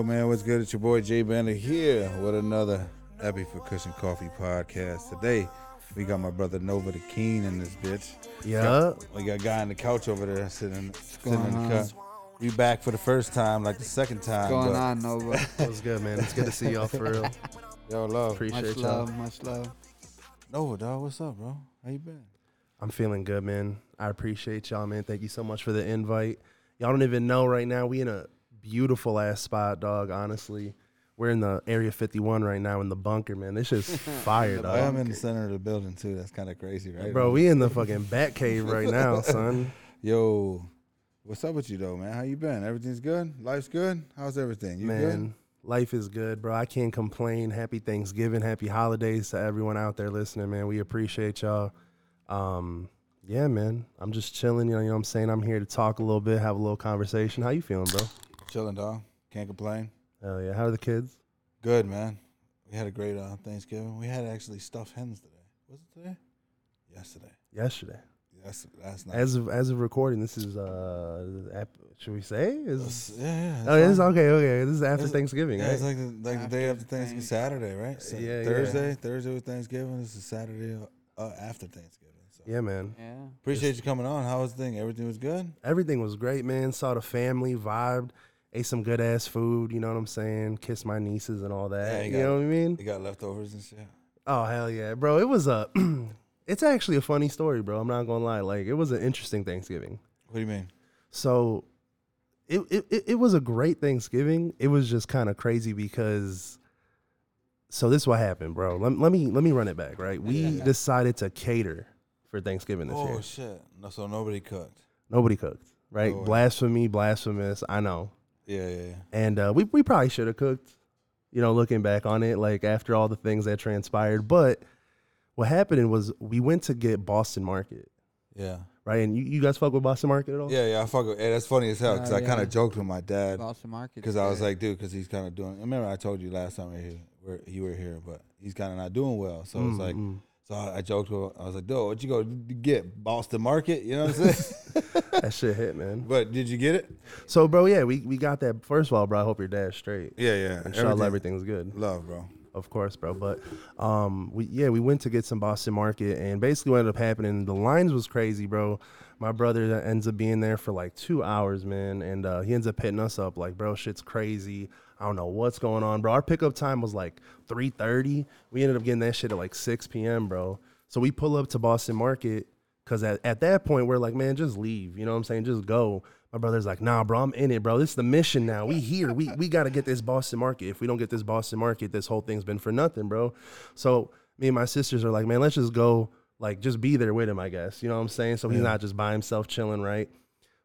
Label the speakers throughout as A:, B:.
A: It's your boy Jay Bender here with another Abbey for Cushion Coffee podcast. Today, we got my brother Nova the Keen in this bitch.
B: Yeah.
A: We got a guy on the couch over there sitting, sitting in the couch. We back for the first time, like the second time.
C: going
A: but-
C: on, Nova?
B: That was good, man. It's good to see y'all for real.
A: Yo, love.
C: much
B: Appreciate y'all.
C: love, much love.
A: Nova, dog, what's up, bro? How you been?
B: I'm feeling good, man. I appreciate y'all, man. Thank you so much for the invite. Y'all don't even know right now. We in a beautiful ass spot, dog. Honestly, we're in the Area 51 right now in the bunker, man. This shit's fire,
A: I am
B: dog.
A: in the center of the building, too. That's kind of crazy, right?
B: Bro, we in the fucking bat cave right now, son.
A: Yo, what's up with you, though, man? How you been? Everything's good? Life's good? How's everything? You
B: Man, life is good, bro. I can't complain. Happy Thanksgiving, happy holidays to everyone out there listening, man. We appreciate y'all. Um, yeah, man. I'm just chilling, you know, you know what I'm saying? I'm here to talk a little bit, have a little conversation. How you feeling, bro?
A: good? Chilling, dog. Can't complain.
B: Hell yeah. How are the kids?
A: Good, man. We had a great uh, Thanksgiving. We had actually stuffed hens today. Was it today? Yesterday.
B: Yesterday.
A: Yes, last night.
B: As of as of recording, this is uh ap- should we say? Is
A: yeah, yeah.
B: Oh, it's
A: fine.
B: okay, okay. This is after
A: It's-
B: Thanksgiving,
A: Yeah,
B: right?
A: it's like the, like the day
C: After
A: after Thanksgiving,
C: Thanksgiving.
A: Saturday, right? So
B: Yeah, yeah.
A: Thursday. Thursday was Thanksgiving. This is Saturday uh, after Thanksgiving. So
B: yeah, man.
C: Yeah.
A: appreciate you coming on. How was the thing? Everything was good.
B: everything was great, man. Saw the family, vibed, ate some good ass food. You know what I'm saying? Kissed my nieces and all
A: Yeah,
B: that.
A: you
B: you
A: got
B: know what I mean?
A: You got leftovers and shit.
B: Oh hell yeah, bro! It was a. it's actually a funny story, bro. I'm not gonna lie. Like it was an interesting Thanksgiving.
A: What do you mean?
B: So, it it it- it was a great Thanksgiving. It was just kind of crazy because. So this is what happened, bro. Let, let me let me run it back. Right, we decided to cater for Thanksgiving this
A: oh
B: year.
A: shit! No, so nobody cooked.
B: Nobody cooked. Right,
A: Oh, yeah.
B: blasphemy, blasphemous. I know.
A: Yeah, yeah, yeah.
B: and uh, we we probably should have cooked. You know, looking back on it, like after all the things that transpired, but what happened was we went to get Boston Market,
A: Yeah,
B: right? And you, you guys fuck with Boston Market at all?
A: yeah, yeah. I fuck with. Hey, that's funny as hell because
C: Oh,
A: I kind
C: yeah.
A: of joked with my dad
C: Boston Market.
A: Because I was like, dude, because he's kind of doing. Remember, I told you last time we were here, where you were here, but he's kind of not doing well. So it's like,
B: Mm,
A: so I, I joked with him. I was like, dude, what you go d- get? Boston Market? You know what I'm saying?
B: mm. that shit hit, man.
A: but did you get it?
B: So, bro, yeah, we, we got that. First of all, bro, I hope your dad's straight.
A: Yeah, yeah.
B: Inshallah, everything's good.
A: Love, bro.
B: of course, bro. But um, we yeah, we went to get some Boston Market, and basically what ended up happening, the lines was crazy, bro. My brother ends up being there for like two hours, man, and uh, he ends up hitting us up like, bro, shit's crazy. I don't know what's going on, bro. Our pickup time was like three thirty. We ended up getting that shit at like six p.m., bro. So we pull up to Boston Market because at, at that point we're like, man, just leave. You know what I'm saying? Just go. My brother's like, nah, bro, I'm in it, bro. This is the mission now. We here. We we gotta get this Boston market. If we don't get this Boston market, this whole thing's been for nothing, bro. So me and my sisters are like, man, let's just go, like, just be there with him, I guess. You know what I'm saying? So he's not just by himself chilling, right?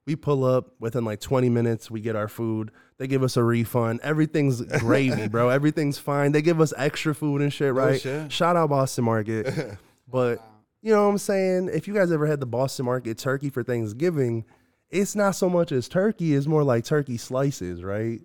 B: We pull up within like 20 minutes. We get our food. They give us a refund. Everything's gravy, bro. Everything's fine. They give us extra food and shit, right?
A: shit.
B: Shout out Boston Market. but you know what I'm saying? If you guys ever had the Boston Market turkey for Thanksgiving, it's not so much as turkey, it's more like turkey slices, right?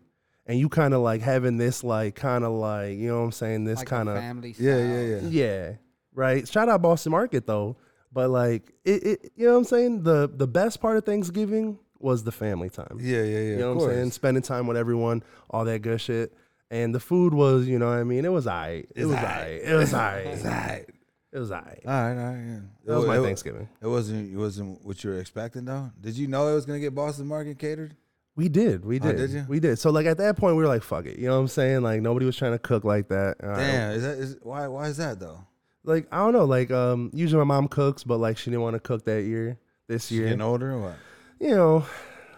B: And you kind of like having this, like, kind of like, you know what I'm saying? This
C: Like a
B: kind of
C: family.
A: Yeah,
C: style.
A: yeah, yeah.
B: yeah. Right. Shout out Boston Market though. But like it, it you know what I'm saying? The the best part of Thanksgiving was the family time.
A: Yeah, yeah, yeah.
B: You know
A: of
B: what I'm saying?
A: course.
B: Spending time with everyone, all that good shit. And the food was, you know what I mean? It was all right. It was all right. It was all right.
A: Right.
B: It was all right.
A: All right, all right. Yeah.
B: That was
A: It-
B: my
A: it-
B: Thanksgiving.
A: It wasn't. It wasn't what you were expecting, though. Did you know it was gonna get Boston Market catered?
B: We did. We
A: Oh,
B: did.
A: did you?
B: We did. So like at that point we were like, fuck it. You know what I'm saying? Like nobody was trying to cook like that. All right.
A: Damn. Is that is why? Why is that though?
B: Like, I don't know, like um usually my mom cooks, but like she didn't want to cook that year this year.
A: Getting older or what?
B: you know.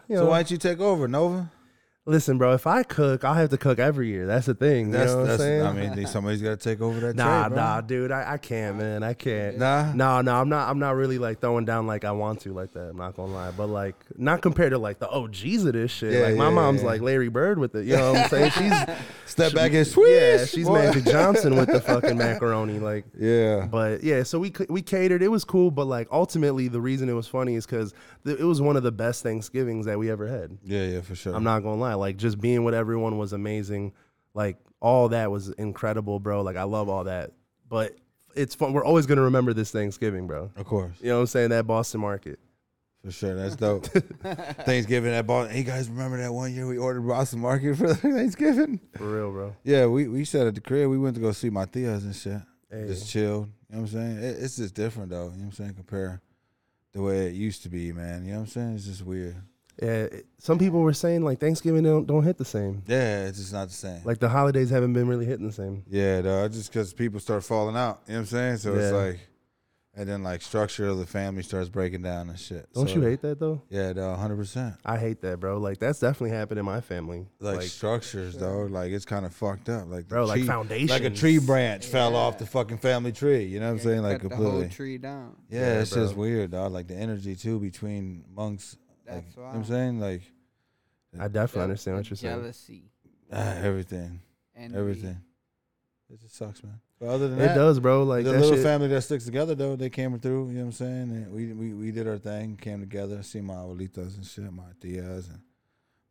B: You know,
A: So why don't you take over, Nova?
B: Listen, bro, if I cook, I'll have to cook every year. That's the thing.
A: That's
B: you know what I'm
A: that's.
B: saying?
A: I mean, somebody's got to take over that.
B: nah,
A: trade, bro.
B: nah, dude. I, I can't, man. I can't.
A: Nah?
B: Nah, nah. I'm not I'm not really like throwing down like I want to like that. I'm not gonna lie. But like not compared to like the OGs of this shit.
A: Yeah,
B: like my
A: yeah,
B: mom's
A: yeah.
B: like Larry Bird with it. You know what I'm saying? She's
A: Step back and swish.
B: yeah, she's
A: boy.
B: Magic Johnson with the fucking macaroni. Like
A: Yeah.
B: But yeah, so we c- we catered. It was cool, but like ultimately the reason it was funny is because it was one of the best Thanksgivings that we ever had.
A: yeah, yeah, for sure.
B: I'm not gonna lie. Like just being with everyone was amazing. Like all that was incredible, bro. Like I love all that. But it's fun. We're always gonna remember this Thanksgiving, bro.
A: Of course.
B: You know what I'm saying? That Boston market.
A: For For sure, that's dope. Thanksgiving at Boston. Hey guys, remember that one year we ordered Boston Market for Thanksgiving?
B: For real, bro.
A: Yeah, we we sat at the crib. We went to go see my tias and shit.
B: Hey.
A: Just chilled. You know what I'm saying? It, it's just different though. You know what I'm saying? Compare the way it used to be, man. You know what I'm saying? It's just weird.
B: Yeah, it- some people were saying like Thanksgiving don't, don't hit the same.
A: Yeah, it's just not the same.
B: Like the holidays haven't been really hitting the same.
A: Yeah, dog. Just because people start falling out. You know what I'm saying? So it's
B: Yeah.
A: like, and then like structure of the family starts breaking down and shit.
B: Don't
A: So-
B: you hate that though?
A: Yeah, dog. Hundred percent.
B: I hate that, bro. Like that's definitely happened in my family.
A: Like, structures, dog. Like it's kind of fucked up. Like the
B: Bro, like
A: tree, Like a
B: foundations.
A: tree branch fell off the fucking family tree. You know what I'm saying? Like
C: cut
A: completely.
C: the whole tree down.
A: Yeah,
B: Yeah,
A: it's just
B: bro.
A: weird, dog. Like the energy too between monks. Like,
C: That's
A: you know
C: why.
A: what I'm saying like
B: I definitely understand what you're saying.
C: Jealousy.
A: ah, everything,
C: And
A: everything. It just sucks, man. But other than
B: it
A: that,
B: does, bro. Like
A: the
B: that
A: little
B: shit,
A: family that sticks together though, they came through. You know what I'm saying? And we we, we did our thing, came together. See my abuelitas and shit, my tias and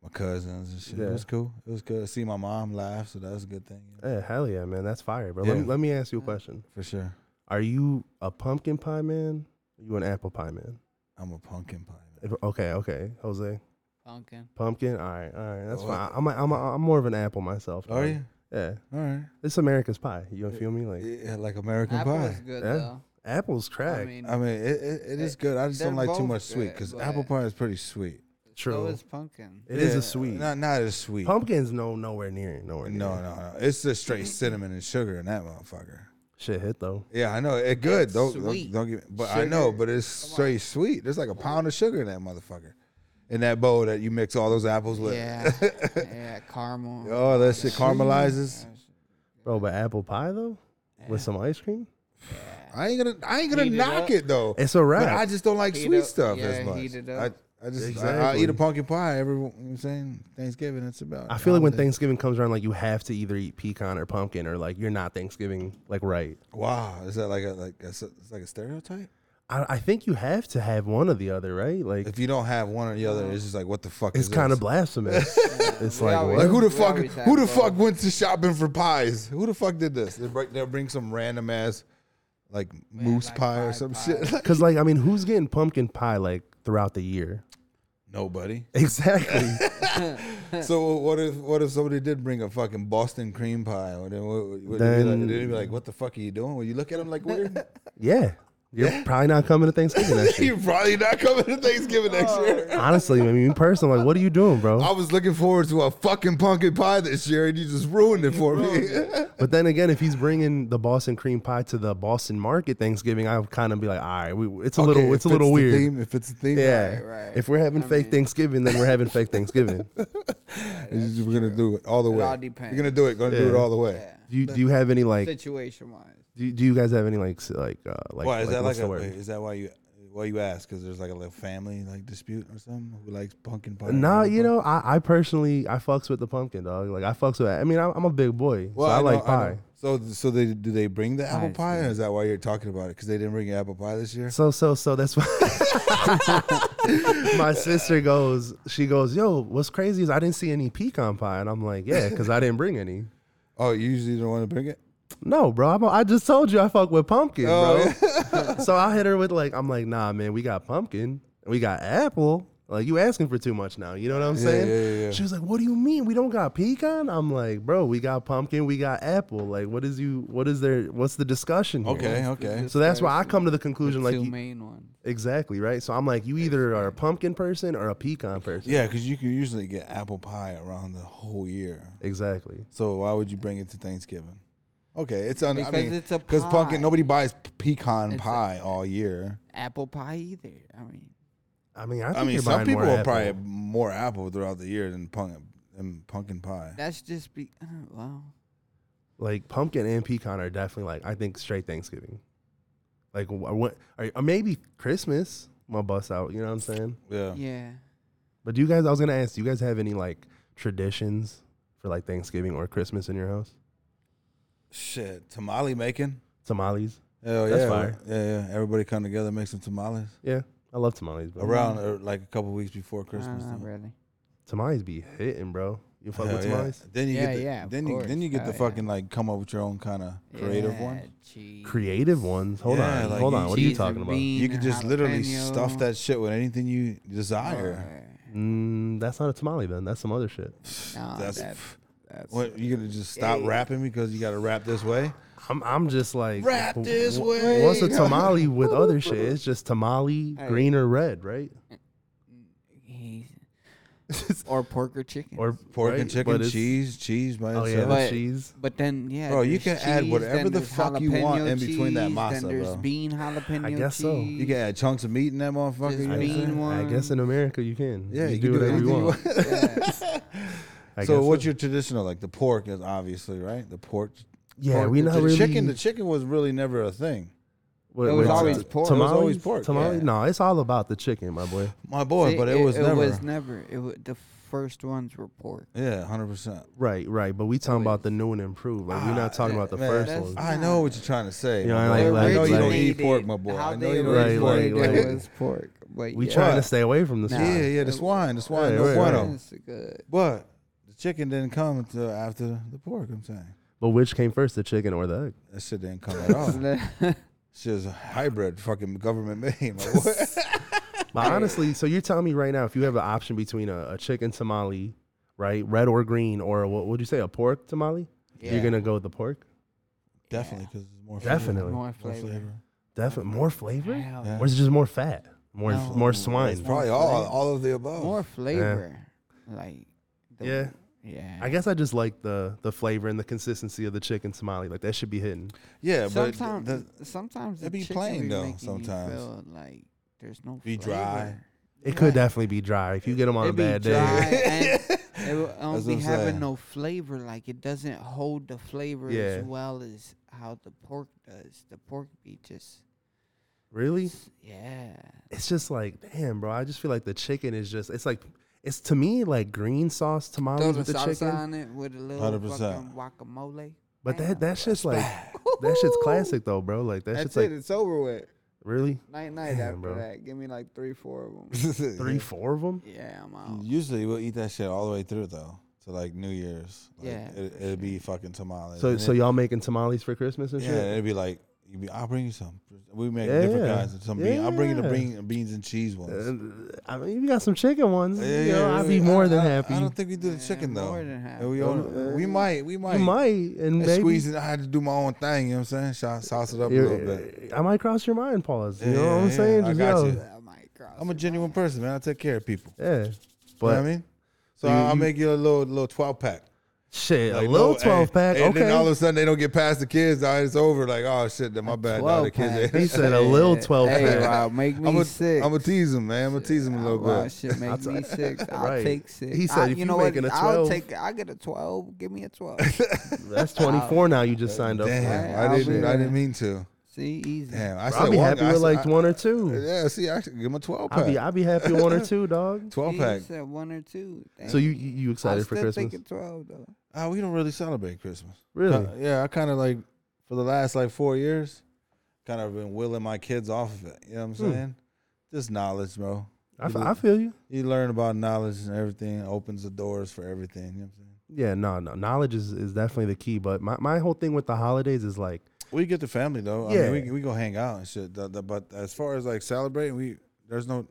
A: my cousins and shit.
B: Yeah.
A: It was cool. It was good. See my mom laugh, so that was a good thing you know,
B: Yeah, Eh, hell yeah, man. That's fire, bro. Let,
A: Yeah.
B: me, let me ask you a question.
A: for sure.
B: Are you a pumpkin pie man? Are you an apple pie man?
A: I'm a pumpkin pie. Man.
B: If- okay, okay, Jose.
C: Pumpkin.
B: Pumpkin. All right, all right. That's
A: Oh,
B: fine. I'm a, I'm a, I'm more of an apple myself.
A: Are
B: man.
A: you?
B: Yeah.
A: All right.
B: It's America's pie. You don't feel me? Like
A: Yeah, like American
C: Apple
A: pie.
C: is good
B: Yeah.
C: though.
B: apple's crack.
C: I mean,
A: I mean, it, it, it is good. I just
C: They're
A: don't like too
C: both
A: much sweet
C: good,
A: because
C: but-
A: apple pie is pretty sweet.
C: so
B: true.
C: is pumpkin.
B: It is
A: Yeah,
B: a sweet.
A: Not not as sweet.
B: Pumpkin's no nowhere near nowhere near.
A: No, no, no. It's just straight cinnamon and sugar in that motherfucker.
B: Shit hit though.
A: Yeah, I know. It good.
C: It's
A: Don't,
C: sweet.
A: don't don't give. But I know.
C: Sugar.
A: But it's straight sweet. There's like a pound of sugar in that motherfucker, in that bowl that you mix all those apples with.
C: Yeah, yeah, caramel.
A: Oh, that shit caramelizes.
B: Bro, but apple pie though? With some ice cream?
A: I ain't gonna. I ain't gonna
C: Heat it
A: knock
C: up.
A: it, though.
B: It's a
A: But
B: wrap.
A: I just don't like
C: Heat
A: sweet
C: up.
A: stuff
C: Yeah,
A: as much.
C: heat it up.
A: I, I just I, I
B: Exactly.
A: eat a pumpkin pie every. You know what I'm saying Thanksgiving. It's about.
B: I feel like when
A: holidays.
B: Thanksgiving comes around, like you have to either eat pecan or pumpkin, or like you're not Thanksgiving like right.
A: Wow, is that like a like a, it's like a stereotype?
B: I, I think you have to have one or the other, right? Like
A: If you don't have one or the other, it's just like what the fuck is
B: it's kind of
A: this?
B: blasphemous. it's
C: we
B: like
C: always-
B: what?
A: Like who the
C: We
A: fuck?
C: always have
A: Who the
C: both.
A: fuck went to shopping for pies? Who the fuck did this? They bring, they'll bring some random ass, like moose
C: like
A: pie or
C: pie
A: some
C: pie.
A: shit. Like,
B: Because like I mean, who's getting pumpkin pie like throughout the year?
A: Nobody.
B: Exactly.
A: so what if what if somebody did bring a fucking Boston cream pie? Well, Then what, what, what they'd be like,
B: Then-
A: they'd be like, what the fuck are you doing? Will you look at them like weird?
B: yeah, you're probably not coming to Thanksgiving next year.
A: You're probably not coming to Thanksgiving next year.
B: Honestly, I mean, in person, like, what are you doing,
A: I
B: bro?
A: was looking forward to a fucking pumpkin pie this year, and you just ruined it for me.
B: But then again, if he's bringing the Boston cream pie to the Boston market Thanksgiving, I would kind of be like, all right, we, it's a
A: Okay,
B: little, it's a
A: if
B: little
A: the
B: weird.
A: Theme, if it's a theme,
B: Yeah.
C: right.
B: If we're having
C: I
B: fake
C: mean-
B: Thanksgiving, then we're having fake Thanksgiving. do
A: It's just- we're gonna do it all the way.
C: all
A: You're
C: depends.
A: gonna do it. Gonna do
B: Yeah.
A: it all the way.
C: Yeah.
B: you do you have any like
C: Situation wise.
B: do, do you guys have any like s- like uh like,
A: why is that like
B: what's the
A: a,
B: word?
A: wait, is that why you why you ask? Because there's like a little family like dispute or something. Who likes pumpkin pie?
B: Nah, you know, I, I personally I fucks with the pumpkin dog. Like I fucks with. I mean, I'm, I'm a big boy, so I,
A: know-
B: like
A: I
B: pie.
A: know. So so they do they bring the apple
C: Pies,
A: pie? Or is that why you're talking about it? Because they didn't bring apple pie this year.
B: So so so that's why my sister goes. She goes, yo, what's crazy is I didn't see any pecan pie, and I'm like, yeah, because I didn't bring any.
A: Oh, you usually don't want to bring it.
B: No, bro. I'm, I just told you I fuck with pumpkin,
A: Oh,
B: bro. so I hit her with like, I'm like, nah, man, we got pumpkin, we got apple. Like you asking for too much now. You know what I'm saying?
A: yeah, yeah.
B: She was like, what do you mean we don't got pecan? I'm like, bro, we got pumpkin, we got apple. Like, what is you? What is there? What's the discussion? here?"
A: Okay, okay.
B: So that's why I come to the conclusion, like,
C: two
B: you-
C: main ones.
B: exactly right. So I'm like, you either are a pumpkin person or a pecan person.
A: Yeah, because you can usually get apple pie around the whole year.
B: Exactly.
A: So why would you bring it to Thanksgiving? Okay, it's on.
C: Because
A: I mean,
C: it's a
A: because pumpkin.
C: pie.
A: Nobody buys pecan
C: It's a-
A: pie all year.
C: Apple pie either. I mean,
B: I mean, I, think
A: I mean,
B: you're
A: some
B: buying
A: people
B: more
A: are
B: apple.
A: probably more apple throughout the year than pumpkin than pumpkin pie.
C: that's just be. Uh, well,
B: like pumpkin and pecan are definitely like I think straight Thanksgiving. Like wh- what? Or or maybe Christmas. My bust out. You know what I'm saying?
A: Yeah.
C: yeah.
B: But do you guys? I was gonna ask. Do you guys have any like traditions for like Thanksgiving or Christmas in your house?
A: Shit, tamale making.
B: Tamales.
A: Oh
B: That's
A: yeah,
B: fire.
A: yeah, yeah. Everybody come together, make some tamales
B: Yeah, I love tamales, bro.
A: around uh, like a couple weeks before
C: I don't
A: Christmas.
C: know,
A: time.
C: really.
B: Tamales be hitting, bro. You fuck
A: Hell
B: with
A: yeah.
B: tamales?
A: Then you
C: Yeah,
A: get the,
C: yeah, of
A: then you then
C: course.
A: you get the
C: Oh, yeah.
A: fucking like come up with your own kind of creative
C: yeah,
A: one.
C: Cheese.
B: Creative ones. Hold
A: Yeah,
B: on.
A: like
B: Hold
A: you
B: on. What are you
C: cheese and
B: talking about?
C: bean
A: You could
C: and
A: just literally stuff
C: jalapeno.
A: that shit with anything you desire.
C: Oh,
B: Mm, that's not a tamale then. That's some other shit.
C: No,
A: That's
C: that-
A: f-
C: that's
A: what you gonna just stop
C: Yeah.
A: rapping because you gotta rap this way.
B: I'm I'm just like
A: Rap
B: w-
A: this
B: w-
A: way.
B: What's a tamale with other shit? It's just tamale,
C: Hey.
B: green or red, right?
C: He's, or pork or chicken.
B: or
A: Pork
B: right?
A: and chicken,
B: But it's-
A: cheese, uh, cheese by
B: Oh
A: itself.
B: yeah, the
C: But-
B: cheese.
C: but then yeah,
A: Bro, you
C: there's
A: can add
C: cheese,
A: whatever
C: then
A: the
C: there's
A: fuck you want
C: jalapeno
A: in between that
C: cheese,
A: masa,
C: Then there's
A: bro.
C: bean jalapeno
B: guess
C: cheese.
B: so.
A: You can add chunks of meat in that motherfucker.
C: Just
A: You know what I'm
C: bean
A: saying?
C: one.
B: I guess in America you can.
A: Yeah,
B: you,
A: you
B: do
A: can do
B: whatever you
A: anything you
B: want.
C: Yeah.
B: I
A: so
B: guess
A: what's your traditional like? The pork is obviously right. The pork.
B: yeah?
A: pork-
B: We
A: the
B: not really
A: chicken. The chicken was really never a thing.
B: What,
C: It was
B: what's
C: always
B: that?
A: pork. It was
B: Tamales?
A: always pork,
B: Tamale?
A: yeah.
B: No, it's all about the chicken, my boy.
A: My boy,
C: See,
A: but it, was
C: it
A: never.
C: was never. It wa the first ones were pork.
A: yeah, hundred percent.
B: Right, right. But we talking about
C: is.
B: the new and improved. Like we're
A: Ah,
B: not talking
A: that-
B: about the
A: man,
B: first
C: that's-
B: one.
A: I know what you're trying to say.
B: You know,
A: my
B: like-
A: boy. I
B: like-
A: know you don't
B: like-
A: eat pork, my boy. I
C: How
A: know
C: they
A: you don't
B: Right,
A: eat
C: originated
A: pork.
B: like- like-
C: it was pork. But
B: We
C: yeah.
B: trying
A: Yeah.
B: to stay away from this.
A: Yeah, yeah,
B: one.
A: yeah. The swine, the swine,
B: Right,
A: no
B: right,
A: bueno.
C: It's good.
A: But the chicken didn't come until after the pork. I'm saying
B: But which came first, the chicken or the egg?
A: that shit didn't come at all. Shit was a hybrid, fucking government made. My boy.
B: But honestly, so you're telling me right now, if you have the option between a, a chicken tamale, right, red or green, or what would you say, a pork tamale, you're
C: Yeah.
B: gonna go with the pork.
A: Definitely, because it's more
B: Definitely.
C: More
A: flavor. More
C: flavor.
A: flavor.
B: Definitely more flavor,
C: Hell,
A: Yeah.
B: or is it just more fat, more
C: No.
B: more
A: It's
B: swine?
A: probably all all of the above.
C: More flavor. Like. The,
B: Yeah.
C: Yeah.
B: I guess I just like the the flavor and the consistency of the chicken tamale. Like that should be hidden.
A: yeah, but
C: sometimes,
A: the,
C: sometimes
A: it
C: the
A: be
C: chicken
A: plain,
C: be
A: though,
C: making you
A: sometimes.
C: feel like there's no
A: Be
C: flavor.
A: dry.
B: It could definitely be dry if you get them on
C: It
B: a
C: be
B: bad
C: dry
B: day.
C: and it will
A: That's
C: don't
A: what
C: be
A: I'm
C: having
A: saying.
C: no flavor. Like it doesn't hold the flavor
B: Yeah.
C: as well as how the pork does. The pork be just
B: really,
C: yeah.
B: it's just like damn, bro. I just feel like the chicken is just. It's like it's to me like green sauce
C: Throw
B: tamales
C: the
B: with the
C: salsa
B: chicken.
C: on it with a little
A: 100%.
C: fucking guacamole.
B: But that
C: Damn.
B: that shit's like that shit's classic though, bro. Like that shit's like
C: It's over with.
B: really
C: Night night
B: Damn, bro.
C: that. Give me like three, four of them.
B: three, four of them.
C: yeah, I'm out.
A: Usually we'll eat that shit all the way through though to like New Year's. Like,
C: Yeah,
A: it,
C: for
A: it'd be fucking tamales.
B: So
A: And
B: so
A: it-
B: y'all making tamales for Christmas and
A: yeah,
B: shit?
A: it'd be like you'd be, I'll bring you some. We make different
B: Yeah,
A: kinds of some beans. I'll bring you the
B: yeah.
A: bean, beans and cheese ones.
B: Uh, I mean, if you got some chicken ones.
A: Yeah,
B: you know,
A: yeah,
B: I'd
A: yeah.
B: be more
A: I-
B: than
A: I-
B: happy. Uh,
A: I don't think we do the
C: Yeah,
A: chicken though.
C: more than happy.
A: We, all- we might, we might.
B: you might and
A: And
B: maybe
A: squeezing, I had to do my own thing. You know what I'm saying? Shout, sauce it up a
B: you're-
A: little bit.
B: I might cross your mind, pause. You
A: Yeah,
B: know what
A: yeah,
B: I'm
A: yeah,
B: saying?
A: I
B: Just,
A: got
B: yo,
A: you.
C: I might cross
A: I'm a
C: it.
A: genuine person, man. I take care of people.
B: Yeah, but
A: you know what I mean? So
B: you-
A: I'll
B: you-
A: make you a little little 12 pack.
B: shit,
A: Like,
B: a little
A: no, hey,
B: twelve pack.
A: And
B: okay,
A: then all of a sudden they don't get past the kids. All right, it's over. Like, oh shit, then my bad. Now the
C: 12 pack.
A: kids.
B: he said a little twelve
C: Hey,
B: pack.
C: Rob, make me
A: I'm gonna
C: sick.
A: I'm gonna tease him, man. I'm gonna tease him a little
C: Wow,
A: bit.
C: shit, make me six. I'll
B: Right.
C: take six.
B: He said
C: I,
B: if
C: you
B: you
C: know what?
B: making a
C: I'll
B: 12.
C: take. I get a twelve. Give me a twelve.
B: That's twenty four now. You just signed up. for.
A: Damn,
C: Hey,
A: I
C: I'll
A: didn't.
C: be
A: I
C: there.
A: didn't mean to.
C: See, easy.
A: Damn, I
B: I'll
A: said
B: be
A: one.
B: happy
A: I
B: with
A: said-
B: like
A: I-
B: one or two.
A: Yeah, see, I should give him a 12
B: I'll be
A: pack,
B: I'll be happy with one or two, dog.
A: 12
C: See,
A: pack.
C: You said one or two.
B: So you
C: Dang.
B: you you
C: I'm
B: excited for
C: still
B: Christmas?
C: thinking twelve though.
A: Uh, we don't really celebrate Christmas.
B: Really?
A: Ki- yeah, I kind of like for the last like four years, kind of been willing my kids off of it. You know what I'm
B: Hmm.
A: saying? Just knowledge, bro.
B: I, f- I feel you.
A: You learn about knowledge and everything opens the doors for everything. You know what I'm saying?
B: Yeah, no, no. Knowledge is, is definitely the key. But my, my whole thing with the holidays is like,
A: We get the family though. I
B: Yeah.
A: mean, we we go hang out and shit. The- the- but as far as like celebrating, we there's no.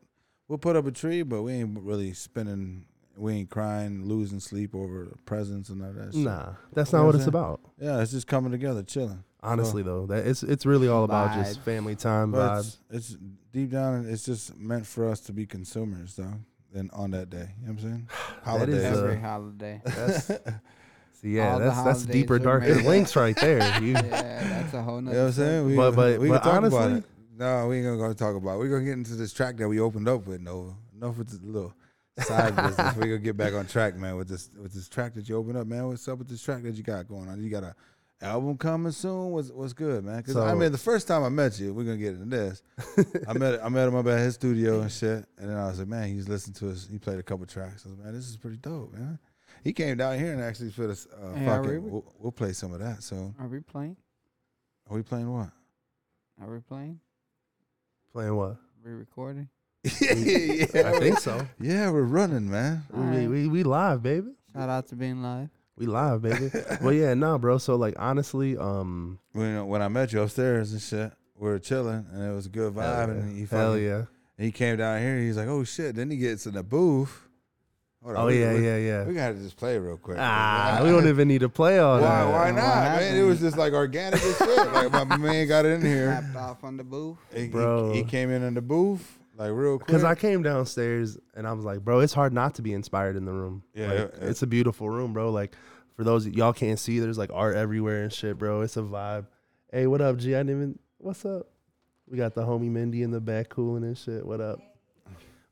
A: We'll put up a tree, but we ain't really spending. We ain't crying, losing sleep over presents and all that. Shit.
B: nah, that's
A: You know
B: not
A: what I'm
B: what it's
A: saying?
B: about.
A: Yeah, it's just coming together, chilling.
B: Honestly, though, that it's it's really all about just
C: Vibes.
B: family time
A: But
B: vibes.
A: it's, it's deep down, it's just meant for us to be consumers, though. And on that day, you know what I'm saying?
B: That
A: Holidays.
B: is, uh,
C: Every holiday.
B: That's, see, yeah,
C: All the
B: that's that's
C: holidays
B: deeper,
C: are
B: darker
C: made-
B: links right there. You,
C: yeah, that's a whole
A: you
C: nother.
A: know what I'm saying? We,
B: But- but-
A: we
B: but
A: can talk about
B: honestly-
A: it. No, we ain't gonna go talk about. it. We're gonna get into this track that we opened up with. Nova. Enough with the little side business. We're gonna get back on track, man. With this with this track that you opened up, man. What's up with this track that you got going on? You got a album coming soon. What's what's good, man? Because I
B: So-
A: mean, the first time I met you, we're gonna get into this. I met I met him up at his studio and shit, and then I was like, man, he's listened to us. He played a couple tracks. I was like, man, this is pretty dope, man. He came down here and actually put us. Uh,
C: Yeah, I
A: fucking,
C: remember.
A: we'll, we'll play some of that soon.
C: Are we playing?
A: Are we playing what?
C: Are we playing?
B: playing what?
C: Are we recording?
A: yeah,
B: I think so.
A: yeah, we're running, man.
B: We,
C: Alright.
B: we we live, baby.
C: Shout out to being live.
B: We live, baby. but yeah, nah, bro. So like honestly, um,
A: When when I met you upstairs and shit, we were chilling and it was a good vibe.
B: hell yeah.
A: And he
B: hell
A: fucking-
B: yeah.
A: and he came down here. He's like, oh shit. Then he gets in the booth. Hold
B: Oh
A: we-
B: yeah,
A: we-
B: yeah, yeah.
A: We gotta just play real quick.
B: Ah, we don't even need to play
A: Why?
B: all that.
A: Why not,
C: Why
A: man? It
C: not?
A: was just like organic as shit. Like my man got in here.
C: Snapped off on the booth.
A: He- he-
B: Bro.
A: He, came in in the booth like real quick.
B: Because I came downstairs and I was like, bro, it's hard not to be inspired in the room.
A: Yeah,
B: Like,
A: it-
B: it's a beautiful room, bro. Like, for those that y'all can't see, there's like art everywhere and shit, bro. It's a vibe. Hey, what up, G? I didn't even. What's up? We got the homie Mindy in the back cooling and shit. What up?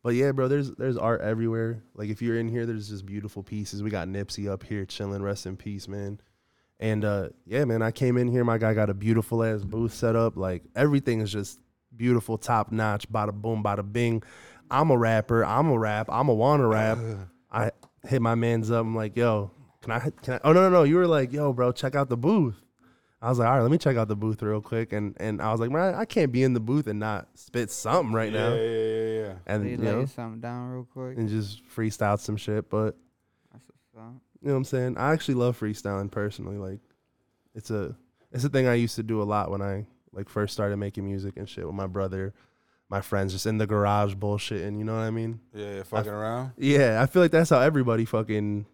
B: But yeah, bro, there's there's art everywhere. Like if you're in here, there's just beautiful pieces. We got Nipsey up here chilling, rest in peace, man. And uh yeah, man, I came in here, my guy got a beautiful ass booth set up. Like everything is just beautiful, top notch, bada boom, bada bing. I'm a rapper, I'm a rap, I'm a wanna rap. I hit my man's up, I'm like, yo, can I can I oh no no no, you were like, yo, bro, check out the booth. I was like, all right, let me check out the booth real quick. And and I was like, man, I can't be in the booth and not spit something right
A: yeah,
B: now.
A: yeah, yeah, yeah, yeah.
B: And
C: They
B: you
C: lay
B: know,
C: something down real quick.
B: and just freestyle some shit. But
C: That's what's up.
B: you know what I'm saying? I actually love freestyling personally. Like it's a it's a thing I used to do a lot when I like first started making music and shit with my brother, my friends, just in the garage bullshitting, you know what I mean?
A: Yeah, yeah, fucking around.
B: Yeah, I feel like that's how everybody fucking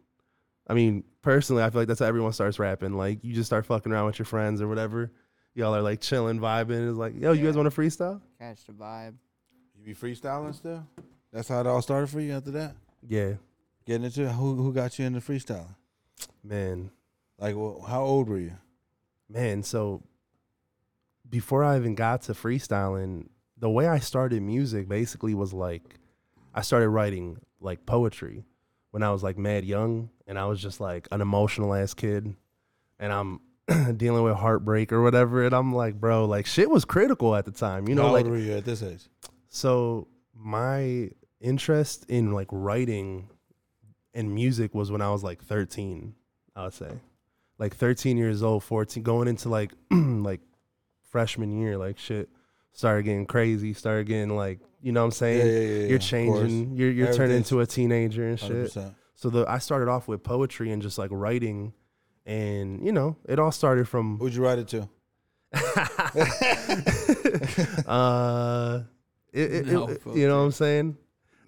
B: I mean, personally I feel like that's how everyone starts rapping. Like you just start fucking around with your friends or whatever. Y'all are like chilling, vibing. It's like, yo, you guys
C: Yeah.
B: want to freestyle?
C: Catch the vibe.
A: You be freestyling still? That's how it all started for you after that?
B: Yeah,
A: Getting into it? Who, who got you into freestyling?
B: man.
A: Like, well, how old were you?
B: man so before i even got to freestyling the way i started music basically was like i started writing like poetry when i was like mad young and i was just like an emotional ass kid and i'm dealing with heartbreak or whatever and i'm like bro like shit was critical at the time you know
A: how
B: like
A: old were you at this age?
B: so my interest in like writing and music was when I was like 13, I would say. Like 13 years old, 14, going into like like freshman year, like shit started getting crazy, started getting like, you know what I'm saying?
A: yeah.
B: You're
A: of course.
B: changing, you're you're turning
A: Everything's-
B: into a teenager and shit
A: 100%.
B: so the I started off with poetry and just like writing, and you know it all started from
A: Who'd you write it to?
B: uh, it, it,
C: No,
B: it-
C: fuck
B: you know what I'm saying.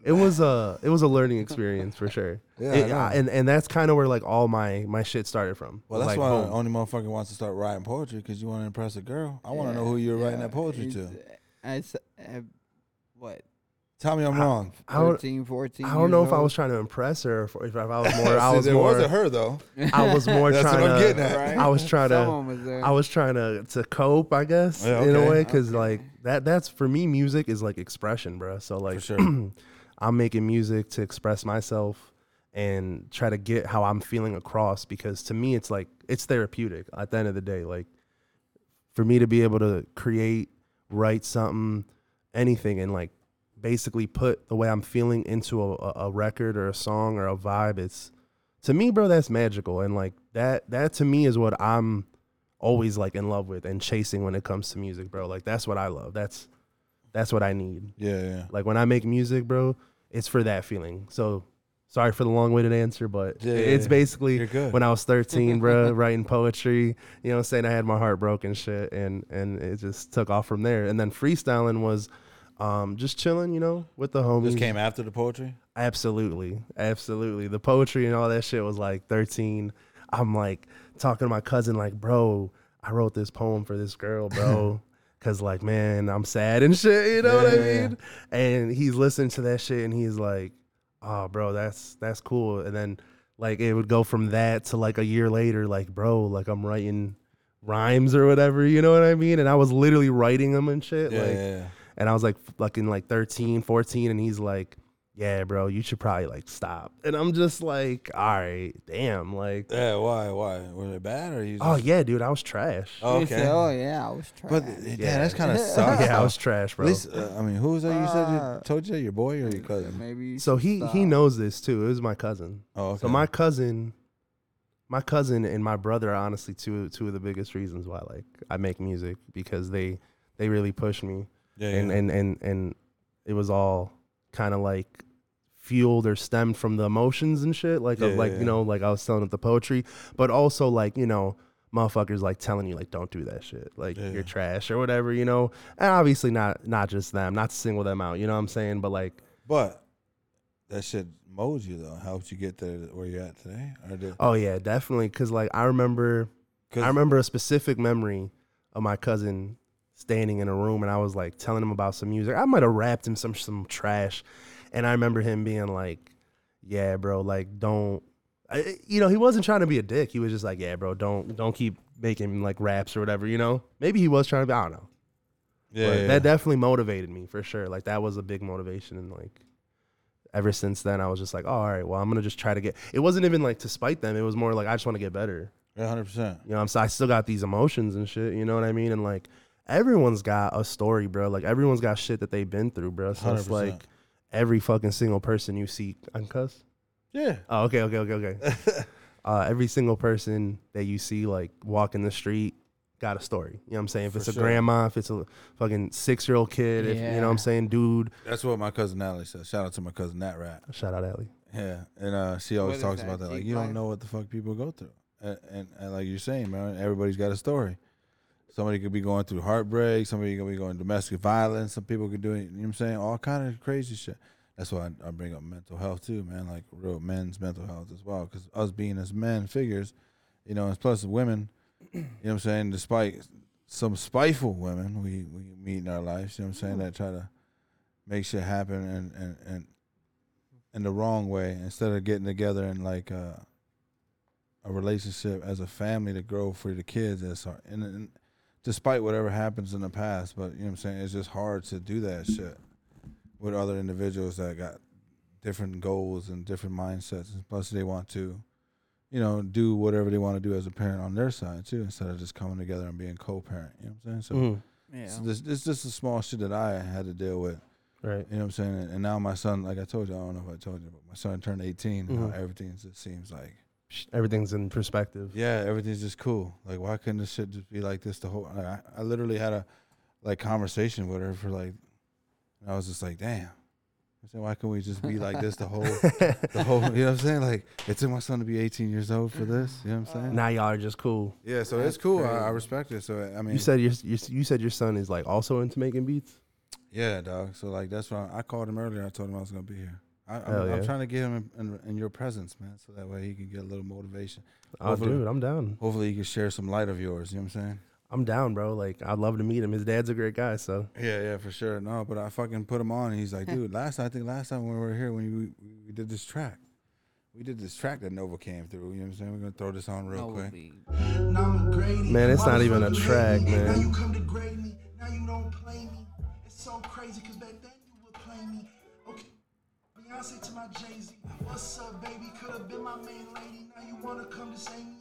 B: It was a it was a learning experience for sure.
A: Yeah, I
B: It-
A: know.
B: I- and and that's kind of where like all my my shit started from.
A: Well, that's
B: Like,
A: why
B: boom.
A: the only motherfucker wants to start writing poetry because you want to impress a girl. I want to know who you're writing that poetry to.
C: It's, uh, what,
A: Tell me I'm wrong.
B: I don't,
C: 13, 14
B: I don't
C: years
B: know if I
C: old?
B: was trying to impress her, or if, if I was more
A: See,
B: I was
A: there wasn't
B: more
A: her though.
B: I was more
A: That's what
B: trying
A: I'm
B: to
A: getting at.
C: Right?
B: I was trying to
C: Someone was there.
B: I was trying to to cope, I guess,
A: Yeah,
B: in a
A: okay.
B: way, because
C: Okay.
B: like that that's for me, music is like expression, bruh. So like,
A: sure.
B: I'm making music to express myself and try to get how I'm feeling across because to me, it's like it's therapeutic. At the end of the day, like for me to be able to create, write something, anything, and like basically put the way I'm feeling into a, a, a record or a song or a vibe, it's to me, bro, that's magical. And like that, that to me is what I'm always like in love with and chasing when it comes to music, bro. Like that's what I love. That's that's what I need.
A: Yeah, yeah.
B: Like when I make music, bro, it's for that feeling. So sorry for the long-winded answer, but
A: Yeah, yeah,
B: it's
A: yeah.
B: basically
A: You're good.
B: when I was 13, bro, writing poetry, you know what I'm saying? I had my heart broken shit and and it just took off from there. And then freestyling was um just chilling, you know, with the homies.
A: This came after the poetry.
B: Absolutely. Absolutely. The poetry and all that shit was like 13. I'm like talking to my cousin, like, bro, I wrote this poem for this girl, bro. Cause like, man, I'm sad and shit. You know what I
A: Yeah, yeah, yeah.
B: mean? And he's listening to that shit and he's like, oh, bro, that's, that's cool. And then like it would go from that to like a year later, like, bro, like I'm writing rhymes or whatever. You know what I mean? And I was literally writing them and shit.
A: Yeah,
B: like,
A: yeah, yeah.
B: and I was like fucking like 13, 14 and he's like, "Yeah, bro, you should probably like stop." And I'm just like, "All right, damn." Like,
A: Yeah, why? Why? Was it bad or you?
B: "Oh
A: just-
B: yeah, dude, I was trash."
A: Oh,
C: He
A: okay.
C: said, oh, yeah, I was trying.
A: But yeah, that's kind of sucks.
B: yeah, I
A: though.
B: was trash,
A: At
B: bro.
A: least, uh, I mean, who was that you said you
C: Uh,
A: told you that? your boy or your cousin?
C: Maybe you
B: So
C: should
B: he
C: stop.
B: he knows this too. It was my cousin.
A: Oh, okay.
B: So my cousin my cousin and my brother are honestly two two of the biggest reasons why like I make music because they they really push me.
A: yeah, yeah.
B: and and and and it was all kind of like fueled or stemmed from the emotions and shit. Like of
A: Yeah,
B: like
A: yeah,
B: you know like I was telling with the poetry, but also like you know motherfuckers like telling you like don't do that shit like
A: Yeah.
B: you're trash or whatever you know and obviously not not just them not to single them out you know what i'm saying but like
A: But that shit molds you though, helps you get to where you're at today. Or did,
B: oh yeah definitely because like i remember
A: 'cause-
B: I remember a specific memory of my cousin standing in a room and I was like telling him about some music. I might have rapped him some some trash, and I remember him being like, "Yeah, bro, like don't." I, you know, he wasn't trying to be a dick. He was just like, "Yeah, bro, don't don't keep making like raps or whatever." You know, maybe he was trying to. be, I don't know.
A: yeah,
B: but
A: yeah,
B: that definitely motivated me for sure. Like that was a big motivation, and like ever since then, I was just like, oh, "All right, well, I'm gonna just try to get." It wasn't even like to spite them. It was more like I just want to get better
A: yeah, hundred percent.
B: you know i'm so i still got these emotions and shit you know what i mean and like everyone's got a story bro like everyone's got shit that they've been through bro so it's
A: 100%.
B: like every fucking single person you see i'm cuss
A: Yeah,
B: oh okay okay okay okay uh every single person that you see like walking the street got a story you know what i'm saying if
A: For
B: it's a
A: sure.
B: grandma if it's a fucking six year old kid if you know what
C: Yeah.
B: i'm saying dude
A: that's what my cousin Natalie said. Shout out to my cousin Nat Rat.
B: shout out Allie.
A: Yeah, and uh, she always
C: What is
A: talks
C: that,
A: about that. Like
C: deep
A: you don't
C: life?
A: know what the fuck people go through, and, and, and like you're saying, man, everybody's got a story. Somebody could be going through heartbreak. Somebody could be going domestic violence. Some people could do, it, you know what I'm saying, all kind of crazy shit. That's why I, I bring up mental health too, man. Like real men's mental health as well, because us being as men figures, you know, and plus women, you know what I'm saying. Despite some spiteful women we we meet in our lives, you know what I'm saying, that try to make shit happen and and and in the wrong way instead of getting together and like uh, a relationship as a family to grow for the kids. That's hard. And, and despite whatever happens in the past, but you know what I'm saying, it's just hard to do that shit with other individuals that got different goals and different mindsets. And plus, they want to, you know, do whatever they want to do as a parent on their side too, instead of just coming together and being co-parent. You know what I'm saying? So.
C: Yeah.
A: So this, this just the small shit that I had to deal with.
B: right
A: You know what I'm saying? And- And now my son, like I told you, I don't know if I told you, but my son turned 18. and
B: Mhm.
A: Now everything just seems like,
B: everything's in perspective
A: yeah, everything's just cool. Like, why couldn't this shit just be like this the whole? Like, I, I literally had a like conversation with her for like, and I was just like, damn. I said, why can't we just be like this the whole, the whole? You know what I'm saying? Like, it took my son to be 18 years old for this. You know what I'm saying?
B: now y'all are just cool
A: yeah, so
C: That's
A: it's cool. I, I
C: crazy.
A: respect it. So I mean,
B: you said your, your you said your son is like also into making beats
A: Yeah, dog. So like that's why I called him earlier. I told him I was gonna be here. I, I'm,
B: Hell
A: I'm
B: yeah.
A: trying to get him in, in, in your presence, man, so that way he can get a little motivation.
B: oh
A: Hopefully-
B: dude i'm down
A: Hopefully, he can share some light of yours. You know what I'm saying?
B: I'm down, bro. Like I'd love to meet him. His dad's a great guy, so
A: Yeah, yeah, for sure. No, but I fucking put him on, and he's like, dude, last I think last time when we were here, when we, we, we did this track, we did this track that Nova came through. You know what I'm saying? We're gonna throw this on real
C: That would
A: quick.
C: be-
B: man, it's not even a track,
D: Now you
B: man.
D: come to grade me, now you don't play me. It's so crazy, cause back then you would play me. Okay, Beyonce to my Jay Z. What's up, baby? Could have been my main lady. Now you wanna come to save me?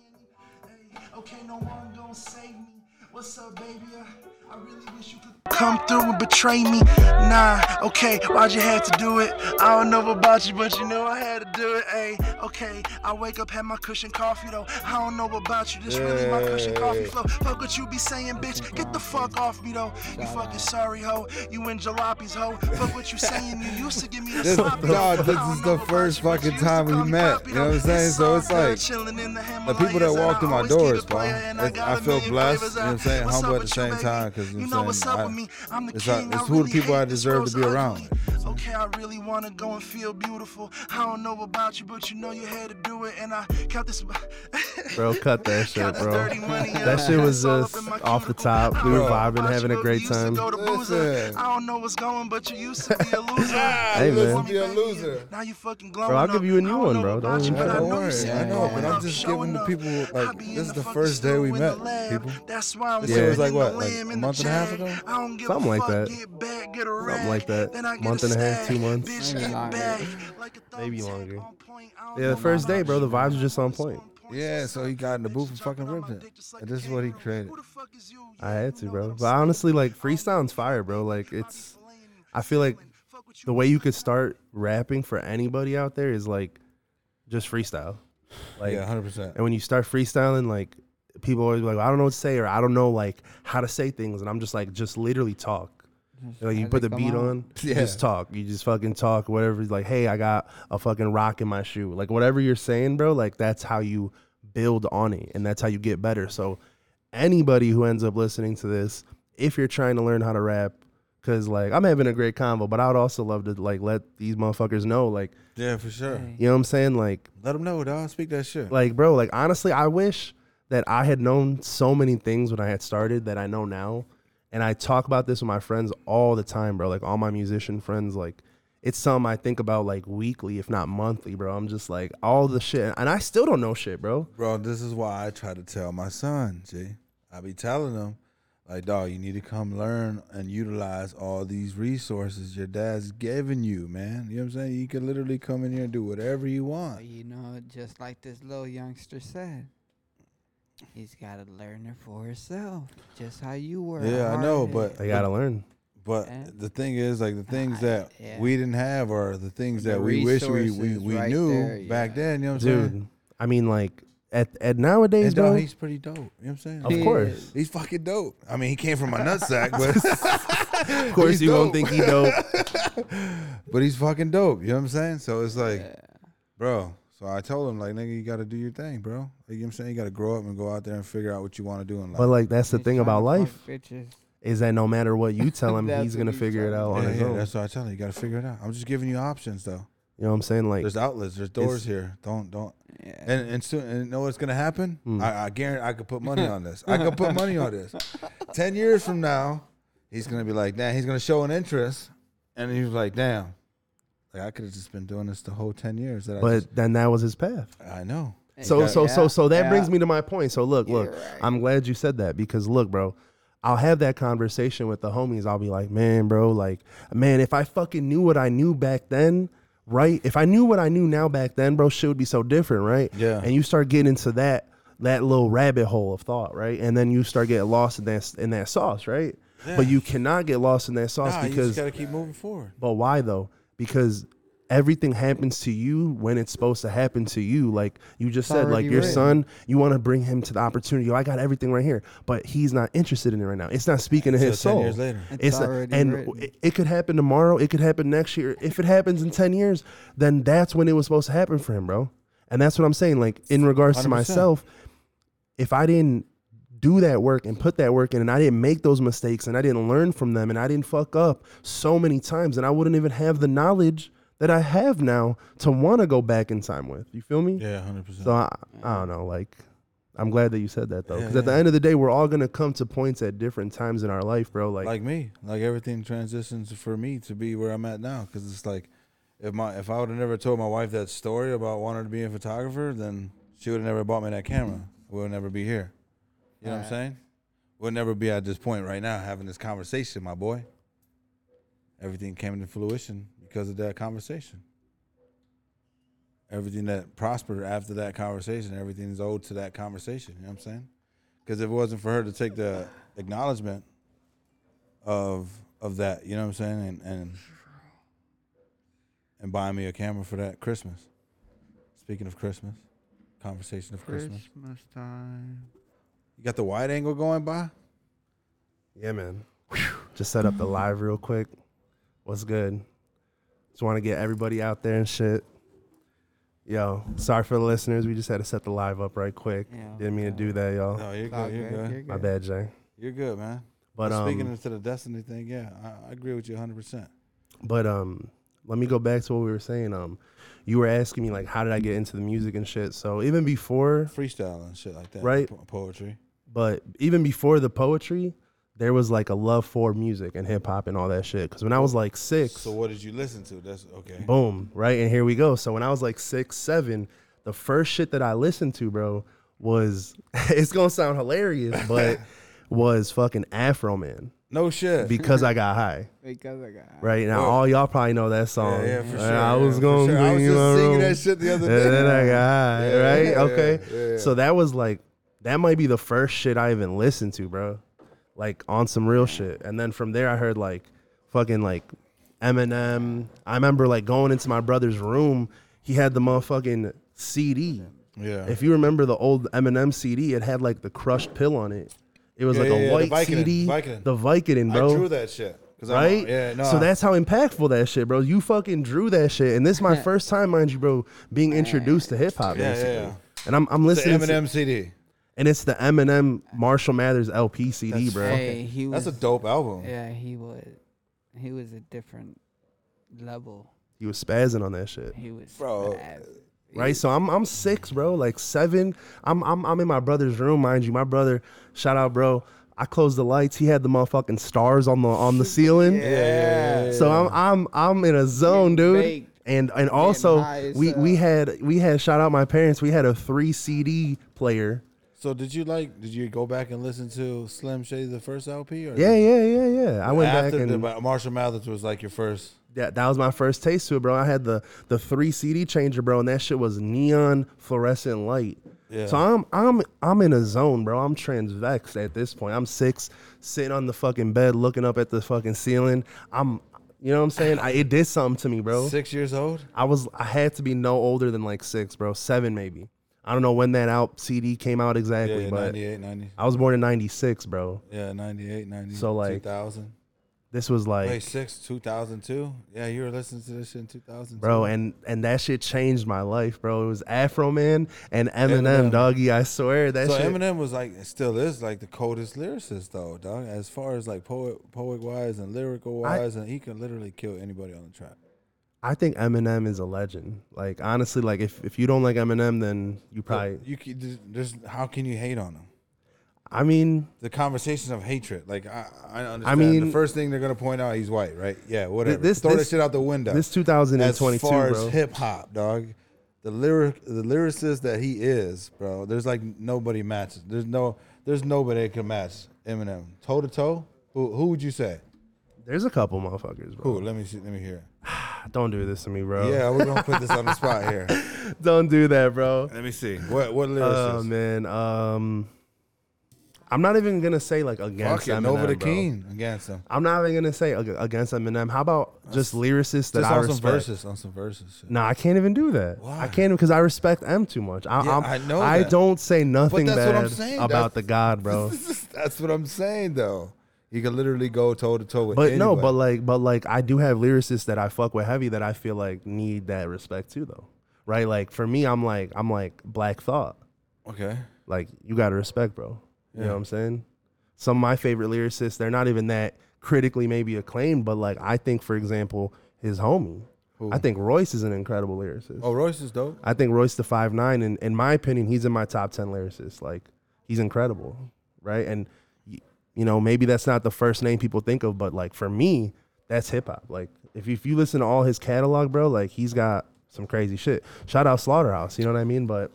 D: Hey, okay, no one gonna save me. What's up, baby? Uh, I, I really wish you could come through and betray me. Nah, okay, why'd you have to do it? I don't know about you, but you know I had to do it. Hey, okay, I wake up had my cushion coffee though. I don't know about you, this really my cushion coffee flow. Fuck what you be saying, bitch. Get the fuck off me though. You fucking sorry hoe. You in jalopies hoe. Fuck what you saying. You used to give me the
A: This-
D: sloppy.
A: dog,
D: hoe.
A: this
D: I don't
A: is
D: know
A: the
D: about
A: first
D: you, but you
A: fucking
D: used to
A: time we
D: call me
A: met,
D: poppy
A: you know what I'm
D: though.
A: saying?
D: It's
A: So
D: all
A: it's
D: good,
A: like,
D: chilling in the
A: the people that
D: Himalayas, and
A: walk
D: I
A: through my
D: always keep
A: doors,
D: it playing,
A: bro,
D: and
A: it's-
D: got
A: I
D: a
A: feel
D: million
A: blessed,
D: flavors
A: you know
D: out.
A: what I'm saying?
D: What's
A: Humble
D: up
A: at the
D: with
A: same
D: baby?
A: time, 'cause you know
D: you
A: what
D: know
A: I'm
D: what's
A: saying?
D: up with
A: I-
D: me. I'm the
A: it's like-
D: king.
A: it's
D: I
A: who the
D: really
A: people
D: hate
A: I
D: this
A: deserve
D: girl,
A: to be
D: so I
A: around.
D: really- Okay, I really wanna go and feel beautiful. I don't know about you, but you know you had to do it, and I count this.
B: Bro, cut
D: Count
B: that shit,
D: this
B: bro.
D: dirty money up.
B: That shit
D: It's
B: was
D: all up
B: just
D: in my
B: off the
D: cuticle.
B: top. We were
D: I don't know
B: vibing,
D: about
B: having
D: you,
B: a
D: but
B: great
D: you used to
B: time.
D: go to Boozer.
A: Listen.
D: I don't know what's going, but you used to be a loser.
A: Ah,
B: Hey,
A: you
B: man.
A: must be a
D: Baby,
A: loser.
D: Now you fucking glowing
B: I'll
D: up.
B: give you a new
D: I don't
B: one,
D: know
B: bro.
D: about
B: Don't
D: you,
B: worry.
D: but I
A: Don't
D: know you
A: worry.
D: see
A: I
D: me
A: know,
D: growing
A: but I'm
D: up,
A: just giving
D: showing
A: the
D: up.
A: people, like,
D: I be in
A: this is
D: the
A: the
D: fucking
A: first day we
D: studio in the
A: met,
D: lab.
A: people.
D: That's why I'm
A: This shit
D: living
A: was like
D: in the
A: what, like
D: lamb
A: a
D: in the
A: month and a half
D: jag.
A: ago?
D: I don't give
B: Something
D: a
B: like
D: fuck.
B: that.
D: Get back, get a
B: Something
D: rag.
B: like that.
D: Then I get
B: Month and a half,
D: stack.
B: two months.
D: Bitch,
C: Maybe
D: get
C: longer.
D: back. Like a
B: Maybe
D: thumbtack
B: longer.
D: on point. I don't
B: Yeah, the
D: know
B: first
D: about
B: day, bro,
D: you,
B: the
D: but I
B: vibes were
D: know
B: just on
D: it's
B: point.
D: point.
A: Yeah, so he got in the
D: Bitches
A: booth and
D: jumping
A: fucking
D: on my
A: ripped it.
D: dick just like
A: And
D: a
A: this is what he
D: kangaroo.
A: created.
D: Who the fuck is you?
B: I
D: Yeah,
B: had
D: you
B: to,
D: know
B: bro.
D: what
B: But
D: I'm
B: honestly,
D: saying.
B: like
D: I don't
B: freestyle's fire, bro. Like it's, I feel like the way you could start rapping for anybody out there is like just freestyle. Like
A: yeah, 100%.
B: And when you start freestyling, like people always be like, I don't know what to say or I don't know like how to say things. And I'm just like, just literally talk. Like you
C: How's
B: put
C: it
B: the
C: come
B: beat
C: out?
B: on, you
A: Yeah.
B: just talk. You just fucking talk. Whatever. Like, hey, I got a fucking rock in my shoe. Like whatever you're saying, bro. Like that's how you build on it, and that's how you get better. So anybody who ends up listening to this, if you're trying to learn how to rap, because like I'm having a great convo, but I would also love to like let these motherfuckers know, like
A: Yeah, for sure.
C: Hey.
B: you know what I'm saying, like
A: Let them know, dog. Speak that shit.
B: like bro like honestly i wish that i had known so many things when i had started that i know now and i talk about this with my friends all the time bro like all my musician friends like it's something i think about like weekly if not monthly bro i'm just like all the shit and i still don't know shit bro
A: Bro, this is why I try to tell my son, G. I be telling him, like, dog, you need to come learn and utilize all these resources your dad's giving you, man. You know what I'm saying? You can literally come in here and do whatever you
C: But
A: want.
C: uh, you know, just like this little youngster said, he's got to learn it for himself, just how you were.
A: Yeah, I know, but-
B: i gotta learn
A: But
C: Yeah.
A: the thing is, like, the things
C: I-
A: that
C: yeah.
A: we didn't have are the things
C: The
A: that we wish we, we,
C: resources
A: we
C: right
A: knew
C: there,
A: back
C: yeah.
A: then. You know what I'm saying?
B: dude i mean like at, at nowadays
A: And uh,
B: bro
A: dog, he's pretty dope. You know what I'm saying?
B: of course
A: He's fucking dope. I mean, he came from a nutsack, but
B: of course
A: He's
B: you
A: dope.
B: don't think he dope
A: but he's fucking dope. You know what I'm saying? So it's like, bro. So I told him like, nigga, you got to do your thing, bro. Like, you know what I'm saying? You got to grow up and go out there and figure out what you want to do in life.
B: but like that's the
C: He's
B: thing
C: trying
B: about
C: to
B: life
C: fuck Bitches.
B: is that no matter what you tell him
C: That's
B: he's
C: what
B: gonna
C: he's
B: figure it
C: trying to
B: out
C: do.
B: on
A: yeah,
B: his
A: yeah,
B: own
A: that's what I tell him. You got to figure it out. I'm just giving you options, though.
B: you know what i'm saying like
A: There's outlets. There's doors here. Don't don't.
C: Yeah.
A: And and soon and know what's gonna happen?
B: Hmm.
A: I, I guarantee I could put money on this. I could put money on this. Ten years from now, he's gonna be like, damn. He's gonna show an interest, and he was like, damn. Like I could have just been doing this the whole ten years that I.
B: but
A: Just,
B: then that was his path
A: I know.
B: So
A: Yeah.
B: so so so that
C: Yeah.
B: brings me to my point. So look, look,
C: You're right.
B: I'm glad you said that because look, bro, I'll have that conversation with the homies. I'll be like, man, bro, like, man, if I fucking knew what I knew back then, right? If I knew what I knew now back then, bro, shit would be so different, right?
A: Yeah.
B: And you start getting into that that little rabbit hole of thought, right? And then you start getting lost in that in that sauce, right? But you cannot get lost in that sauce
A: Nah, Ah, you
B: because
A: just gotta keep moving forward.
B: but why though? Because everything happens to you when it's supposed to happen to you. Like you just said, like
C: already
B: your
C: written.
B: son, you want to bring him to the opportunity. Oh, I got everything right here, but he's not interested in it right now. It's not speaking to his
A: So 10
B: soul.
A: years later.
B: it's,
C: It's
B: not-
C: already
B: and
C: written.
B: it, it could happen tomorrow. It could happen next year. If it happens in ten years, then that's when it was supposed to happen for him, bro. And that's what I'm saying. Like in regards to
A: 100%.
B: myself, if I didn't do that work and put that work in and I didn't make those mistakes and I didn't learn from them and I didn't fuck up so many times and I wouldn't even have the knowledge that I have now to want to go back in time with. You feel me?
A: Yeah, hundred percent.
B: So I, I don't know, like I'm glad that you said that though. Because
A: Yeah,
B: at the
A: yeah.
B: end of the day, we're all gonna come to points at different times in our life, bro. Like,
A: like me like everything transitions for me to be where i'm at now because it's like if my if i would have never told my wife that story about wanting to be a photographer then she would have never bought me that camera we would never be here you know what i'm saying we'll never be at this point right now having this conversation my boy everything came into fruition because of that conversation everything that prospered after that conversation everything is owed to that conversation you know what i'm saying because if it wasn't for her to take the acknowledgement of of that. You know what I'm saying? And and and buying me a camera for that Christmas. Speaking of Christmas, conversation of Christmas.
C: Christmas time.
A: You got the wide angle going by.
B: yeah, man. Just set up the live real quick. What's good? Just want to get everybody out there and shit. Yo, sorry for the listeners. We just had to set the live up right quick.
C: Yeah,
B: Didn't mean to
C: yeah.
B: do that, y'all.
A: No, you're
C: It's all
A: good. Oh, You're
C: good,
A: good.
C: you're
A: You're,
B: My
C: good.
B: bad, Jay.
A: good, man.
B: But
A: But speaking
B: um,
A: into the destiny thing, yeah, I, I agree with you 100. percent
B: but um, let me go back to what we were saying. Um, you were asking me like, how did I get into the music and shit? So even before,
A: Freestyle and shit like that.
B: Right.
A: po- poetry.
B: but even before the poetry, there was like a love for music and hip hop and all that shit. Because when I was like six,
A: So what did you listen to? That's okay.
B: boom, right? And here we go. So when I was like six, seven, the first shit that I listened to, bro, was it's gonna sound hilarious, but was fucking Afro Man
A: No shit.
B: because I got high.
C: Because I got
B: Right now,
A: Whoa.
B: all y'all probably know that song.
A: yeah, for
B: Uh,
A: sure,
B: I
A: yeah,
B: was
A: for
B: going.
A: sure. I was just singing that shit the other day.
B: Then I got high,
A: Yeah,
B: right.
A: yeah,
B: okay,
A: yeah, yeah.
B: so that was like that might be the first shit I even listened to, bro. Like on some real shit, and then from there I heard like fucking like Eminem. I remember like going into my brother's room. He had the motherfucking CD.
A: yeah.
B: If you remember the old Eminem CD, it had like the crushed pill on it. It was
A: Yeah,
B: like
A: yeah, yeah,
B: a
A: the
B: white
A: Vicodin,
B: CD,
A: Vicodin.
B: the Vicodin,
A: I
B: bro.
A: drew that shit. 'Cause I'm-
B: right?
A: yeah, no.
B: So that's how impactful that shit, bro. You fucking drew that shit, and this my first time, mind you, bro, being introduced to hip hop,
A: Yeah, yeah,
B: basically.
A: yeah.
B: And I'm, I'm
A: It's the
B: listening, to-
A: Eminem CD.
B: and it's the Eminem Marshall Mathers LP CD,
A: That's
B: bro.
C: Hey, he was.
A: That's a dope album.
C: Yeah, he was. He was a different level.
B: He was spazzing on that shit.
C: He was.
A: Bro, uh,
C: bad.
B: right? So I'm I'm six, bro, like seven. I'm I'm I'm in my brother's room, mind you. My brother, shout out, bro. I closed the lights. He had the motherfucking stars on the on the ceiling.
A: yeah, yeah.
B: So I'm I'm I'm in a zone, dude.
C: baked.
B: And and also
C: high as
B: we we
C: hell.
B: had we had shout out my parents. We had a three CD player.
A: So did you like? Did you go back and listen to Slim Shady the first LP? Or
B: Yeah, yeah, yeah, yeah. I went
A: After
B: back and
A: the, Marshall Mathers was like your first.
B: that, that was my first taste to it, bro. I had the the three CD changer, bro, and that shit was neon fluorescent light.
A: Yeah.
B: So I'm I'm I'm in a zone, bro. I'm transvexed at this point. I'm six, sitting on the fucking bed, looking up at the fucking ceiling. I'm, you know what I'm saying? I, it did something to me, bro.
A: Six years old.
B: I was I had to be no older than like six, bro, seven maybe. I don't know when that out CD came out
A: Yeah,
B: exactly,
A: yeah
B: but
A: 98, 90.
B: I was born in '96, bro.
A: Yeah, 98, 90.
B: So, like,
A: 2000.
B: This was like.
A: Wait, six, 2002? Yeah, you were listening to this shit in 2000.
B: bro. And and that shit changed my life, bro. It was Afro Man and Eminem,
A: Eminem.
B: doggy. I swear that
A: So
B: shit.
A: Eminem was like, still is like the coldest lyricist though, dog. As far as like poet, poet wise and lyrical
B: I-
A: wise, and he can literally kill anybody on the track.
B: I think Eminem is a legend. Like honestly, like if if you don't like Eminem, then you probably.
A: You can, there's- there's how can you hate on him?
B: I mean,
A: The conversation of hatred, like I, I understand.
B: mean-
A: the first thing they're gonna point out, he's white, right? Yeah, whatever.
B: this-
A: Throw
B: this-
A: that shit out the window.
B: this 2022,
A: as far
B: bro.
A: as hip hop, dog. The lyric, the lyricist that he is, bro. There's like nobody matches. There's no, there's nobody that can match Eminem. Toe to toe, who who would you say?
B: there's a couple motherfuckers, bro.
A: Who? Let me see, let me hear. it.
B: Don't do this to me, bro.
A: Yeah, we're gonna put this on the spot here.
B: Don't do that, bro.
A: Let me see. What what lyricist?
B: Oh man. Um. I'm not even gonna say like against
A: Fuck it,
B: Eminem,
A: Nova the
B: bro.
A: King against him.
B: I'm not even gonna say ag- against Eminem. How about just lyricists that
A: Just
B: I
A: on some
B: respect?
A: verses, on some verses. shit.
B: No, I can't even do that. I
A: Why?
B: can't because I respect M too much. I,
A: Yeah,
B: I'm,
A: I know
B: I
A: that.
B: don't say nothing
A: that's
B: bad
A: what I'm saying.
B: about
A: That's-
B: the God, bro.
A: That's what I'm saying though. You can literally go toe to toe with.
B: But no,
A: anybody.
B: but like, but like, I do have lyricists that I fuck with heavy that I feel like need that respect too, though. Right? Like for me, I'm like, I'm like Black Thought.
A: okay.
B: Like you gotta respect, bro. You know what I'm saying? Some of my favorite lyricists, they're not even that critically maybe acclaimed, but like I think, for example, his homie. I think Royce is an incredible lyricist.
A: Oh, Royce is dope.
B: I think Royce the five nine, and in my opinion, he's in my top ten lyricists. Like he's incredible, right? And y- you know, maybe that's not the first name people think of, but like for me, that's hip hop. Like if if you listen to all his catalog, bro, like he's got some crazy shit. Shout out Slaughterhouse, you know what I mean? But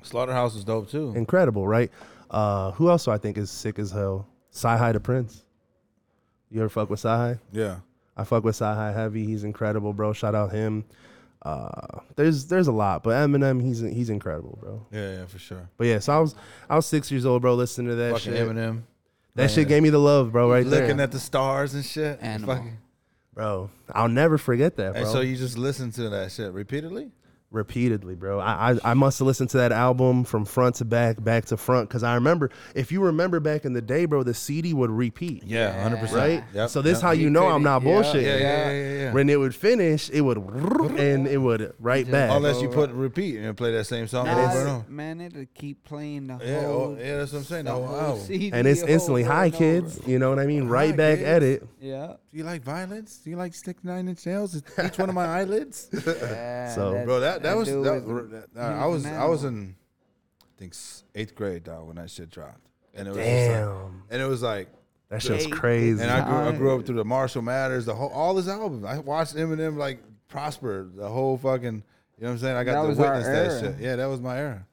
A: Slaughterhouse is dope too.
B: incredible, right? Uh, who else do I think is sick as hell? Sci High to Prince. You ever fuck with Sci High?
A: yeah.
B: I fuck with Sahai Heavy. He's incredible, bro. Shout out him. Uh, there's there's a lot, but Eminem, he's he's incredible, bro.
A: Yeah, yeah, for sure.
B: But yeah, so I was I was six years old, bro, listening to that
A: Fucking
B: shit.
A: Eminem.
B: That shit gave me the love, bro, right
A: Looking
B: there,
A: at the stars and shit.
C: Animal.
A: Fucking-
B: bro. I'll never forget that, bro.
A: And so you just listen to that shit repeatedly?
B: repeatedly, bro. I, I I must have listened to that album from front to back, back to front, because I remember. If you remember back in the day, bro, the CD would repeat,
A: Yeah, hundred percent.
B: right?
A: Yep.
B: so this
A: yep.
B: how you know I'm not
C: Yeah,
B: bullshit.
A: Yeah, yeah, yeah, yeah. yeah.
B: When it would finish, it would and it would right back.
A: Unless you put repeat and play that same song
C: Nah,
A: over and over.
C: man, it'll keep playing the
A: Yeah, oh,
C: whole.
A: yeah, that's what I'm saying, oh.
C: The
A: the whole
C: whole
A: album.
C: CD
B: and it's
C: over
B: instantly hi
C: and over.
B: kids you know what i mean right
A: Hi,
B: back at it
A: kids.
C: Yeah.
A: Do you like violence? Do you like stick nine inch nails? Is Each one of my eyelids.
C: Yeah,
B: So-
A: Bro, that that, was that,
C: dude
A: that- I was
C: was an
A: I was
C: animal.
A: in I think s- eighth grade dog when that shit dropped, and it was just like,
B: damn
A: and it was like,
B: that shit's
C: Jake.
B: crazy
A: and I grew I grew up through the Marshall Matters, the whole all his albums. I watched Eminem like prosper the whole fucking. You know what I'm saying? I got
C: That
A: to
C: was our
A: witness that
C: era.
A: shit. Yeah, that was my era.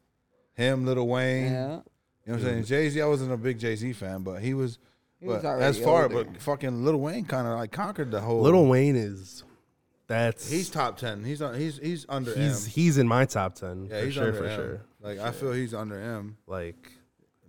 A: Him, Lil Wayne.
C: yeah.
A: You know what I'm saying? Jay Z, I wasn't a big Jay Z fan, but he was.
C: He
A: but
C: was already
A: as far,
C: older.
A: but fucking Lil Wayne kind of like conquered the whole.
B: little wayne is that's
A: he's
B: he's
A: top ten. He's on. He's he's under
B: he's,
A: M.
B: in my top 10
A: Yeah,
B: for
A: he's
B: sure
A: under
B: for
A: M.
B: sure
A: Like I feel he's under M.
B: like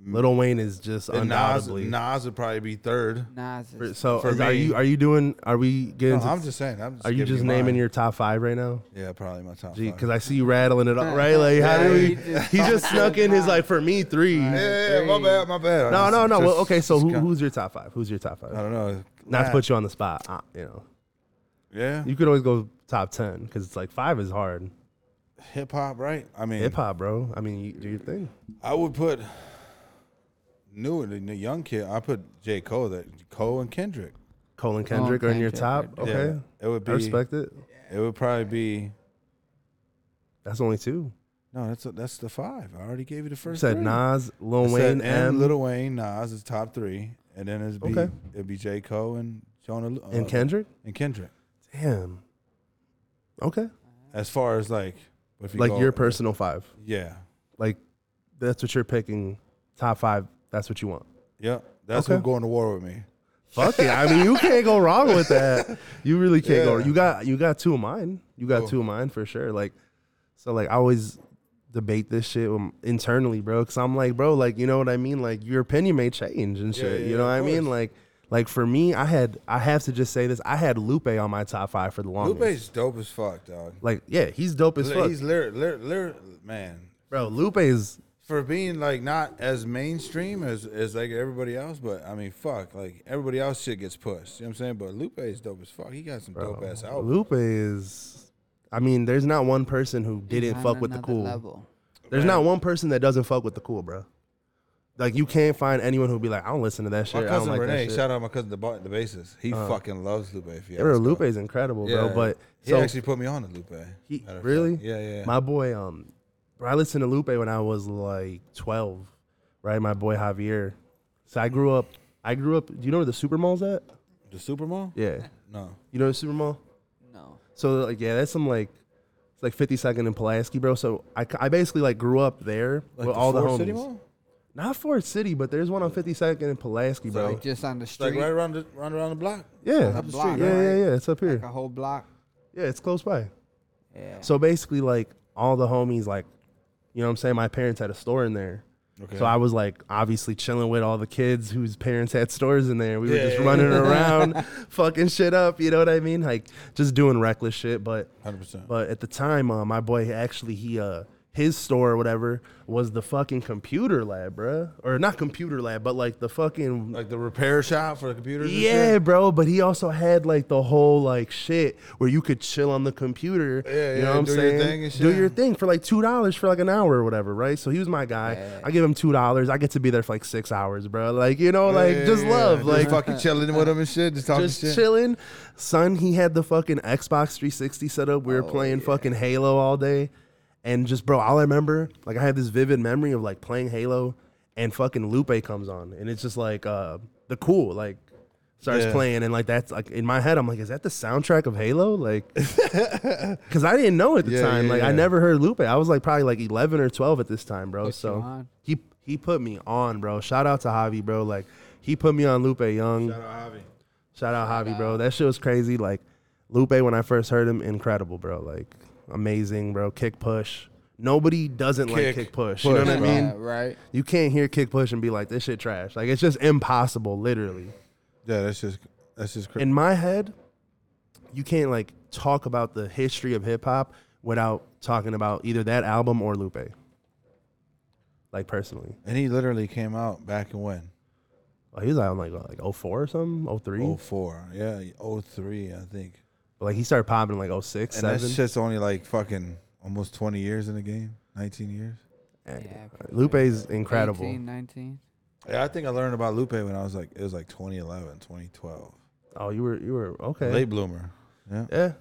B: Little Wayne is just
A: And Nas,
B: undoubtedly.
A: Nas would probably be third.
C: Nas is
B: so
A: for
B: is- are
A: me-
B: you are you doing? Are we
A: No,
B: getting? to,
A: I'm just saying. I'm just
B: are you
A: giving
B: just
A: mine.
B: naming your top five right now?
A: Yeah, probably my top.
B: Gee,
A: five.
B: because I see you rattling it up, right? Like how
C: Yeah,
B: do
C: he
B: we?
C: just
B: He just
C: fucking
B: snuck in his
C: lied.
B: like for me three.
A: Yeah, yeah, my bad, my bad.
B: No,
A: Just-
B: no, no. well,
A: just-
B: okay, so
A: just Uh,
B: who,
A: kinda-
B: who's your top five? Who's your top
A: I
B: five?
A: don't know.
B: Not to put you on the spot, uh, you know.
A: Yeah,
B: You could always go top ten because it's like five is hard.
A: hip hop, right? I mean,
B: Hip hop, bro. I mean, you, do your thing.
A: I would put new and the young kid. I put J Cole, that Cole and Kendrick.
B: Colin Kendrick are in your
C: Kendrick
B: top.
C: would
A: be-
B: Okay,
A: Yeah, it would
B: I
A: be-
B: respect it.
A: It would probably be
B: That's only two.
A: no. That's that's the five. I already gave you the
B: You
A: first.
B: said
A: three.
B: Nas, Lil
A: I said,
B: Wayne,
A: and
B: M,
A: Little Wayne, Nas is top three, and then it'd be
B: Okay.
A: it'd be J Cole and Jonah Lu- uh,
B: and Kendrick.
A: and Kendrick.
B: Damn. Okay.
A: As far as like, if you
B: Like
A: go-
B: your personal five.
A: yeah,
B: Like that's what you're picking. Top five. That's what you want.
A: yep. That's
B: Okay.
A: who going to war with me.
B: Fuck it. I mean, you can't go wrong with that. You really can't go.
A: Yeah.
B: You got you got two of mine. You got
A: Cool.
B: two of mine for sure. Like, so like I always debate this shit um, internally, bro. Because I'm like, bro, like you know what I mean. Like your opinion may change and
A: Yeah,
B: shit.
A: yeah,
B: you know
A: of
B: what I mean?
A: course.
B: Like, like for me, I had I have to just say this. I had Lupe on my top five for the longest.
A: Lupe's dope as fuck, dog.
B: like, yeah, he's dope as fuck,
A: He's lyric, lyric, lyric, man.
B: bro. Lupe is
A: for being like not as mainstream as, as like everybody else, but I mean, fuck, like everybody else shit gets pushed. You know what I'm saying? But Lupe is dope as fuck. He got some dope ass
B: Bro,
A: albums.
B: Lupe is. I mean, there's not one person who didn't
C: on
B: fuck with the
C: another
B: cool.
C: Level.
B: There's not one person that doesn't fuck with the cool, bro. Like you can't find anyone who'd be like, I don't listen to that shit.
A: My
B: I don't
A: cousin
B: like
A: Renee,
B: that shit. Uh,
A: shout out my cousin the ba- the bassist. He fucking loves Lupe. If you
B: Bro,
A: ask him.
B: Lupe's incredible, bro. But
A: he
B: so
A: actually put me on to Lupe.
B: he,
A: Matter of
B: really,
A: fact. Yeah, yeah.
B: My boy, um, bro, I listened to Lupe when I was like 12, right? My boy Javier. So I grew up. I grew up. Do you know where the Super Mall's at?
A: the Super Bowl?
B: Yeah,
A: No.
B: you know the Super Mall.
C: No.
B: So like yeah, that's some like it's like 52nd and Pulaski, bro. So I, I basically like grew up there
A: Like
B: with all the
A: Ford
B: homies.
A: City Mall?
B: Not Fort City, but there's one on 52nd and Pulaski, bro.
C: Like just on the
A: It's like
C: street.
A: right around the round around the block.
B: yeah.
C: up the block,
B: yeah, yeah,
C: right?
B: yeah. It's up
C: Like
B: here.
C: a whole block.
B: Yeah, it's close by.
C: Yeah.
B: So basically like all the homies like you know what I'm saying, my parents had a store in there.
A: Okay.
B: So I was like obviously chilling with all the kids whose parents had stores in there. We were
A: Yeah,
B: just
A: yeah,
B: running around, fucking shit up, you know what I mean? Like just doing reckless shit, but
A: hundred percent.
B: But at the time, uh, my boy actually he uh his store or whatever was the fucking computer lab, bruh. Or not computer lab, but like the fucking
A: Like the repair shop for the computers. and
B: yeah,
A: shit?
B: bro. But he also had like the whole like shit where you could chill on the computer.
A: Yeah,
B: you
A: yeah,
B: know what I'm
A: do your
B: saying?
A: thing and
B: Do
A: shit.
B: your thing for like two dollars for like an hour or whatever, right? So he was my guy. I give him two dollars. I get to be there for like six hours, bro. Like you know, like
A: Yeah,
B: just
A: yeah, yeah.
B: love,
A: Just
B: like
A: fucking chilling with him and shit. Just talking
B: just
A: shit.
B: chilling. Son, he had the fucking Xbox 360 set up.
A: Oh,
B: We were playing fucking Halo all day. And just, bro, all I remember, like, I had this vivid memory of like playing Halo and fucking Lupe comes on. And it's just like, uh, the cool, like, starts
A: Yeah.
B: playing. And like, that's like, in my head, I'm like, is that the soundtrack of Halo? Like, because I didn't know at the
A: Yeah,
B: time.
A: yeah,
B: like, I
A: yeah.
B: never heard Lupe. I was like, probably like 11 or 12 at this time, bro.
C: Put you
B: so
C: on.
B: he, he put me on, bro. Shout out to Javi, bro. Like, he put me on Lupe Young.
A: Shout out Javi.
B: Shout out Javi, bro. That shit was crazy. Like Lupe, when I first heard him, incredible, bro. Like amazing, bro. Kick push. Nobody doesn't like
A: Kick
B: kick push. You know
A: push,
B: what I
A: bro.
B: mean?
C: Yeah, right.
B: You can't hear kick push and be like, this shit trash. Like it's just impossible, literally.
A: Yeah, that's just that's just crazy.
B: In my head, you can't like talk about the history of hip hop without talking about either that album or Lupe. Like personally.
A: And he literally came out back in when?
B: Like, he was out in like what, like 04 or something, 03.
A: 04. Yeah, 03, I think.
B: But like he started popping in like 06,
A: And that
B: 07.
A: shit's only like fucking almost 20 years in the game, 19 years.
B: And
C: Yeah,
B: Lupe's incredible.
C: 18, 19.
A: Yeah, I think I learned about Lupe when I was like, it was like 2011, 2012.
B: Oh, you were you were okay.
A: Late bloomer. Yeah.
B: Yeah.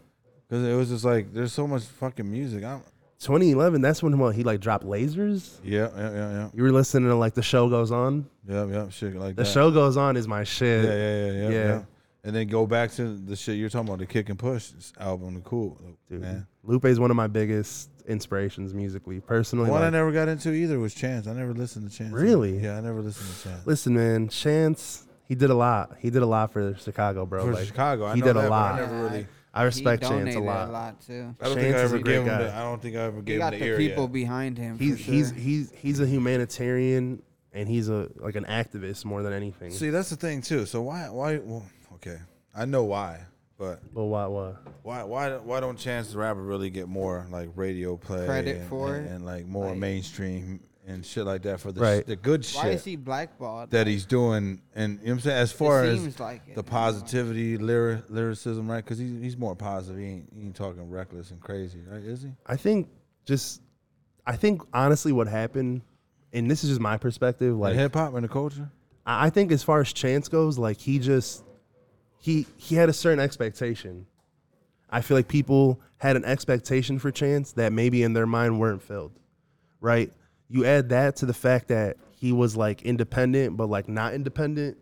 A: Because it was just like, there's so much fucking music. I'm,
B: 2011. That's when what he like dropped lasers.
A: yeah, yeah, yeah,
B: You were listening to like the show goes on.
A: yeah. Yeah, yeah, shit like
B: The
A: that.
B: show goes on is my
A: Yeah,
B: shit.
A: yeah, yeah, yeah,
B: Yeah.
A: yeah. And then go back to the shit you're talking about, the Kick and Push album, the cool.
B: Dude,
A: man.
B: Lupe's one of my biggest inspirations musically. Personally,
A: One I
B: like-
A: never got into either was Chance. I never listened to Chance.
B: Really?
A: Yeah, I never listened to Chance.
B: listen, man, Chance. He did a lot. He did a lot for Chicago, bro.
A: For
B: like,
A: Chicago, I
B: he
A: know
B: did
A: that,
B: a
A: but I
B: lot.
A: never really.
B: I respect
C: he
B: Chance
C: donated
B: a lot.
C: a lot too.
A: I don't think I
B: Chance is a
A: ever
B: great
A: gave him.
B: guy.
A: The, I don't think I ever
C: He
A: gave him
C: got
A: the,
C: the
A: ear
C: people
A: yet.
C: behind him.
B: He's
C: for sure.
B: he's he's he's a humanitarian and he's a like an activist more than anything.
A: See, that's the thing too. So why why well, okay. I know why, but
B: But why why?
A: why why why don't Chance the Rapper really get more like radio play
C: Credit
A: and,
C: for
A: and,
C: it?
A: and, like more
C: Like-
A: mainstream and shit like that for the
B: Right.
A: the good
C: Why
A: shit
C: is he blackballed?
A: that he's doing and you know what I'm saying as far as
C: seems like it,
A: the
C: you know.
A: positivity lyri- lyricism right because he's, he's more positive he ain't, he ain't talking reckless and crazy right is he
B: I think just I think honestly what happened and this is just my perspective
A: like
B: like
A: hip hop and the culture
B: I I think as far as chance goes, like he just he he had a certain expectation. I feel like people had an expectation for chance that maybe in their mind weren't filled. Right? You add that to the fact that he was like independent but like not independent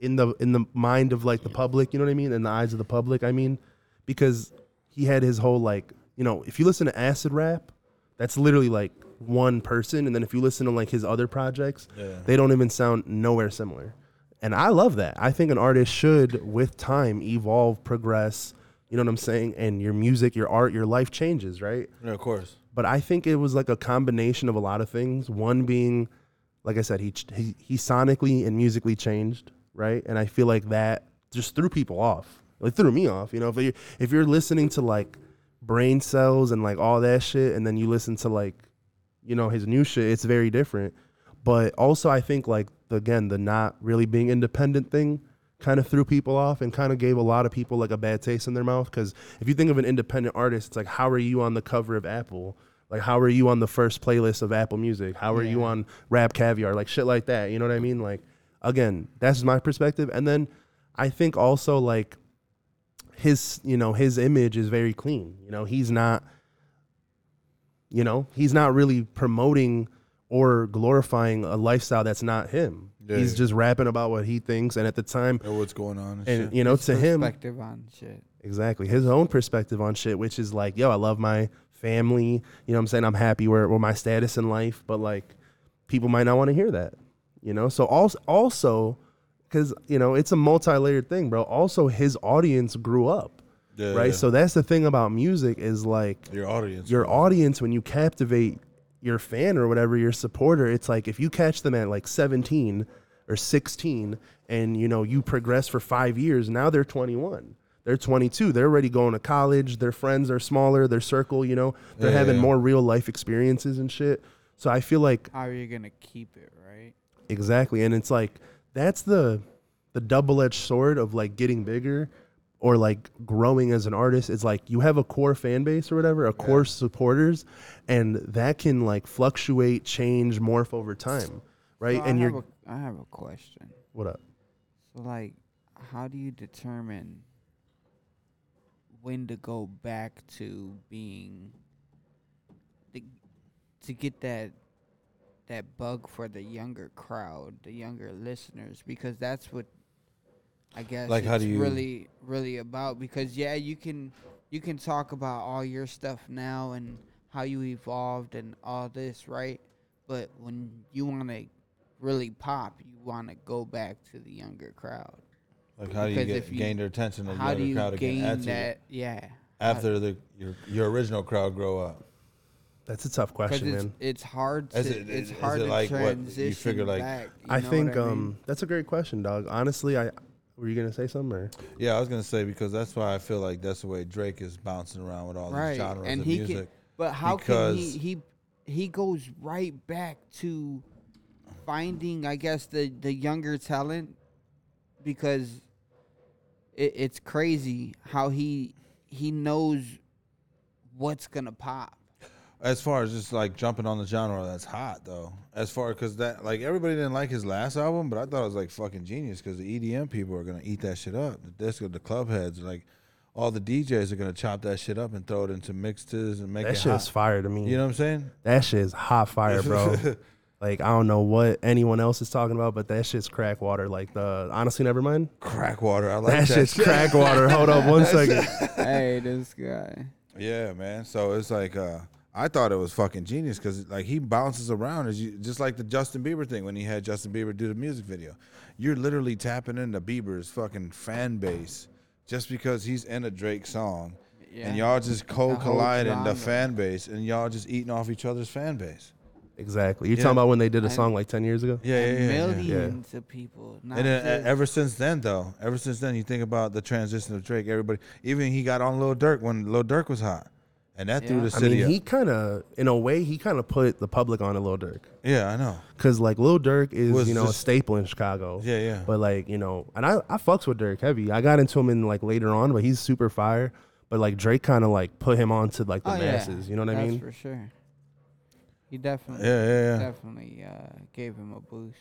B: in the in the mind of like the public, you know what I mean? In the eyes of the public, I mean, because he had his whole like, you know, if you listen to acid rap, that's literally like one person and then if you listen to like his other projects,
A: Yeah.
B: they don't even sound nowhere similar. And I love that. I think an artist should, with time, evolve, progress. You know what I'm saying? And your music, your art, your life changes, right?
A: yeah of course
B: But I think it was like a combination of a lot of things. One being, like I said, he ch- he, he sonically and musically changed, right? And I feel like that just threw people off. It threw me off. You know, if you if you're listening to like brain cells and like all that shit, and then you listen to like, you know, his new shit, it's very different. But also, I think like again, the not really being independent thing kind of threw people off and kind of gave a lot of people like a bad taste in their mouth. Because if you think of an independent artist, it's like, how are you on the cover of Apple? Like, how are you on the first playlist of Apple Music? How are you on Rap Caviar? Like, shit like that. You know what I mean? Like, again, that's just my perspective. And then I think also, like, his, you know, his image is very clean. You know, he's not, you know, he's not really promoting or glorifying a lifestyle that's not him.
A: Yeah,
B: he's
A: yeah.
B: just rapping about what he thinks. And at the time,
A: know what's going on and,
B: and
A: shit.
B: you know to him
C: perspective on shit.
B: exactly his own perspective on shit which is like yo i love my family you know what i'm saying i'm happy where, where my status in life but like people might not want to hear that you know so also also because you know it's a multi-layered thing bro also his audience grew up
A: Yeah,
B: right
A: yeah.
B: so that's the thing about music is like
A: your audience
B: your audience when you captivate your fan or whatever your supporter it's like if you catch them at like 17 or 16 and you know you progress for 5 years now they're 21 they're 22 they're already going to college their friends are smaller their circle you know they're
A: Yeah,
B: having
A: yeah.
B: more real life experiences and shit so i feel like
C: How are you gonna keep it right?
B: Exactly. And it's like that's the the double-edged sword of like getting bigger or like growing as an artist. It's like you have a core fan base or whatever, a core supporters, and that can like fluctuate, change, morph over time. Right?
C: So
B: and
C: I
B: you're
C: have a, I have a question.
B: what up?
C: So like, how do you determine when to go back to being the, to get that that bug for the younger crowd, the younger listeners, because that's what I guess
A: Like,
C: it's
A: how do you-
C: really really about because yeah, you can you can talk about all your stuff now and how you evolved and all this, right? But when you want to really pop, you want to go back to the younger crowd.
A: like how do you,
C: because
A: get,
C: if you-
A: gain their attention of the
C: How do
A: other
C: you
A: crowd
C: gain
A: again after,
C: that? Yeah,
A: after the your, your original crowd grow up
B: That's a tough
C: because
B: question,
C: it's
B: man.
C: it's hard to
A: Is it-
C: it's
A: is- is
C: hard
A: it
C: to
A: like what you
C: transition
A: figure, like-
C: back. you
B: I
C: know what
B: think
C: mean?
B: um that's a great question, dog. Honestly, I were you going to say something or
A: Yeah, I was gonna say because that's why I feel like that's the way Drake is bouncing around with all these genres
C: and
A: of
C: he
A: music.
C: Can, but how can
A: because-
C: he he he goes right back to finding, I guess, the the younger talent because it, it's crazy how he he knows what's gonna pop.
A: as far as just like jumping on the genre, that's hot though. As far because that like everybody didn't like his last album, but I thought it was like fucking genius because the EDM people are gonna eat that shit up. The disco, the club heads, like all the DJs are gonna chop that shit up and throw it into mixes and make
B: that
A: it
B: shit
A: hot.
B: is fire to me.
A: You know what I'm saying?
B: That shit is hot fire, bro. like I don't know what anyone else is talking about, but that shit's crack water. Like the honestly, never mind.
A: Crack water. I like
B: That
A: that,
B: shit's
A: shit.
B: crack water. Hold up one second.
C: hey, this guy.
A: Yeah, man. So it's like uh I thought it was fucking genius because like he bounces around as you just like the Justin Bieber thing when he had Justin Bieber do the music video. You're literally tapping into Bieber's fucking fan base just because he's in a Drake song. And
C: Yeah.
A: y'all just co
C: whole
A: colliding the
C: genre.
A: fan base and y'all just eating off each other's fan base.
B: Exactly. You're
A: Yeah.
B: talking about when they did a
C: I-
B: song like 10 years ago?
A: Yeah, yeah, yeah. yeah.
C: millions of people. Not
A: And then, uh,
C: just-
A: ever since then, though, ever since then, you think about the transition of Drake. Everybody, even he got on Lil Durk when Lil Durk was hot, and that threw
C: Yeah.
A: the
B: I
A: city.
B: mean,
A: up.
B: he kind of, in a way, he kind of put the public on a Lil Durk.
A: yeah, I know.
B: Because, like, Lil Durk is,
A: Was
B: you know, a
A: just-
B: staple in Chicago.
A: Yeah, yeah.
B: But, like, you know, and I, I fucks with Durk heavy. I got into him in, like, later on, but he's super fire. But, like, Drake kind of, like, put him on to, like, the
C: Oh, yeah.
B: masses. You know what I
C: That's
B: mean?
C: for sure. He definitely,
A: Yeah, yeah, yeah.
C: definitely uh, gave him a boost.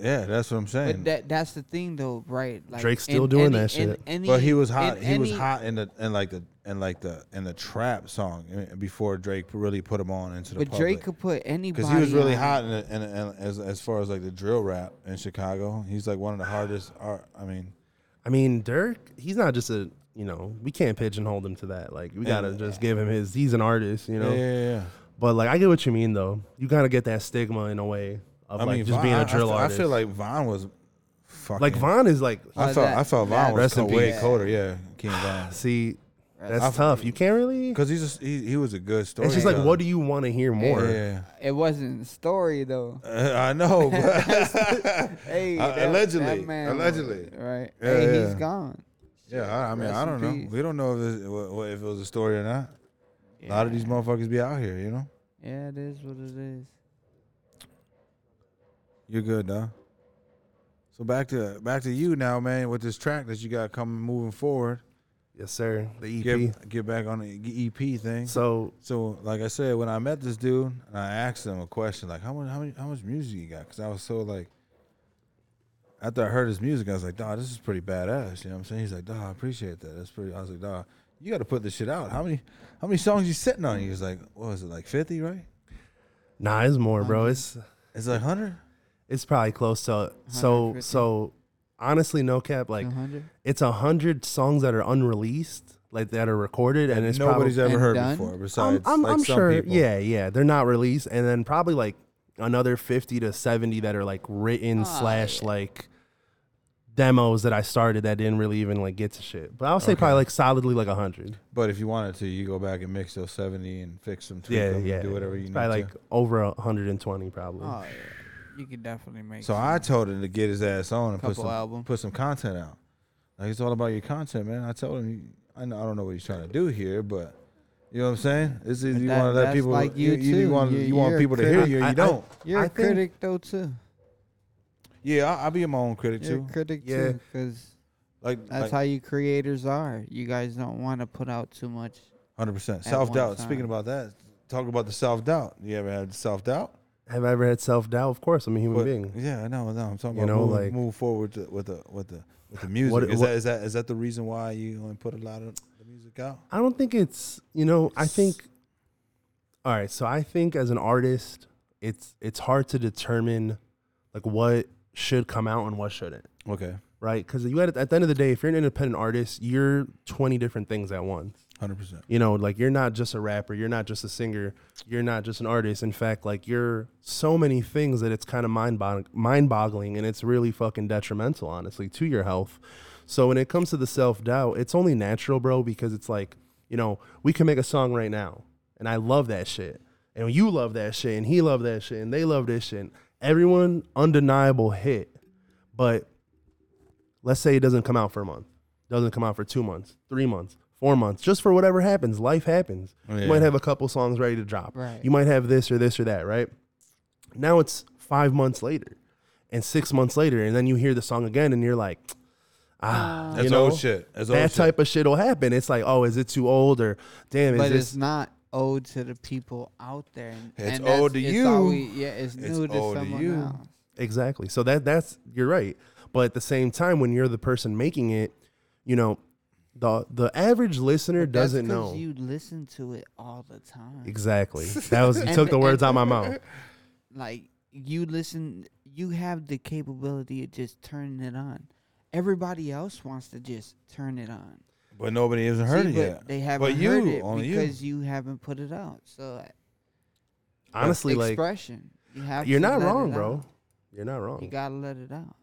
A: Yeah, that's what I'm saying.
C: But that that's the thing though, right? Like
B: Drake's still
C: in
B: doing
C: any-
B: that
C: in
B: shit.
C: any-
A: But he was hot.
C: in
A: He was
C: any-
A: hot in the in like the in like the in the trap song I mean, before Drake really put him on into the.
C: But Drake could put anybody.
A: because he was really
C: on.
A: hot in, the, in, the, in as as far as like the drill rap in Chicago. He's like one of the hardest. Art, I mean,
B: I mean, Dirk, he's not just a, you know, we can't pigeonhole him to that. Like, we got to just give him his, he's an artist, you know?
A: yeah, yeah, yeah.
B: But, like, I get what you mean, though. You kind of get that stigma in a way of,
A: I
B: like,
A: mean,
B: just
A: Von-
B: being
A: I- I
B: a drill
A: feel-
B: artist.
A: I feel like Von was fucking.
B: like, Vaughn is, like,
A: I felt
C: Oh, that-
A: I felt Von
C: that-
A: was
B: Rest in
A: co- way
C: peace.
A: colder. Yeah, King Von.
B: see, that's
A: I've-
B: tough. You can't really.
A: Because he's just, he, he was a good story.
B: It's just like, what do you want to hear more?
A: oh, Yeah,
C: It wasn't story though.
A: Uh, I know. But
C: Hey,
A: Uh,
C: that- that
A: allegedly,
C: man
A: allegedly.
C: was- right?
A: Yeah,
C: hey, he's
A: yeah.
C: gone.
A: yeah, I, I mean,
C: Rest
A: I
C: in
A: don't know.
C: peace.
A: We don't know if it, if it was a story or not. A lot of these
C: Yeah.
A: motherfuckers be out here, you know.
C: Yeah, it is what it is.
A: You're good, though. So back to back to you now, man. With this track that you got coming moving forward,
B: Yes, sir. The EP.
C: E
A: get get back on the EP thing. So,
B: So
A: like I said, when I met this dude and I asked him a question, like how much how much, how much music you got? Because I was so like, after I heard his music, I was like, dog, this is pretty badass. You know what I'm saying? He's like, dog, I appreciate that. That's pretty. I was like, dog, you got to put this shit out. How many how many songs you sitting on? He was like, what was it like 50, right?
B: nah, it's more, bro. It's
A: It's like 100.
B: it's probably close to so
C: 150.
B: so. Honestly, no cap. Like
A: Uh-huh.
C: 200?
B: it's a hundred songs that are unreleased, like that are recorded, and it's
A: Nobody's
B: probably,
A: ever
C: And
A: heard
C: done?
A: before. Besides,
B: I'm, I'm,
A: like
B: I'm
A: some
B: sure.
A: people.
B: Yeah, yeah. They're not released, and then probably like another fifty to seventy that are like written slash like demos that I started that didn't really even like get to shit. But I'll say probably like solidly like hundred.
A: But if you wanted to, you go back and mix those 70 and fix them, tweak
B: yeah,
A: them,
B: yeah.
A: do whatever you
B: it's
A: need
B: probably
A: to.
B: like over 120 probably.
C: Oh yeah, you could definitely make.
A: So
C: some-
A: I told him to get his ass on and put
C: Couple
A: some,
C: album.
A: put some content out. Like, it's all about your content, man. I told him, you- I, know, I don't know what he's trying to do here, but you know what I'm saying? It's either
C: But
A: you
C: that-
A: want to let
C: that's
A: people,
C: like
A: you,
C: you
A: you, you
C: too.
A: want,
C: You-
A: you want
C: you're a
A: people to
C: critic.
A: hear you,
B: I-
A: and
B: I-
A: you don't.
C: You're
B: I
C: a
B: think-
C: critic though too.
A: yeah, I, I'll be my own critic
C: You're
A: too.
C: a critic
B: Yeah.
C: too, because
A: Like,
C: that's
A: like
C: how you creators are. You guys don't want to put out too much.
A: 100%.
C: at
A: Self doubt.
C: one
A: Speaking
C: time.
A: about that, talk about the self doubt. You ever had self doubt?
B: Have I ever had self doubt? Of course, I'm a human
A: But-
B: being.
A: Yeah, I know, I know. I'm talking
B: You
A: about
B: know,
A: move,
B: like-
A: move forward to, with the with the with the music.
B: What-
A: Is
B: what-
A: that is that is that the reason why you only put a lot of the music out?
B: I don't think it's, you know, I think All right, so I think as an artist, it's it's hard to determine like what should come out and what shouldn't,
A: Okay,
B: right? Cuz you at, at the end of the day, if you're an independent artist, you're 20 different things at once.
A: hundred percent.
B: You know, like you're not just a rapper, you're not just a singer, you're not just an artist. In fact, like you're so many things that it's kind of mind mind boggling and it's really fucking detrimental, honestly, to your health. So when it comes to the self doubt, it's only natural, bro, because it's like, you know, we can make a song right now and I love that shit. And you love that shit and he loved that shit and they love this shit. And everyone undeniable hit. But let's say it doesn't come out for a month, doesn't come out for two months, three months, four months, just for whatever happens. Life happens.
A: yeah.
B: You might have a couple songs ready to drop.
C: Right.
B: You might have this or this or that, right? Now it's five months later and six months later, and then you hear the song again and you're like, ah,
A: That's
B: you know,
A: old shit. That's old
B: that
A: shit.
B: type of shit will happen. It's like, oh, is it too old or damn, is
C: But
B: this
C: it's not owed to the people out there. And,
A: It's
C: and that's-
A: owed to
C: it's
A: you.
C: always- yeah, it's
A: It's
C: new to
A: owed to
C: someone
A: you.
C: else.
B: Exactly. So that that's you're right. But at the same time, when you're the person making it, you know, the the average listener
C: That's
B: doesn't
C: 'cause
B: know.
C: You listen to it all the time.
B: exactly. That was you
C: And-
B: took the words out
C: and-
B: of my mouth.
C: like you listen you have the capability of just turning it on everybody else wants to just turn it on
A: But nobody hasn't heard
C: See,
A: it
C: but
A: yet.
C: they haven't
A: but you,
C: heard it
A: only
C: because you. haven't put it out so uh,
B: Honestly, like
C: expression you have
B: you're
C: to
B: not
C: let
B: wrong,
C: it
B: bro.
C: out.
B: You're not
C: you
B: wrong.
C: gotta let it out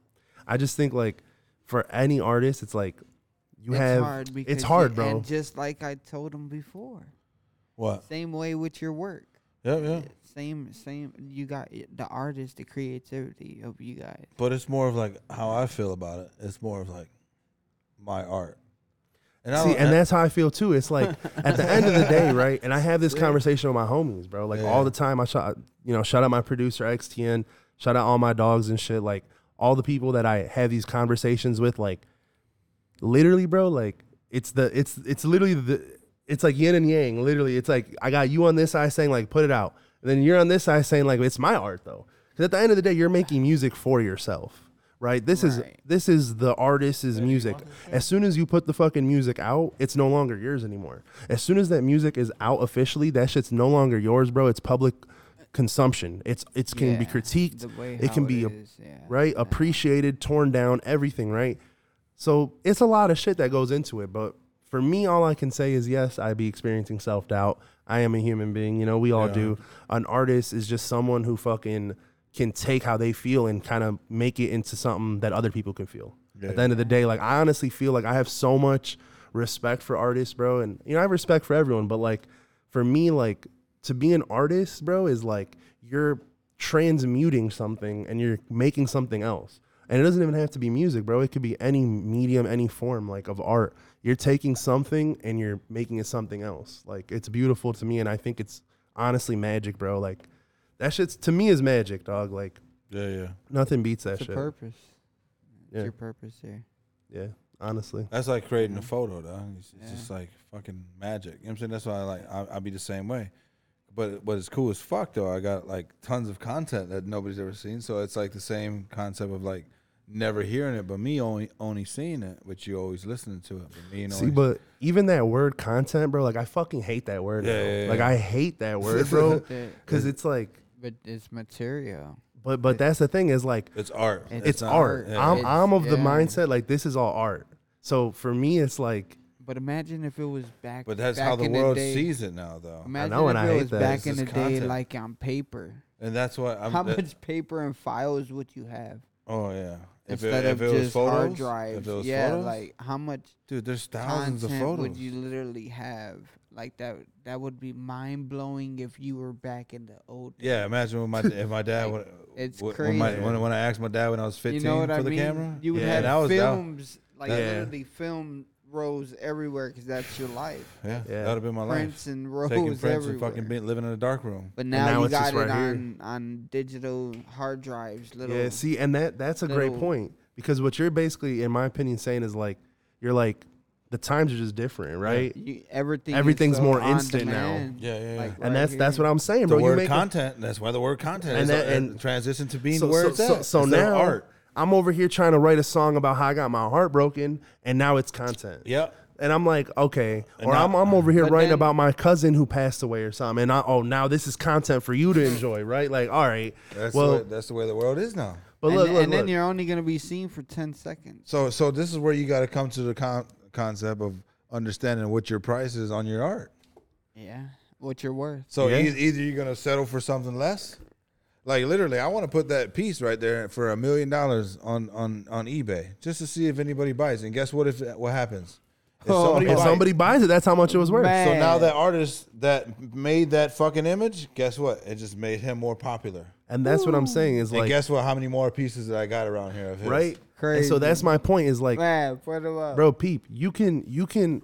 B: I just think like for any artist, it's like you
C: it's
B: have
C: hard because
B: it's hard,
C: you-
B: bro.
C: and just like i told him before
A: What?
C: same way with your work
A: Yeah, yeah.
C: Same, same. You got i- the artist, the creativity of you guys.
A: But it's more of like how I feel about it. It's more of like my art. And I
B: See,
A: don't-
B: and that's how I feel too. It's like at the end of the day, right? And I have this conversation with my homies, bro. Like all
A: Yeah.
B: the time, I shot, you know, shout out my producer XTN, shout out all my dogs and shit. Like all the people that I have these conversations with, like literally, bro. Like it's the it's it's literally the it's like yin and yang. Literally, it's like I got you on this side saying like put it out, and then you're on this side saying like it's my art though. Because at the end of the day, you're making music for yourself, right? This is
C: Right.
B: this is the artist's music. As soon as you put the fucking music out, it's no longer yours anymore. As soon as that music is out officially, that shit's no longer yours, bro. It's public consumption. It's it can be
C: Yeah,
B: critiqued.
C: the way
B: it can
C: how
B: be a-
C: is, yeah.
B: right appreciated, torn down, everything, right? So it's a lot of shit that goes into it. But for me, all I can say is yes, I be experiencing self doubt. I am a human being. You know, we all do. An artist is just someone who fucking can take how they feel and kind of make it into something that other people can feel. At the end of the day, like I honestly feel like I have so much respect for artists, bro. And you know, I have respect for everyone, but like for me, like to be an artist, bro, is like you're transmuting something and you're making something else. And it doesn't even have to be music, bro. It could be any medium, any form like of art. You're taking something and you're making it something else. Like it's beautiful to me and I think it's honestly magic, bro. Like that shit's to me is magic, dog. Like
A: yeah, yeah.
B: nothing beats that
C: It's
B: shit.
C: your purpose.
B: Yeah.
C: It's your purpose there.
B: yeah, honestly.
A: That's like creating a photo, though. It's, it's
C: Mm-hmm. Yeah.
A: just like fucking magic. You know what I'm saying? That's why I like I, I be the same way. But but it's cool as fuck though. I got like tons of content that nobody's ever seen. So it's like the same concept of like never hearing it, but me only only seeing it, but you always listening to it. But me and
B: See, but even that word content, bro, like I fucking hate that word.
A: Yeah,
B: bro.
A: yeah, yeah.
B: Like I hate that word, bro.
C: That-
B: Cause it's like
C: but it's material.
B: but but that's the thing is like
A: it's art.
C: It's
B: it's
A: not-
B: art.
A: yeah.
B: I'm
C: It's-
B: I'm of the
C: yeah.
B: mindset like this is all art. So for me it's like
C: But imagine if it was back.
A: But that's
C: back
A: how the
C: in
A: world
C: day.
A: sees it now, though.
C: Imagine
B: know,
C: if
B: and
C: it
B: I hate
C: was
B: that.
C: back
A: It's
C: in the
A: just
C: day,
A: content.
C: like on paper.
A: And that's why I'm.
C: how
A: that-
C: much paper and files would you have
A: Oh yeah. If it,
C: instead
A: if
C: of
A: it
C: just
A: was photos,
C: hard
A: If
C: drives?
A: it was
C: Yeah,
A: photos,
C: like how much
A: dude, there's thousands of
C: content
A: photos.
C: would you literally have? Like that, that would be mind blowing if you were back in the old.
A: Yeah, imagine when my if my dad would.
C: Like, it's
A: when- when my-
C: crazy.
A: when, when I asked my dad when I was 15
C: you know what
A: for
C: I
A: the
C: mean?
A: camera,
C: You would
A: yeah,
B: have
A: that was that-
C: films, like
A: that-
C: literally film rows everywhere because that's your life.
A: yeah,
B: Yeah.
A: that'd have been my
C: Prints
A: life.
C: and rows
A: Taking prints and
C: everywhere.
A: fucking being, living in a dark room.
C: but now,
B: now
C: you
B: it's just
C: got it
B: right here.
C: on on digital hard drives. Little
B: Yeah, see, and that that's a great
C: little-
B: point because what you're basically, in my opinion, saying is like you're like the times are just different, right?
C: you, everything is
B: Everything's
C: so
B: more
C: on
B: instant now.
C: demand,
A: Yeah, yeah, yeah.
C: like
A: And
C: right
B: And that's that's
C: here.
B: what I'm saying,
A: The
B: bro. you
A: word
B: make a-
A: content. that's why the word content
B: And
A: is
B: that-
A: a-
B: and-
A: a transition to being
B: so,
A: where
B: so,
A: it's
B: so,
A: at.
B: so
A: It's
B: now
A: art.
B: I'm over here trying to write a song about how I got my heart broken, and now it's content.
A: Yep.
B: And I'm like, okay, or
A: now-
B: I'm, I'm over here
C: But
B: writing
C: then-
B: about my cousin who passed away or something, and I, oh, now this is content for you to enjoy, right? Like, all right,
A: That's
B: well,
A: the way, that's the way the world is now.
B: but
C: and,
B: look,
C: then-
B: look,
C: and then
B: look.
C: you're only gonna be seen for ten seconds.
A: So so this is where you got to come to the con- concept of understanding what your price is on your art.
C: Yeah, what you're worth.
A: So
B: Yeah.
A: eith- either you're gonna settle for something less, like literally, I want to put that piece right there for a million dollars on on on eBay just to see if anybody buys. And guess what? If what happens, if
C: Oh.
A: somebody,
B: if
A: buys,
B: somebody buys it, that's how much it was worth.
C: Man.
A: so now that artist that made that fucking image, guess what? It just made him more popular.
B: And that's what I'm saying is
A: And
B: like,
A: guess what? How many more pieces that I got around here of his?
B: right? And so
C: Crazy.
B: that's my point is like,
C: Man, put 'em up.
B: bro, peep, you can you can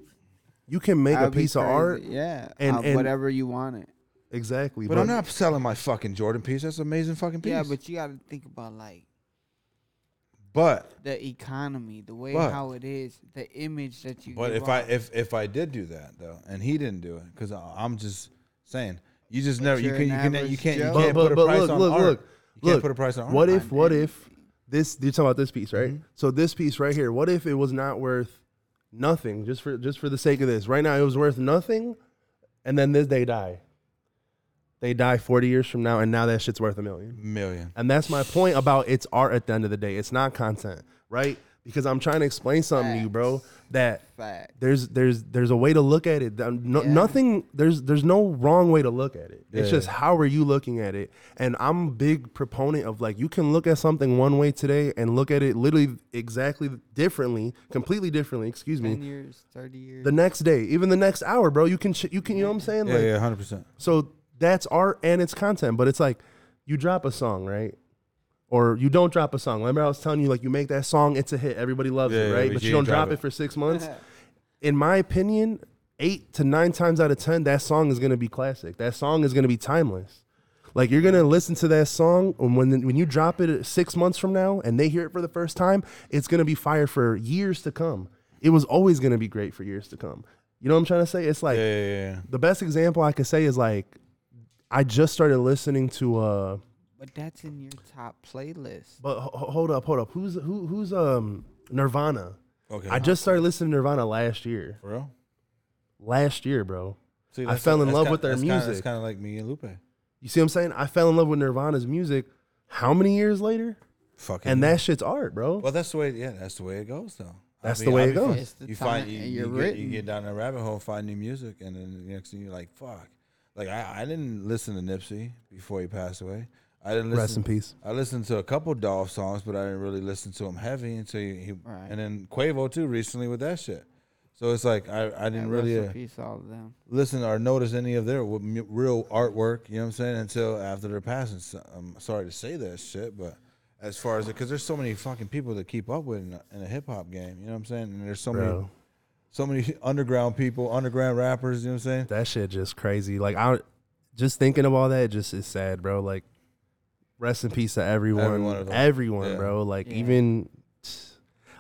B: you can make
C: That'd
B: a
C: be
B: piece of
C: crazy.
B: art
C: Yeah,
B: and-
C: uh,
B: and-
C: whatever you want it.
B: exactly,
A: But I'm not selling my fucking Jordan piece. That's an amazing fucking piece.
C: Yeah, but you got to think about like
A: but
C: the economy, the way
A: But-
C: how it is, the image that you.
A: But
C: give
A: if I
C: off.
A: if if I did do that though, and he didn't do it, because I'm just saying, you just never you
C: you're
A: can you
C: an
A: can
C: average
A: you can't you
C: Joe.
A: can't put a price on art. you can't
B: look,
A: put a price on art. Mm-hmm.
B: What if what if this you're talking about this piece, right? So this piece right here, what if it was not worth nothing just for just for the sake of this? Right now it was worth nothing and then this they die. They die 40 years from now and now that shit's worth a million.
A: million?
B: And that's my point about it's art at the end of the day. It's not content, right? Because I'm trying to explain something to you, bro, that
C: fact.
B: there's there's there's a way to look at it. Um, No,
C: Yeah.
B: Nothing there's there's no wrong way to look at it. It's
A: Yeah.
B: just how are you looking at it? And I'm a big proponent of like you can look at something one way today and look at it literally exactly differently, completely differently. Excuse
C: 10
B: me.
C: years, 30 years.
B: The next day, even the next hour, bro, you can ch- you can you know what I'm saying?
A: Yeah,
B: like,
A: yeah, hundred percent.
B: So that's art and it's content. But it's like you drop a song, right? Or you don't drop a song. Remember, I was telling you, like, you make that song, it's a hit. Everybody loves
A: Yeah,
B: it,
A: yeah,
B: right?
A: but
B: But
A: you
B: you don't
A: didn't drop
B: drop it.
A: it.
B: for six months. In my opinion, eight to nine times out of 10, that song is going to be classic. That song is going to be timeless. Like you're gonna listen to that song, and when when you drop it six months from now, and they hear it for the first time, it's gonna be fire for years to come. It was always gonna be great for years to come. You know what I'm trying to say? It's like
A: Yeah, yeah, yeah.
B: the best example I could say is like I just started listening to. uh
C: But that's in your top playlist.
B: But ho- ho- hold up, hold up. Who's who? Who's um Nirvana?
A: Okay.
B: I just started listening to Nirvana last year.
A: For real?
B: Last year, bro.
A: See,
B: I
A: that's-
B: fell in
A: that's
B: love
A: kinda-
B: with their
A: that's kinda- That's
B: music.
A: kind of like me and Lupe.
B: You see what I'm saying? I fell in love with Nirvana's music. How many years later?
A: Fucking.
B: And that shit's art, bro.
A: Well, that's the way. Yeah, that's the way it goes, though. I
B: That's the way it
A: I
B: goes.
A: fi-
C: It's the
A: you
C: time
A: find you,
C: and
A: you
C: you're
A: get, you
C: written.
A: get down a rabbit hole, find new music, and then the next thing you're like, fuck. Like I, I didn't listen to Nipsey before he passed away. I didn't listen.
B: Rest in peace.
A: I listened to a couple Dolph songs, but I didn't really listen to him heavy until he. he
C: Right.
A: And then Quavo too recently with that shit. So it's like I, I
C: Yeah,
A: didn't
C: rest
A: really
C: in
A: uh,
C: peace, all of them.
A: listen or notice any of their w- mu- real artwork. You know what I'm saying? Until after their passing. So I'm sorry to say that shit, but as far as because there's so many fucking people to keep up with in a, in a hip hop game. You know what I'm saying? And there's so many
B: Bro.
A: so many underground people, underground rappers. You know what I'm saying?
B: That shit just crazy. Like I just thinking of all that just is sad, bro. Like rest in peace to everyone.
A: Every one of them.
B: Everyone,
A: Yeah.
B: bro. Like
C: Yeah.
B: even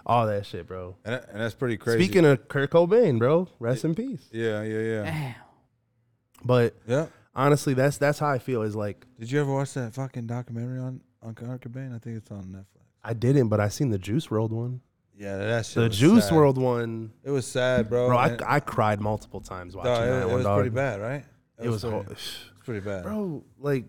B: all that shit, bro.
A: And, that- and that's pretty crazy.
B: Speaking of Kurt Cobain, bro, rest in peace.
A: yeah, yeah, yeah,
C: Damn.
B: But
A: yeah.
B: honestly, that's that's how I feel. Is like
A: Did you ever watch that fucking documentary on on Kurt Cobain? I think it's on Netflix.
B: I didn't, but I seen the Juice World one.
A: Yeah, that shit.
B: The
A: was
B: Juice
A: sad.
B: World one,
A: It was sad, bro.
B: bro. I,
A: And-
B: I cried multiple times watching
A: dog, it,
B: that
A: it
B: one.
A: was
B: dog.
A: pretty bad, right?
B: It was,
A: pretty,
B: hor-
A: it's pretty bad,
B: bro. Like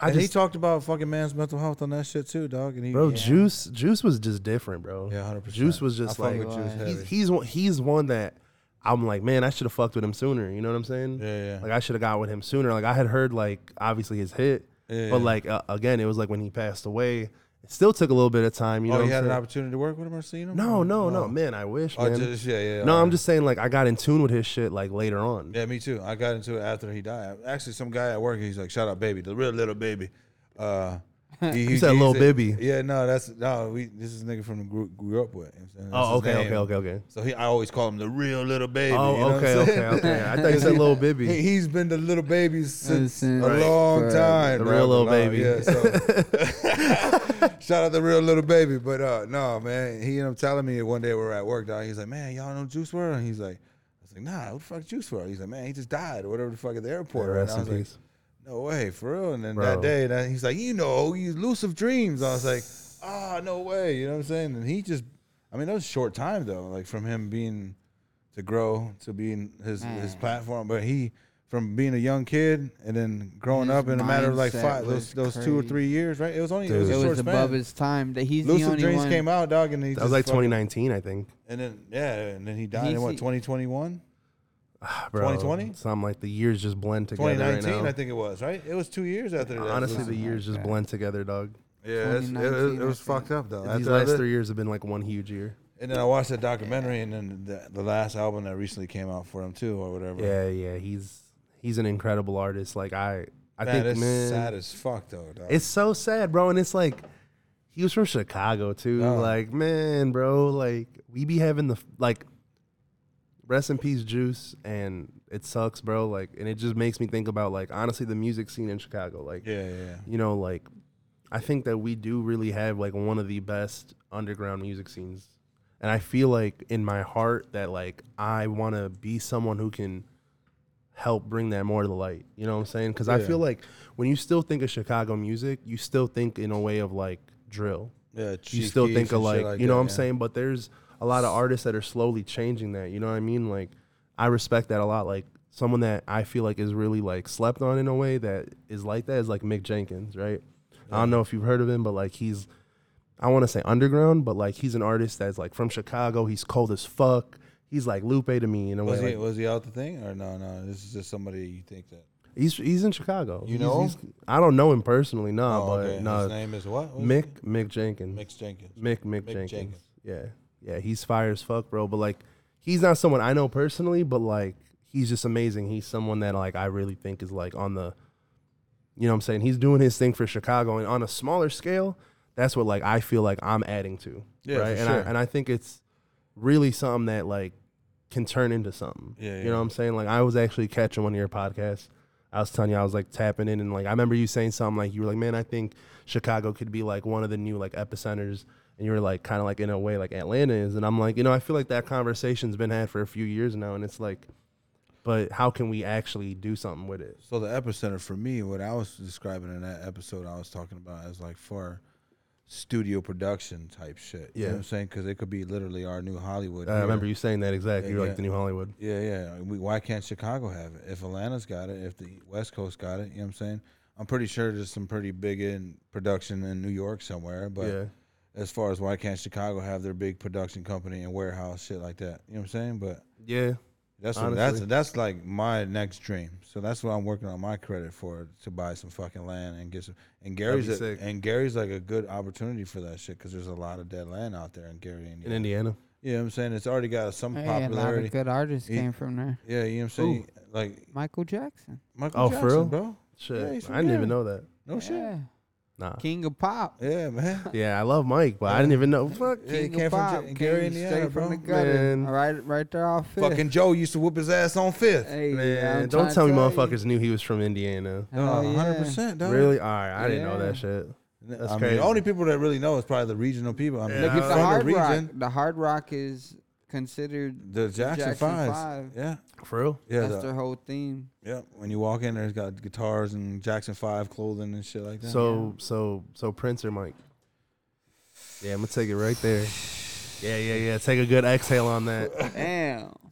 B: I
A: and he
B: just
A: talked about fucking man's mental health on that shit too, dog. And he,
B: bro
A: yeah,
B: Juice Juice was just different, bro.
A: yeah, hundred percent.
B: Juice was just
A: I fuck with
B: like-
A: Juice
C: He
A: heavy.
C: was.
B: he's he's one, he's one that I'm like, man, I should have fucked with him sooner. You know what I'm saying?
A: yeah, yeah.
B: Like I should have got with him sooner. Like I had heard like obviously his hit,
A: Yeah,
B: but
A: yeah.
B: like uh, again, it was like when he passed away. It still took a little bit of time. You
A: oh,
B: know?
A: you
B: what
A: had
B: I'm
A: an
B: saying?
A: opportunity to work with him or see him?
B: No,
A: Or-
B: no, no,
A: oh.
B: man. I wish,
A: Oh,
B: man.
A: just yeah, yeah.
B: no,
A: all
B: I'm
A: right.
B: just saying like I got in tune with his shit like later on.
A: Yeah, me too. I got into it after he died. Actually, some guy at work, he's like, "Shout out, baby, the real little baby." Uh, he, he-
B: said
A: he
B: Lil Bibby.
A: Yeah, no, that's no. We this is a nigga from the group grew up with. you know what I'm saying? That's
B: Oh,
A: his
B: okay,
A: name.
B: okay, okay, okay.
A: So he, I always call him the real little baby.
B: Oh,
A: you know what
B: okay,
A: I'm
B: okay,
A: saying?
B: okay. I thought you said little Bibby.
A: He, he's been the little baby since,
C: since-
A: a
C: Right.
A: long
C: Right.
A: time.
B: The
A: dog,
B: real little
A: no,
B: baby.
A: Yeah, so- Shout out the real little baby. But uh, no, man, he ended up telling me one day we were at work, dog. He's like, man, y'all know Juice World? And he's like, I was like, nah, what the fuck Juice World? He's like, man, he just died or whatever the fuck at the airport. right?
B: Rest
A: and I was like,
B: in peace.
A: no way, for real. And then
B: Bro.
A: that day, that, he's like, you know, you elusive dreams. I was like, ah, no way. You know what I'm saying? And he just, I mean, that was a short time though, like from him being to grow to being his his
C: Man.
A: platform. But he, from being a young kid and then growing
C: His
A: up in a matter of like
C: mindset
A: five, those
C: was
A: those two or
C: crazy.
A: three years, right? It was only it was
B: Dude.
A: a
C: It
A: short
C: was
A: span.
C: above his time. That he's the
A: Lucid
C: only
A: Dreams
C: one.
A: came out, dog, and he
B: That
A: just
B: was like
A: fucking-
B: 2019, I think.
A: And then yeah, and then he died in
C: He's-
A: what
C: he-
A: 2021,
B: Ah, Bro,
A: 2020?
B: Something like the years just blend together right
A: 2019,
B: now.
A: I think it was, right? It was two years after that.
B: Honestly,
A: Lucid
B: the years just
C: Okay.
B: blend together, dog.
A: Yeah, it's, it, was-
C: 2019,
A: it
C: I
A: was
C: think.
A: fucked up though.
B: These
A: After I
B: last
A: li-
B: three years have been like one huge year.
A: and then I watched that documentary, and then the, the last album that recently came out for him too, or whatever.
B: Yeah, yeah, he's he's an incredible artist. Like I, I
A: that
B: think
A: is
B: man,
A: sad as fuck though. Dog.
B: it's so sad, bro. And it's like he was from Chicago too.
A: Oh.
B: Like man, bro, like we be having the like rest in peace juice, and it sucks, bro. Like, and it just makes me think about like honestly the music scene in Chicago. Like,
A: yeah, yeah, yeah.
B: you know, like I think that we do really have like one of the best underground music scenes. And I feel like in my heart that like I want to be someone who can help bring that more to the light. You know what I'm saying? Cuz I
A: Yeah.
B: feel like when you still think of Chicago music, you still think in a way of like drill.
A: yeah
B: You
A: Chief
B: still
A: Keef
B: think of
A: and shit
B: like, you know
A: that,
B: what I'm
A: yeah.
B: saying, but there's a lot of artists that are slowly changing that. You know what I mean? Like I respect that a lot like someone that I feel like is really like slept on in a way that is like that is like Mick Jenkins, right? I don't know if you've heard of him, but like he's I want to say underground, but like he's an artist that's like from Chicago. He's cold as fuck. He's like Lupe to me in a
A: Was
B: way.
A: he
B: like-
A: was he out the thing or no? No, this is just somebody you think that.
B: he's he's in Chicago.
A: You
B: He's-
A: know
B: he's- I don't know him personally, no,
A: Oh,
B: but
A: okay.
B: no.
A: His name is what? was
B: Mick
A: it?
B: Mick Jenkins.
A: Mick Jenkins.
B: Mick Mick,
A: Mick
B: Jenkins.
A: Jenkins.
B: Yeah, yeah, he's fire as fuck, bro. But like, he's not someone I know personally, but like, he's just amazing. He's someone that like I really think is like on the you know what I'm saying? He's doing his thing for Chicago and on a smaller scale, that's what like I feel like I'm adding to.
A: Yeah,
B: right.
A: for
B: and
A: sure.
B: I and I think it's really something that like can turn into something.
A: Yeah,
B: You know
A: yeah.
B: what I'm saying? Like I was actually catching one of your podcasts. I was telling you I was like tapping in and like I remember you saying something like you were like, Man, I think Chicago could be like one of the new like epicenters and you were like kinda like in a way like Atlanta is and I'm like, you know, I feel like that conversation's been had for a few years now and it's like but how can we actually do something with it?
A: So the epicenter for me, what I was describing in that episode, I was talking about as like for studio production type shit. You know
B: Yeah.
A: what I'm saying? Because it could be literally our new Hollywood.
B: I
A: here.
B: remember you saying that exactly. You're
A: Yeah.
B: like the new Hollywood.
A: Yeah, yeah. I mean, why can't Chicago have it? If Atlanta's got it, if the West Coast got it, you know what I'm saying? I'm pretty sure there's some pretty big in production in New York somewhere, but
B: yeah.
A: as far as why can't Chicago have their big production company and warehouse shit like that, you know what I'm saying? But
B: Yeah.
A: that's what, that's
B: Honestly.
A: that's like my next dream. So that's what I'm working on my credit for to buy some fucking land and get some. And Gary's
B: be
A: a,
B: sick.
A: and Gary's like a good opportunity for that shit because there's a lot of dead land out there in Gary,
B: In
A: Indiana.
B: Indiana.
A: You know what I'm saying? It's already got some
C: Hey, a lot
A: popularity.
C: of good artists
A: He-
C: came from there.
A: Yeah, you know what I'm saying? Like
C: Michael Jackson.
A: Michael
B: Oh, for
A: Jackson,
B: real?
A: bro.
B: Shit.
A: Yeah, he's from
B: I didn't
A: Gary.
B: even know that.
A: No shit.
C: Yeah.
B: Nah.
C: King of pop.
A: Yeah, man.
B: Yeah, I love Mike, but I didn't even know. Fuck.
A: Yeah, he
C: King
A: came
C: of
A: from
C: pop.
A: J-
C: Came
A: Gary, Indiana,
C: straight from
A: bro.
C: the gutter.
B: Man.
C: Right, right there off fifth.
A: Fucking Joe used to whoop his ass on Fifth.
C: Hey,
B: Man,
C: I'm
B: don't
C: tryna
B: tell me
C: you.
B: motherfuckers knew he was from Indiana.
A: No,
C: Hell yeah.
A: 100%. Dog.
B: Really? All right. I didn't know
C: Yeah.
B: that shit. That's
A: I mean,
B: crazy.
A: the only people that really know is probably the regional people. I mean,
B: Yeah,
A: if
C: Look at
A: you're
C: the
A: from
C: hard
A: the
C: rock.
A: region,
C: The hard rock is considered.
A: the Jackson,
C: Jackson
A: Fives.
C: Five.
A: Yeah.
B: For real?
A: Yeah,
C: that's
A: the-
C: their whole theme.
A: Yeah, when you walk in, there's got guitars and Jackson Five clothing and shit like that.
B: So, so, so Prince or Mike? Yeah, I'm gonna take it right there. Yeah, yeah, yeah. Take a good exhale on that.
C: Damn.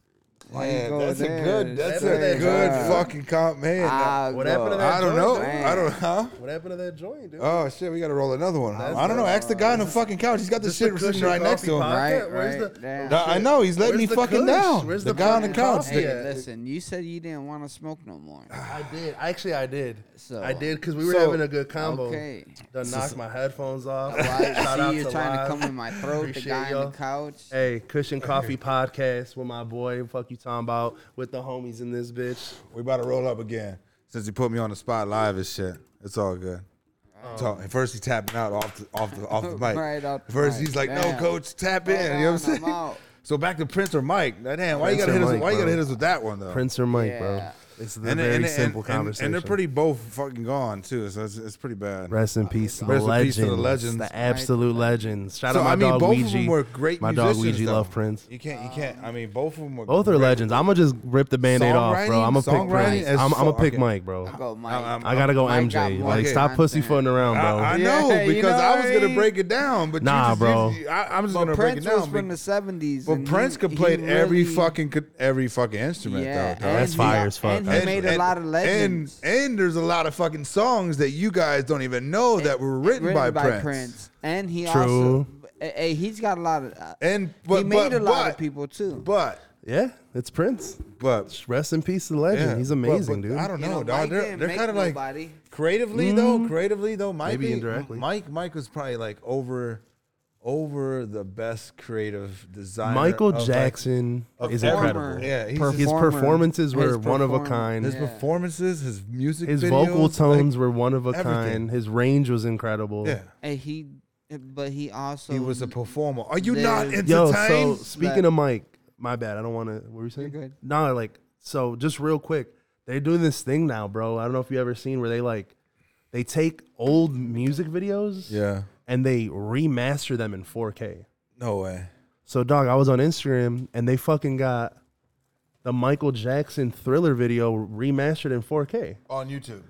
C: Why
A: Man,
C: you go
A: that's
C: there? uh,
A: a good, that's
B: That's
A: a
B: a
A: good
B: good-
A: fucking uh, comp, man.
C: Ah,
B: What happened to
C: God.
B: that
A: I don't know.
C: Man.
A: I don't know.
B: What happened to that joint, dude?
A: Oh shit, we gotta roll another one. I don't know. Ask the guy on the fucking couch. He's got the
B: Just a
A: shit sitting
B: cushion
A: right next to him.
B: coffee pot.
C: Right,
B: Pocket, where's
C: right.
B: the-
C: damn.
A: Nah, I know he's letting
B: Where's
A: me
B: the
A: fucking
B: kush?
A: down.
B: Where's
A: the,
B: the
A: guy on the
B: fucking
A: couch.
B: coffee
A: the-
B: at?
C: Hey, listen, you said you didn't want to smoke no more.
B: I did. Actually, I did.
C: So-
B: I did because we were
A: So-
B: having a good combo.
C: Okay.
B: Done knocked my headphones off.
C: Why see you trying
B: Live.
C: to come in my throat, the
B: Appreciate
C: guy
B: y'all.
C: on the couch.
B: Hey, Cushion Coffee Podcast with my boy. Fuck you talking about with the homies in this bitch.
A: We about to roll up again.
E: Since you put me on the spot live and shit, it's all good.
B: Oh.
A: So, at first he tapping out off the off the off the mic.
C: Right off the
A: first
C: mic.
A: he's like,
C: Damn.
A: "No, coach, tap in." You know what I'm
C: Hold on, I'm
A: saying?
C: out.
A: So back to Prince or Mike. Now, Damn, why you
B: Prince
A: gotta
B: or
A: hit us?
B: Mike,
A: Why you gotta
B: bro.
A: hit us with that one though?
B: Prince or Mike,
C: Yeah.
B: bro. It's the
E: And,
B: very
E: and, and,
B: simple
E: and,
B: conversation.
E: and they're pretty both fucking gone too, so it's, it's pretty bad.
B: Rest in peace, to the
A: Rest in
B: legends,
A: peace to the legends.
B: the absolute legends. Shout
A: So,
B: out my
A: I mean,
B: dog
A: both
B: Ouija.
A: of them were great
B: my dog
A: musicians.
B: Ouija,
A: though.
B: love Prince.
A: You can't, you can't. I mean, both of them were
B: Both are
A: great.
B: legends. I'm gonna just rip the band-aid off, bro.
A: Songwriting-
B: I'm gonna pick
A: songwriting
B: Prince.
A: is
B: I'm, I'm gonna
A: so-
B: pick
A: okay.
B: Mike, bro.
C: Go, Mike.
A: I'm- I'm-
B: I gotta go
C: Mike got
B: MJ.
C: more
B: Like,
A: hits
B: stop
C: than
B: pussyfooting around, bro.
A: I, I
C: Yeah,
A: know
C: you
A: because
C: know
A: I
C: what
A: was
C: I
A: gonna
C: mean?
A: break it down, but you
B: Nah,
A: just-
B: bro.
A: you- I, am just
C: But
A: gonna
C: Prince
A: break it
C: was
A: down.
C: from the
A: But
C: seventies.
A: Prince could play every fucking co- every fucking instrument
C: Yeah,
A: though.
C: and
A: dog.
B: That's
C: he-
B: fire as fuck,
C: And he
B: actually.
C: made a lot of legends.
A: And and there's a lot of fucking songs that you guys don't even know that were written, by, Prince.
C: And he
B: True.
C: also, hey, he's got a lot of. Uh,
A: And but
C: he made
A: but,
C: a lot
A: but,
C: of people too.
A: But
B: Yeah, it's Prince.
A: but
B: Rest in peace, to the legend.
A: yeah,
B: He's
A: but-
B: amazing,
A: but
B: dude.
A: I don't
C: You
A: know,
C: know,
A: dog.
C: Mike
A: they're
C: didn't
A: they're
C: make
A: kind of like
C: nobody.
A: creatively though. Creatively though, Mike
B: Mm-hmm. Maybe
A: be-
B: indirectly.
A: Mike Mike was probably like over over the best creative designer.
B: Michael
A: of, like,
B: Jackson
A: of
B: is
A: ever-
B: incredible.
A: Yeah, he's
B: His
C: Performer.
B: performances were
C: His
B: one of a
C: perform-
B: kind.
A: His
C: Yeah.
A: performances, his music,
B: His vocal
A: videos, like,
B: tones were one of a
A: everything.
B: kind. His range was incredible.
A: yeah,
C: and he, but he also
A: he was a performer. Are you not
C: Yo,
A: entertained?
B: Yo, so speaking
C: Like-
B: of Mike, my bad. I don't want to. What were you saying?
C: You're good.
B: No, like so. Just real quick, they're doing this thing now, bro. I don't know if you ever seen where they like they take old music videos,
A: yeah,
B: and they remaster them in 4K.
A: no way.
B: So, dog, I was on Instagram and they fucking got the Michael Jackson Thriller video remastered in 4K.
A: On YouTube,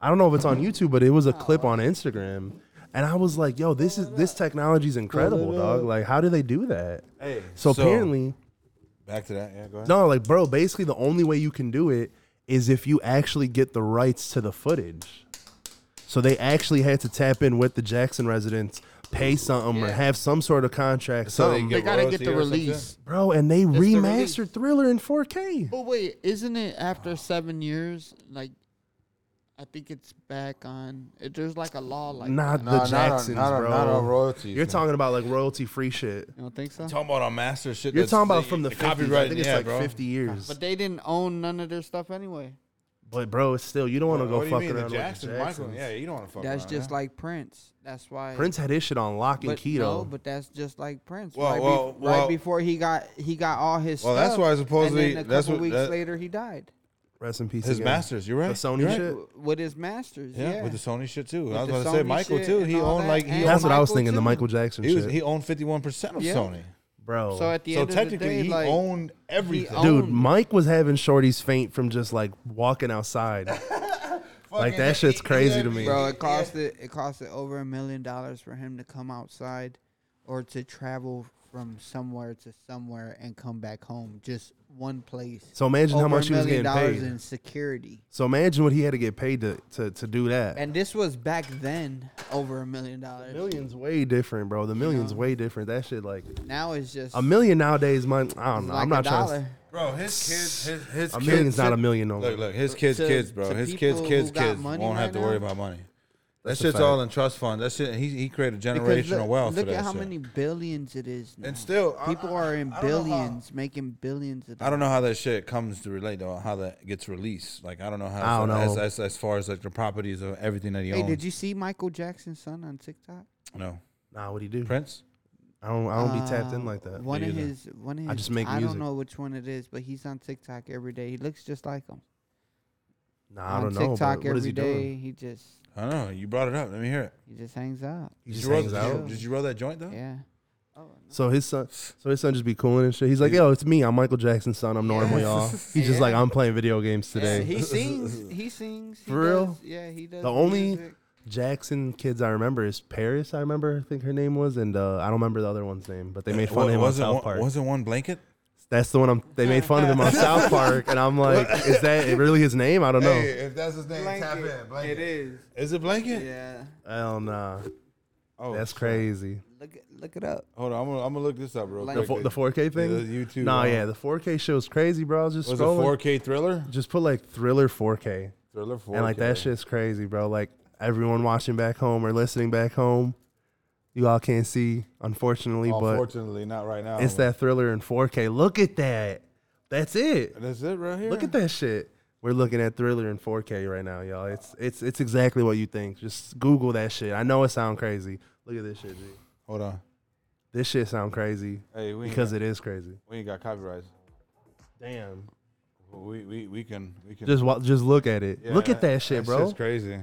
B: I don't know if it's on YouTube, but it was a clip
A: Oh,
B: on Instagram, and I was like, "Yo, this is this technology is incredible, dog. Like, how do they do that?"
A: hey.
B: So, apparently,
A: back to that. Yeah, go ahead.
B: no, like, bro, basically the only way you can do it is if you actually get the rights to the footage. So they actually had to tap in with the Jackson residents, pay something or
C: Yeah.
B: have some sort of contract,
A: So they
B: something.
F: They
A: Oh, Get
F: gotta get
A: royalty
F: the
A: or something?
F: release.
B: Bro, and they
F: the
B: remastered
F: release.
B: Thriller in 4K.
F: But wait, isn't it after seven years? Like,
C: I think it's back on. It, there's like a law like
B: not
C: that.
B: the Jacksons,
A: not on,
B: bro.
A: not on royalties.
B: You're talking about like royalty free shit.
C: You don't think so?
A: talking about on master shit.
B: You're
A: that's-
B: talking about from the, 50s.
A: copyright.
B: I think it's
A: yeah,
B: like
A: bro.
B: 50 years.
C: But they didn't own none of their stuff anyway.
B: But bro, it's still you don't want to go
A: What do you
B: fuck
A: mean, the
B: around
A: Jackson,
B: with the Jacksons.
A: Michael, yeah, you don't want to fuck
C: That's
A: around,
C: just
A: yeah.
C: like Prince. That's why
B: Prince had his shit on lock and
C: but,
B: key
C: No,
B: though.
C: but that's just like Prince.
A: Well,
C: right,
A: well,
C: bef-
A: well-
C: right before he got he got all his
A: Well,
C: stuff.
A: that's why supposedly-
C: And then a
A: that's
C: couple
A: what-
C: weeks
A: that-
C: later he died.
B: Rest in peace.
A: his
B: again.
A: masters. You're right.
B: The Sony
A: You're right.
B: shit.
C: W- With his masters,
A: Yeah,
C: yeah.
A: with the Sony shit too.
C: With
A: I was
C: the
A: about to say
C: Sony
A: Michael
C: shit
A: too.
C: and
A: He
C: all
A: owned
C: that,
A: like he
C: and-
A: owned
B: That's what I was
C: Michael,
B: thinking. The
C: too.
B: Michael Jackson
A: He was
B: shit,
A: he owned fifty one percent of
C: Yeah.
A: Sony.
B: bro.
C: so at the
A: So
C: end of the
A: technically,
C: day,
A: he
C: like,
A: owned everything.
C: owned-
B: Dude,
C: owned-
B: Mike was having Shorty's faint from just like walking outside. like that shit's crazy to me.
C: bro, it cost it it cost it over a million dollars for him to come outside or to travel from somewhere to somewhere and come back home. Just one place.
B: So imagine how
C: Over
B: much
C: a
B: he was
C: million
B: getting paid.
C: dollars in security.
B: So imagine what he had to get paid to to, to do that.
C: And this was back then over a million dollars.
B: millions way different, bro. The millions way different. That shit like
C: Now it's just
B: a million nowadays. Money. I
C: it's
B: don't know.
C: like
B: I'm
C: a
B: not trying.
C: dollar.
B: To,
A: Bro, his kids, his his
B: a
A: kids-
B: million's not a million no more.
A: Look, look, his kids,
C: to-
A: kids, bro.
C: to
A: His kids,
C: people
A: kids,
C: who got
A: kids
C: money
A: won't
C: right
A: have to worry
C: now.
A: about money. That
B: That's a
A: shit's
B: fact.
A: all in trust fund. That shit, he he created
C: Because
A: generational
C: look,
A: wealth
C: look
A: for that
C: at how
A: shit.
C: many billions it is. Now.
A: And still, I-
C: people
A: I-
C: are in
A: I don't know how-
C: billions, making billions. Of
A: I don't know how that shit comes to relate though. How that gets released? Like I don't know how.
B: I don't
A: As,
B: know.
A: as, as far as like the properties of everything that he
C: Hey,
A: owns.
C: did you see Michael Jackson's son on TikTok?
A: No,
B: Nah, what he do?
A: Prince.
B: I don't. I don't be tapped
C: Uh,
B: in like that.
C: One of
A: either.
C: his, one of his.
B: I just make
C: I
B: music.
C: don't know which one it is, but he's on TikTok every day. He looks just like him.
B: Nah, I
C: on
B: don't know.
C: TikTok
B: but what is
C: every
B: he
C: day,
B: doing?
C: he just
A: I don't know. You brought it up. Let me hear it.
C: he just hangs out.
B: He
A: Did
B: just
A: you roll-
B: hangs
A: did you-
B: out.
A: Did you roll that joint though?
C: Yeah. Oh,
B: So his son, so his son just be cooling and shit. He's like, yo, it's me. I'm Michael Jackson's son. I'm normal, y'all. He's just like, I'm playing video games today.
C: He sings. He sings. he
B: For real?
C: does- yeah, he does.
B: The only
C: music.
B: Jackson kids I remember is Paris. I remember, I think her name was, and uh, I don't remember the other one's name, but they made fun of him on
A: wasn't
B: South
A: one,
B: Park.
A: Wasn't one blanket?
B: That's the one I'm. They made fun of him on South Park, and I'm like, is that really his name? I don't know.
A: if that's his name,
C: It is.
A: Is it blanket?
C: Yeah.
B: Hell nah,
A: Oh,
B: that's crazy.
C: Look it- look it up.
A: Hold on, I'm gonna, I'm gonna look this up real
C: Like-
A: quick.
B: The, fo- the 4K thing.
A: Yeah, the YouTube,
B: Nah,
A: uh,
B: yeah, the 4K show is crazy, bro. I was just
A: was it
B: scrolling.
A: 4K thriller?
B: Just put like Thriller 4K,
A: Thriller 4K.
B: and like that shit's crazy, bro. Like everyone watching back home or listening back home, you all can't see, unfortunately, but
A: Unfortunately, Oh, not right now.
B: it's that Thriller in 4K. Look at that. That's it.
A: That's it right here.
B: Look at that shit. We're looking at Thriller in 4K right now, y'all. It's it's it's exactly what you think. Just Google that shit. I know it sound crazy. Look at this shit, G.
A: Hold on.
B: This shit sound crazy
A: Hey, we ain't
B: because
A: got,
B: it is crazy.
A: we ain't got copyrights.
B: Damn.
A: We we we can we can.
B: Just wa- just look at it.
A: Yeah,
B: look at that shit, bro.
A: shit's crazy.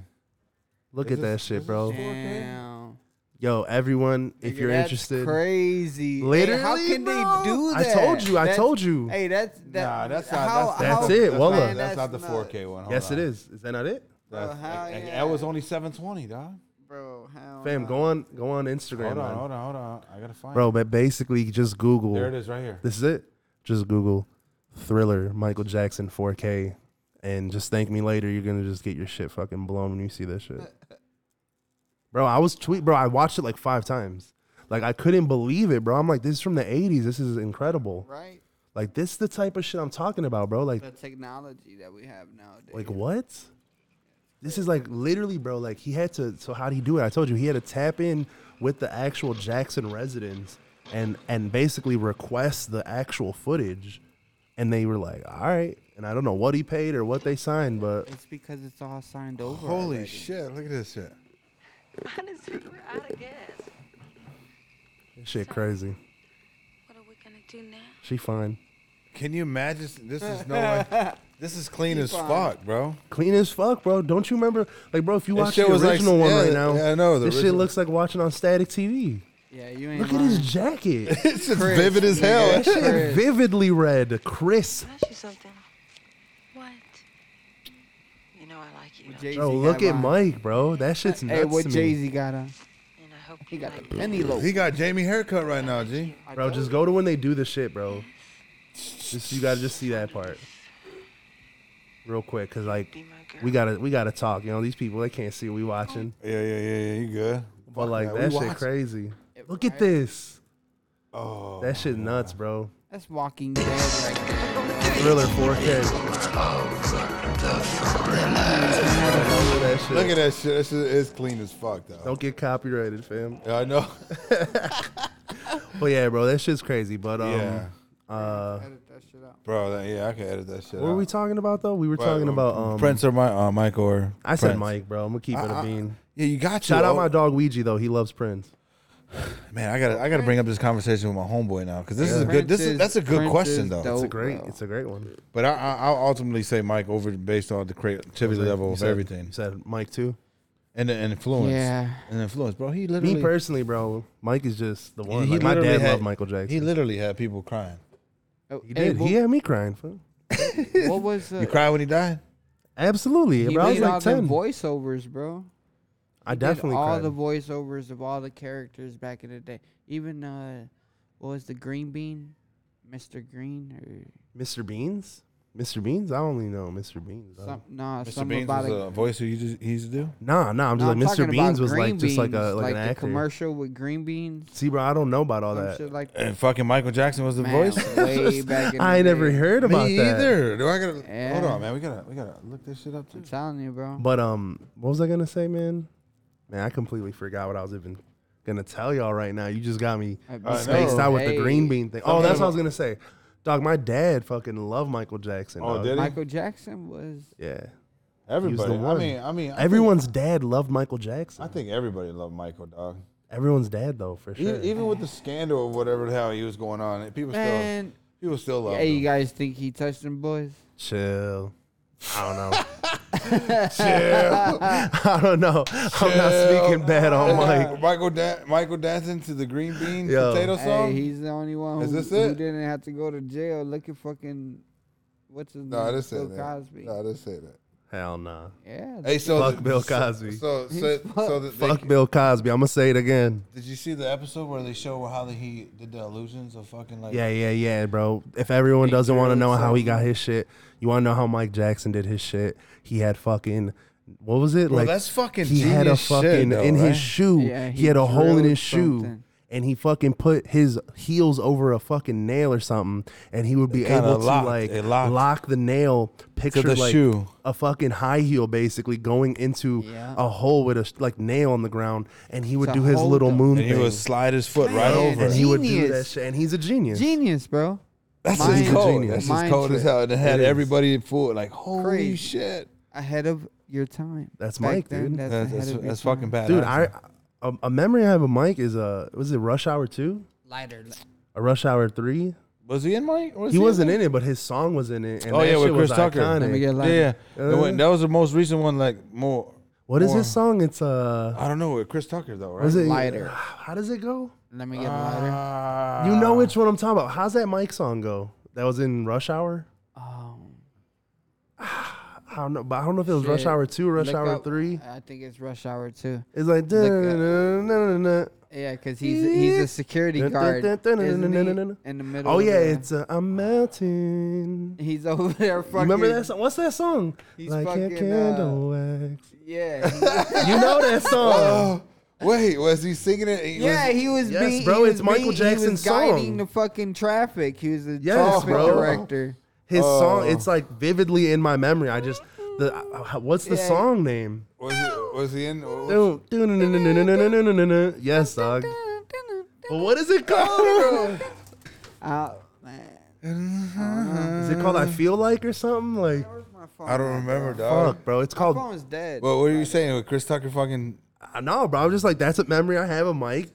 B: Look
A: Is this-
B: at that
A: is
B: shit,
A: this
B: bro.
A: shit? 4K?
C: Damn.
B: Yo, everyone, if
C: Nigga,
B: you're
C: that's
B: interested,
C: crazy. Hey, how
B: Literally,
C: can
B: bro.
C: they do
B: I
C: that?
B: told you, I
C: That's-
B: told you.
C: Hey, that's that,
A: nah, that's not.
C: how-
A: that's,
B: That's
C: how-
A: not-
B: it,
A: That's,
B: well,
A: not,
B: look.
A: that's not the
C: That's
A: 4K one. Hold
B: yes,
A: on.
B: it is. Is that not it?
A: That's,
C: Bro, hell
A: like, like,
C: yeah.
A: That was only 720, dog.
C: Bro, how?
B: Fam, go on, go on Instagram,
A: Hold on,
B: man.
A: hold on, hold on. I gotta find.
B: bro.
A: it.
B: But basically, just Google.
A: there it is, right here.
B: This is it. Just Google Thriller Michael Jackson 4K and just thank me later. You're gonna just get your shit fucking blown when you see this shit. Bro, I was tweet bro, I watched it like five times. Like I couldn't believe it, bro. I'm like, this is from the 80s. This is incredible.
C: Right?
B: Like this is the type of shit I'm talking about, bro. Like
C: The technology that we have nowadays.
B: like what? This is like literally, bro. Like he had to. So how did he do it? I told you he had to tap in with the actual Jackson residents and and basically request the actual footage, and they were like, all right. And I don't know what he paid or what they signed, but
C: It's because it's all signed over.
A: Holy
C: already.
A: shit! Look at this shit.
G: Honestly, we're out of gas.
B: this shit crazy.
G: What are we gonna do now?
B: She fine,
A: Can you imagine? This is no way. This is clean as fuck, bro.
B: clean as fuck, bro. Don't you remember? Like, bro, if you
A: This
B: watch
A: shit
B: the
A: was like-
B: original one
A: yeah,
B: right now,
A: yeah, I know, the
B: this shit
A: original.
B: looks like watching on static TV.
C: Yeah, you ain't.
B: Look at his jacket.
A: It's just vivid as hell.
B: That shit vividly red, crisp.
G: Can I ask you something? What? You know I like you,
C: Jay-
B: Bro,
C: Jay-Z
B: look
C: got
B: at
C: mine.
B: Mike, bro. That shit's nuts
C: Hey, what
B: to me.
C: Jay Z got on?
G: and I hope
C: He
G: you
C: got
G: like
C: the penny loaf.
A: He got Jamie haircut right now, G.
B: Bro, just go to when they do the shit, bro. Just you gotta just see that part, real quick, cause like
G: be my girl.
B: we gotta we gotta talk. You know these people they can't see what we watching,
C: Oh,
A: Yeah, yeah, yeah, yeah. You good?
B: but like
A: we
B: that shit
A: watching.
B: crazy.
C: It-
B: Look at
C: right?
B: this.
A: Oh,
B: That shit nuts, bro.
C: That's Walking Dead right there.
B: Thriller 4K.
H: Look at that shit. That shit is clean as fuck though.
B: Don't get copyrighted, fam.
H: Yeah, I know.
B: But yeah, bro, that shit's crazy. But um,
H: yeah,
B: uh,
C: Edit that shit out.
H: bro. That, yeah, I can edit that shit.
B: what were we talking about though? We were
H: Right,
B: talking
H: um,
B: about um,
A: Prince or my, uh, Mike or
B: I said
A: Prince.
B: Mike, bro. I'm gonna keep it
H: I-
B: a
H: I-
B: bean.
H: Yeah, you got you.
B: Shout out
H: Oh,
B: my dog Ouija though. He loves Prince.
A: Man, I gotta I gotta bring up this conversation with my homeboy now because this is a
C: Prince
A: good this is that's a good
C: Prince
A: question
C: is
A: though.
C: dope,
B: It's a great.
C: bro.
B: It's a great one.
A: But I, I I'll ultimately say Mike over based on the creativity level
B: You
A: of
B: said-
A: everything
B: You said Mike too.
A: and the influence.
C: Yeah.
A: and influence, bro. He literally
B: Me personally, bro, Mike is just the one.
A: he
B: Like, my
A: literally
B: dad
A: had-
B: loved Michael Jackson.
A: he literally had people crying.
C: Oh,
B: He
C: hey,
B: did. he had me crying. fool.
C: what, what was uh,
A: You cry when he died.
B: Absolutely,
C: he
B: bro. I was
C: did all
B: like ten.
C: them voiceovers, bro.
B: I
C: He did
B: definitely
C: all
B: cried.
C: the voiceovers of all the characters back in the day. Even uh, what was the Green Bean, Mr. Green
B: Mr. Beans. Mr. Beans. I only know Mr. Beans.
C: or
B: though.
C: some? Nah,
A: Mr.
C: something
A: Beans
C: about
A: was
C: a.
A: a voice who he just he used to do.
B: Nah, nah. I'm
C: nah,
B: just
C: I'm
B: like Mr.
C: talking about
B: Beans was
C: green
B: like just like a
C: beans,
B: like, an
C: the
B: actor.
C: commercial with green beans,
B: See, bro, I don't know about all
C: some
B: that.
C: shit like that.
A: And fucking Michael Jackson was the
C: Man,
A: voice.
C: way back in
B: I
C: the
B: never
C: day.
B: heard about
A: Me
B: that
A: either. Do I gotta
C: Yeah.
A: hold on, man? We gotta we gotta look this shit up too.
C: I'm telling you, bro.
B: But um, what was I gonna say, man? Man, I completely forgot what I was even gonna tell y'all right now. You just got me
C: I bet.
B: spaced out with the green
C: Oh, Hey.
B: bean thing. Oh, that's what I was gonna say. Dog, my dad fucking loved Michael Jackson.
A: Oh,
B: dog.
A: did he?
C: Michael Jackson was
B: Yeah.
A: Everybody.
B: one.
A: I mean, I mean, I
B: Everyone's dad loved Michael Jackson.
A: Think, I think everybody loved Michael, dog.
B: Everyone's dad though, for sure.
A: Even, even with the scandal of whatever the hell he was going on, people
C: man.
A: still people still love
C: Hey,
A: him.
C: you guys think he touched them boys?
B: Chill. I don't know. Chill. I don't know. I'm not speaking bad on Mike.
A: Michael da- Michael dancing to the green bean
B: Yo.
A: potato
C: Hey,
A: song.
C: he's the only one
A: Is
C: who,
A: this
C: who
A: it?
C: didn't have to go to jail looking fucking what's his
A: no, I
C: name?
A: didn't say
C: Bill
A: that.
C: Cosby.
A: No, I didn't say that.
B: Hell nah.
C: Yeah.
A: Hey, so
B: Fuck
A: the-
B: Bill Cosby.
A: So so, so that they,
B: Fuck Bill Cosby. I'm gonna say it again.
A: did you see the episode where they show how the, he did the illusions of fucking like
B: Yeah, yeah, yeah, bro. If everyone doesn't want to know how he got his shit, you want to know how Mike Jackson did his shit. He had fucking what was it?
A: Bro,
B: like
A: that's fucking
B: He had a
A: genius shit,
B: fucking
A: though,
B: in
A: right?
B: his shoe.
C: Yeah,
B: he,
C: he
B: had a hole in
C: drilled
B: his shoe.
C: something.
B: And he fucking put his heels over a fucking nail or something, and he would be
A: kinda
B: able to
A: locked.
B: like
A: It locked.
B: lock the nail, picture
A: the
B: like
A: shoe.
B: a fucking high heel, basically going into
C: Yeah.
B: a hole with a like nail on the ground, and he would
C: To
B: do his
C: hold
B: little
C: them.
B: moon
A: And he
B: thing,
A: would slide his foot right
C: Man,
A: over.
B: and he would do that
C: Genius.
B: shit, and he's a genius.
C: Genius, bro.
A: That's
C: Mind
A: just cold.
B: genius.
A: That's just
C: Mind
A: cold as
C: trick.
A: hell. And it had
B: It is.
A: everybody fooled. Like, holy
C: Crazy.
A: shit.
C: Ahead of your time.
B: That's
C: Back
B: Mike,
C: then,
B: dude.
C: That's,
A: That's,
C: ahead
A: that's,
C: of your
A: that's
C: time.
A: fucking bad.
B: dude. I a, a memory I have of Mike is uh was it Rush Hour two,
C: lighter.
B: a Rush Hour three.
A: was he in Mike?
B: He wasn't in it, but his song was in it. And
A: Oh
B: that
A: yeah,
B: shit
A: with Chris
B: was
A: Tucker.
B: Iconic.
C: Let me get
A: yeah,
C: lighter.
A: yeah. That wa- that was the most recent one. Like more.
B: what is
A: more-
B: his song? It's uh,
A: I don't know. With Chris Tucker though, right?
B: was it
C: Lighter.
B: How does it go?
C: Let me get lighter.
A: Ah.
B: you know which one I'm talking about. How's that Mike song go? That was in Rush Hour.
C: Um,
B: I don't know, but I don't know if it was Rush
C: shit.
B: Hour two, Rush
C: Look
B: Hour
C: up-
B: three.
C: I think it's rush hour two.
B: It's like
C: Look up.
B: "Da-na-na-na-na-na."
C: Yeah, because he's he's a security
B: Dun, dun,
C: guard
B: dun, dun, dun,
C: isn't
B: dun,
C: he?
B: dun, dun, dun.
C: in the middle.
B: Oh
C: of
B: yeah,
C: the-
B: it's uh, I'm melting.
C: he's over there.
B: You
C: Fucking,
B: remember that song? What's that song?
C: He's
B: like a
C: fucking,
B: candle wax.
C: Yeah, he-
B: You know that song.
A: Wait, was he singing it? He
C: yeah,
A: was-
C: he was
B: Yes,
C: being.
B: bro,
C: he was
B: it's Michael
C: being- he
B: Jackson's
C: was guiding
B: song.
C: the fucking traffic. He was a
B: Yes,
C: traffic
B: bro.
C: director.
B: His song,
A: Oh.
B: it's like vividly in my memory. I just the uh, what's the
C: Yeah.
B: song name?
A: was, he, was he in?
B: Do- do- no, no, no, no, no, no, no, no, no, no. Yes, dog. But what is it
A: Oh,
B: called?
C: Uh, man,
B: is it called I Feel Like or something? Like
C: where's my phone?
A: I don't remember, dog.
B: fuck, bro. It's
C: My
B: called
C: phone's dead.
A: Well, what are you saying? With Chris Tucker fucking
B: I know, bro. I'm just like that's a memory I have of Mike.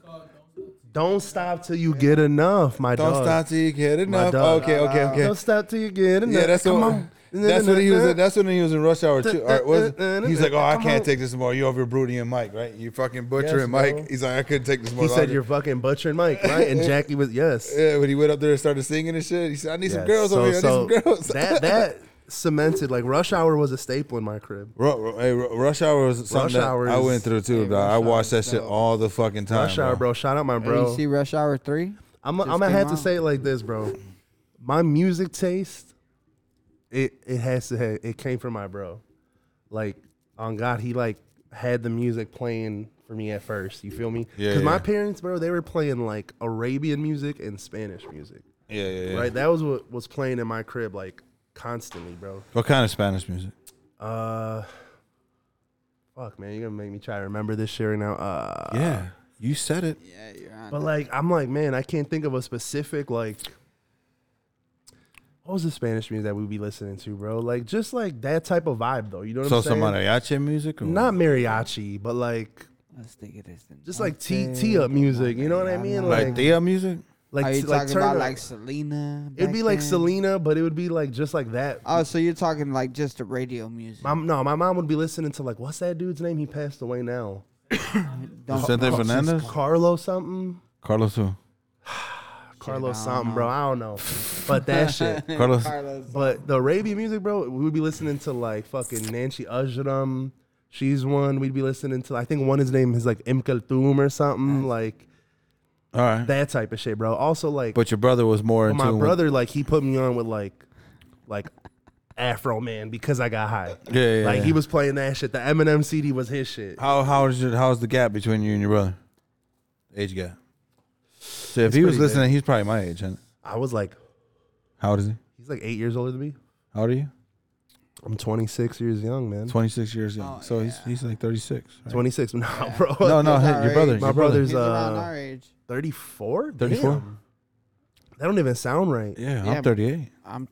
B: Don't stop till you get enough, my
A: don't
B: dog.
A: stop till you get
B: My
A: enough.
B: dog.
A: Okay, okay, okay.
B: Don't stop till you get enough.
A: Yeah, that's
B: Come
A: what.
B: on.
A: That's what he was. In, that's when he was in Rush Hour too. Or was, he's like, "Oh, I
B: Come
A: can't
B: on.
A: take this anymore. You over Broody and Mike, right? You fucking
B: Yes,
A: butchering
B: bro.
A: Mike." He's like, "I couldn't take this more."
B: He said
A: longer."
B: you're fucking butchering Mike, right? And Jackie was yes.
A: Yeah, when he went up there and started singing and shit, he said, "I need some
B: Yes.
A: girls over here. I need some girls."
B: that that cemented like rush hour was a staple in my crib.
A: Ru- ru- hey, Ru- Rush Hour was something
B: Rush
A: that
B: Hour
A: I
B: is-
A: went through too.
C: Hey,
A: dog. I
C: Rush
A: watched
C: Hour
A: that
C: is
A: shit
C: dope.
A: all the fucking time.
B: Rush hour, bro. Shout out my
C: Hey,
B: bro.
C: you see rush hour three?
B: I'm I'm
C: just
B: gonna
C: came
B: have to
C: out.
B: say it like this, bro. My music taste, it it has to have, it came from my bro. Like on God, he like had the music playing for me at first. You feel me?
A: Yeah,
B: Because my
A: yeah.
B: parents, bro, they were playing like Arabian music and Spanish music.
A: Yeah, yeah, yeah.
B: Right, that was what was playing in my crib like constantly, bro.
A: What kind of Spanish music?
B: Uh, fuck, man, you're gonna make me try to remember this shit right now. Uh,
A: yeah, you said it.
C: Yeah, you're on.
B: But
C: it.
B: like, I'm like, man, I can't think of a specific like. What was the Spanish music that we be listening to, bro? Like, just like that type of vibe, though. You know what
A: So
B: I'm saying?
A: some mariachi music? Or
B: Not mariachi, but like
C: Let's think of this. Then.
B: just like T T up music. You know what I mean?
A: like,
B: Like,
A: Dia music?
B: like,
C: Are you
B: t- like
C: talking
B: turn
C: about
B: up-
C: like Selena?
B: It'd
C: back
B: be like
C: then?
B: Selena, but it would be like just like that.
C: Oh, so you're talking like just the radio music?
B: My, no, my mom would be listening to like, what's that dude's name? He passed away now.
C: Don't-
A: Vicente
B: Oh, since
A: Fernandez?
B: Carlo something.
A: Carlos who?
B: Carlos
C: I don't
B: something,
C: know.
B: bro. I don't know. But that shit.
A: Carlos.
B: But the Arabian music, bro, we would be listening to like fucking Nancy Ajram. She's one. We'd be listening to, I think one his name is like M. Kalthum or something. Like
A: All right.
B: that type of shit, bro. Also, like,
A: But your brother was more
B: But
A: in
B: my
A: tune with-
B: brother, like, he put me on with like, like Afro Man because I got high.
A: Yeah, yeah,
B: like
A: yeah.
B: he was playing that shit. The Eminem CD was his shit.
A: How how is your, how's the gap between you and your brother? Age gap. So if
B: It's
A: he was
B: pretty big.
A: listening, he's probably my age. Huh?
B: I was like,
A: How old is he?
B: he's like eight years older than me.
A: How old are you?
B: I'm 26 years young, man.
A: Twenty six years young.
C: Oh,
A: so he's
C: yeah.
A: he's like thirty six.
B: 26, no, bro.
A: No, no,
C: He's
A: hey,
C: our
A: your brother.
C: age.
B: My
A: your brother.
B: brother's
C: He's around
B: uh
C: our age.
B: 34.
A: 34?
B: Damn. That don't even sound right.
A: Yeah,
C: Yeah.
A: I'm thirty eight.
C: I'm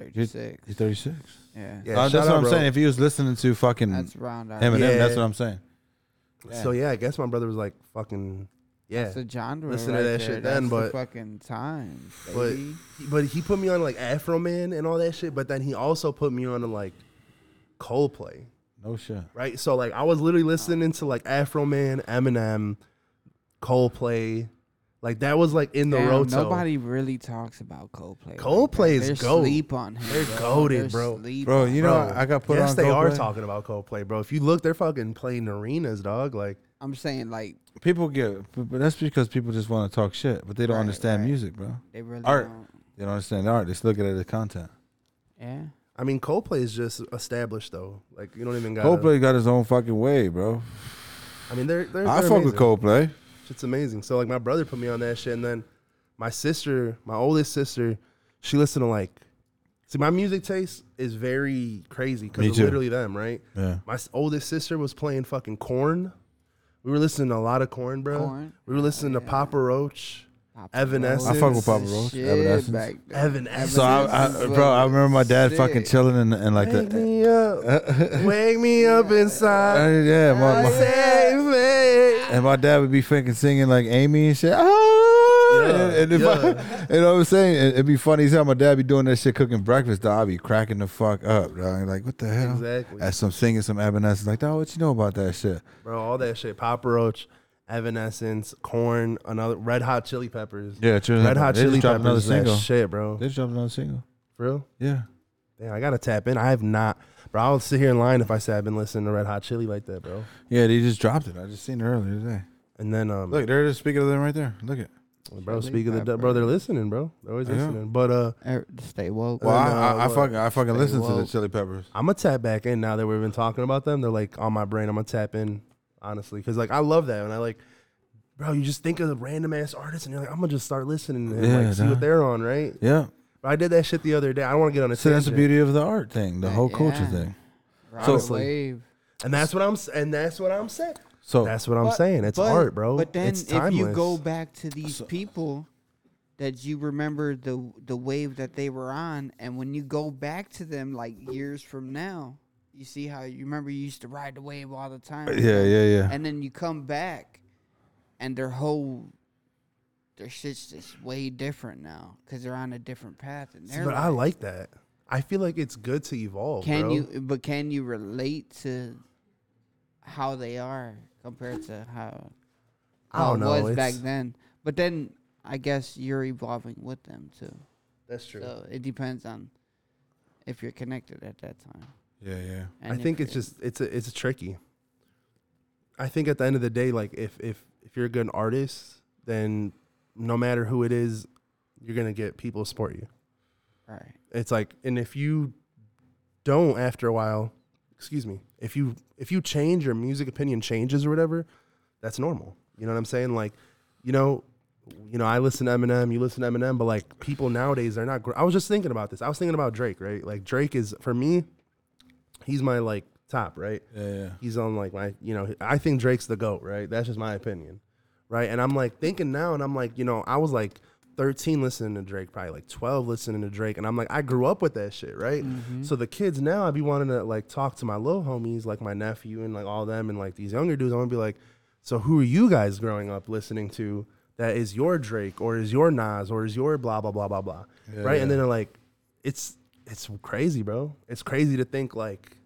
C: 36.
A: He's thirty six.
C: Yeah.
B: Yeah,
A: that's
B: shout
A: what
B: out,
A: I'm
B: bro.
A: saying. If he was listening to fucking
C: That's around our
A: Eminem,
B: Yeah.
A: that's what I'm saying.
B: So yeah, I guess my brother was like fucking yeah.
C: It's a genre.
B: Listen to
C: right
B: that
C: there.
B: shit
C: That's
B: then,
C: the
B: but-
C: fucking time.
B: But
C: baby.
B: but he put me on like Afro Man and all that shit. But then he also put me on to like Coldplay.
A: No shit.
B: right? So like I was literally listening to like Afro Man, Eminem, Coldplay, like that was like in the
C: Damn,
B: roto.
C: nobody really talks about Coldplay.
B: Coldplay
C: like that.
B: is
C: They're
B: goat.
C: Sleep on him.
B: They're
C: bro.
B: goated,
C: They're
B: bro.
C: Sleep
A: Bro,
C: on
A: you
B: Bro,
A: know I got put
B: yes,
A: on.
B: they are
A: Coldplay.
B: talking about Coldplay, bro. If you look, they're fucking playing arenas, dog. Like
C: I'm saying like
A: People get, but but that's because people just want to talk shit, but they don't
C: Right,
A: understand
C: right.
A: music, bro.
C: they really
A: Art.
C: don't.
A: They don't understand art. They just look at it as content.
C: Yeah.
B: I mean, Coldplay is just established though. Like you don't even got.
A: Coldplay got his own fucking way, bro.
B: I mean, they're they're.
A: I
B: they're
A: fuck with
B: amazing.
A: Coldplay.
B: It's amazing. So like my brother put me on that shit, and then my sister, my oldest sister, she listened to like. See, my music taste is very crazy because
A: Me
B: it's
A: too.
B: literally them, right?
A: Yeah.
B: My s- oldest sister was playing fucking corn. We were listening to a lot of corn, bro.
C: Corn?
B: We were listening to Papa Roach,
C: Papa
B: Evanescence.
A: I fuck with Papa Roach.
C: Shit
A: Evanescence.
C: back then.
B: Evanescence.
A: So I, I,
C: Evanescence
A: bro, I remember my dad
C: was
A: fucking
C: sick.
A: chilling and, and like
B: Wake
A: the,
B: me up, wake me up
A: uh,
B: inside.
A: yeah, my, my-
B: Save me.
A: and my dad would be fucking singing like Amy and shit. Ah!
B: Yeah,
A: and, and if I, you know what I'm saying? It, it'd be funny as hell. My dad be doing that shit cooking breakfast. Dog. I'd be cracking the fuck up, dog. Like what the hell?
B: Exactly.
A: As some singing some Evanescence, like, dog, what you know about that shit?
B: Bro, all that shit. Papa Roach, Evanescence, Corn, another Red Hot Chili Peppers.
A: Yeah, true.
B: Red Hot
A: They just
B: Chili
A: dropped
B: Peppers.
A: another
B: is that
A: single.
B: shit, bro.
A: They just dropped another single.
B: For real?
A: Yeah.
B: Damn, I gotta tap in. I have not, bro. I'll sit here in line if I say I've been listening to Red Hot Chili like that, bro.
A: Yeah, they just dropped it. I just seen it earlier today.
B: And then, um,
A: Look, they're just speaking of them right there. Look at.
B: bro,
C: Chili
B: speak of the du-
C: Peppers.
B: bro, they're listening, bro. They're always
A: Yeah.
B: listening. But uh,
C: Er, Stay woke.
A: Well,
B: Well,
A: I,
B: I- I- I
A: I,
B: fucking-
A: fucking, I fucking
C: listen
A: listen
C: to
A: to
C: the
A: the Chili Peppers.
B: I'm gonna tap back in now that we've been talking about them. They're like on my brain. I'm gonna tap in honestly because like I love that, and I like, bro. You just think of the random ass artists, and you're like, I'm gonna just start listening and
A: Yeah,
B: like see what
A: dog.
B: they're on, right?
A: Yeah.
B: But I did that shit the other day. I don't want to get on a
A: So that's the
B: tangent.
A: beauty of the art thing, the
C: Yeah,
A: whole culture
C: yeah.
A: thing.
C: Ride
A: So-
C: the wave.
B: and that's what I'm s- and that's what I'm saying.
A: So
B: That's what I'm
C: But-
B: saying. It's
C: but-
B: art, bro.
C: But then
B: it's
C: if
B: timeless.
C: you go back to these people that you remember the the wave that they were on, and when you go back to them like years from now, you see how you remember you used to ride the wave all the time.
A: yeah, yeah, yeah.
C: And then you come back, and their whole their shit's just way different now because they're on a different path. And
B: See,
C: they're
B: but I like that. I feel like it's good to evolve.
C: Can
B: bro.
C: you? But can you relate to how they are compared to how,
B: I
C: how
B: don't know,
C: it was Oh,
B: Oh,
C: back
B: it's-
C: then? But then I guess you're evolving with them too.
B: That's true.
C: So it depends on if you're connected at that time.
A: Yeah, yeah.
B: I
C: and if
B: think it's
C: you're-
B: just it's a, it's tricky. I think at the end of the day, like if if if you're a good artist, then no matter who it is, you're gonna get people support you.
C: right.
B: It's like, and if you don't after a while, excuse me, if you if you change your music opinion changes or whatever, that's normal. You know what I'm saying? Like, you know, you know, I listen to Eminem, you listen to Eminem, but like people nowadays are not. Gr- I was just thinking about this. I was thinking about Drake, right? Like Drake is for me, he's my like top, right?
A: Yeah, yeah.
B: He's on like my, you know, I think Drake's the goat, right? That's just my opinion, right? And I'm like thinking now, and I'm like, you know, I was like 13 listening to Drake, probably like 12 listening to Drake, and I'm like, I grew up with that shit, right? So the kids now, I be wanting to like talk to my little homies, like my nephew and like all them, and like these younger dudes. I want to be like, so who are you guys growing up listening to? That is your Drake or is your Nas or is your blah blah blah blah blah, right? And then they're like, it's it's crazy, bro. It's crazy to think like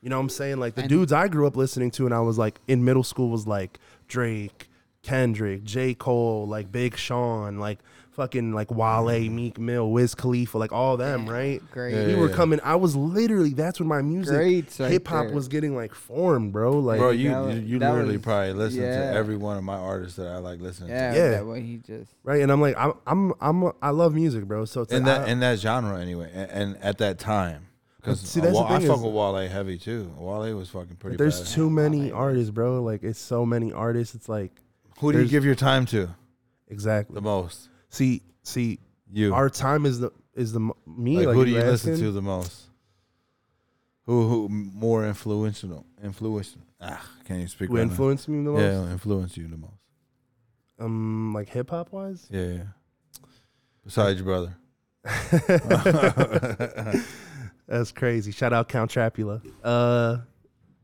B: you know what I'm saying? Like the dudes I grew up listening to and I was like in middle school was like Drake, Kendrick, J. Cole, like Big Sean, like fucking like Wale,
C: Mm-hmm.
B: Meek Mill, Wiz Khalifa, like all them, right?
C: Great.
B: We were coming. I was literally that's when my music
C: Greats right
B: hip hop
C: there.
B: was getting like formed, bro. Like
A: Bro, you
C: That was-
A: you, you
C: that
A: literally
C: was-
A: probably listen
C: yeah.
A: to every one of my artists that I like listening
C: Yeah,
A: to.
B: Yeah.
C: that way he just
B: right? And I'm like I'm I'm I'm I love music, bro. So it's
A: In
B: like,
A: that
B: I-
A: in that genre anyway, and, and at that time, because
B: see, that's the
A: I
B: thing
A: fuck
B: is-
A: with Wale heavy too. Wale was fucking pretty.
B: there's
A: badass.
B: too many artists, bro. Like it's so many artists. It's like
A: Who do you
B: there's-
A: give your time to
B: exactly.
A: the most?
B: See, see,
A: You.
B: our time is the is the m- me
A: like,
B: like,
A: who do you listen
B: asking?
A: to the most? Who who m- more influential? Influential. Ah, can you speak?
B: who
A: right now?
B: influenced me the most?
A: Yeah, who influence you the most.
B: Um, like hip hop wise,
A: Yeah. yeah. Besides your brother.
B: that's crazy. Shout out Count Trapula. Uh,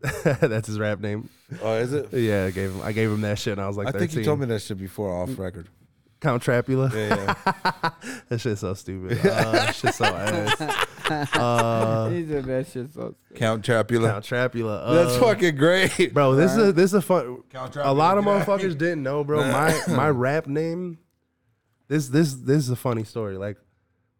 B: that's his rap name.
A: Oh, is it?
B: Yeah, I gave him. I gave him that shit, and I was like,
A: I think
B: 13.
A: you told me that shit before off record.
B: Count Trapula.
A: Yeah,
B: That shit's so stupid. Uh, shit's so ass. Uh,
C: he's a that shit so
A: Count Trapula.
B: Count Trapula. Uh,
A: That's fucking great.
B: Bro, this is a, this is a fun.
A: Count
B: A lot of
A: Dracula, get out
B: motherfuckers didn't know, bro. My my rap name. This this this is a funny story. Like,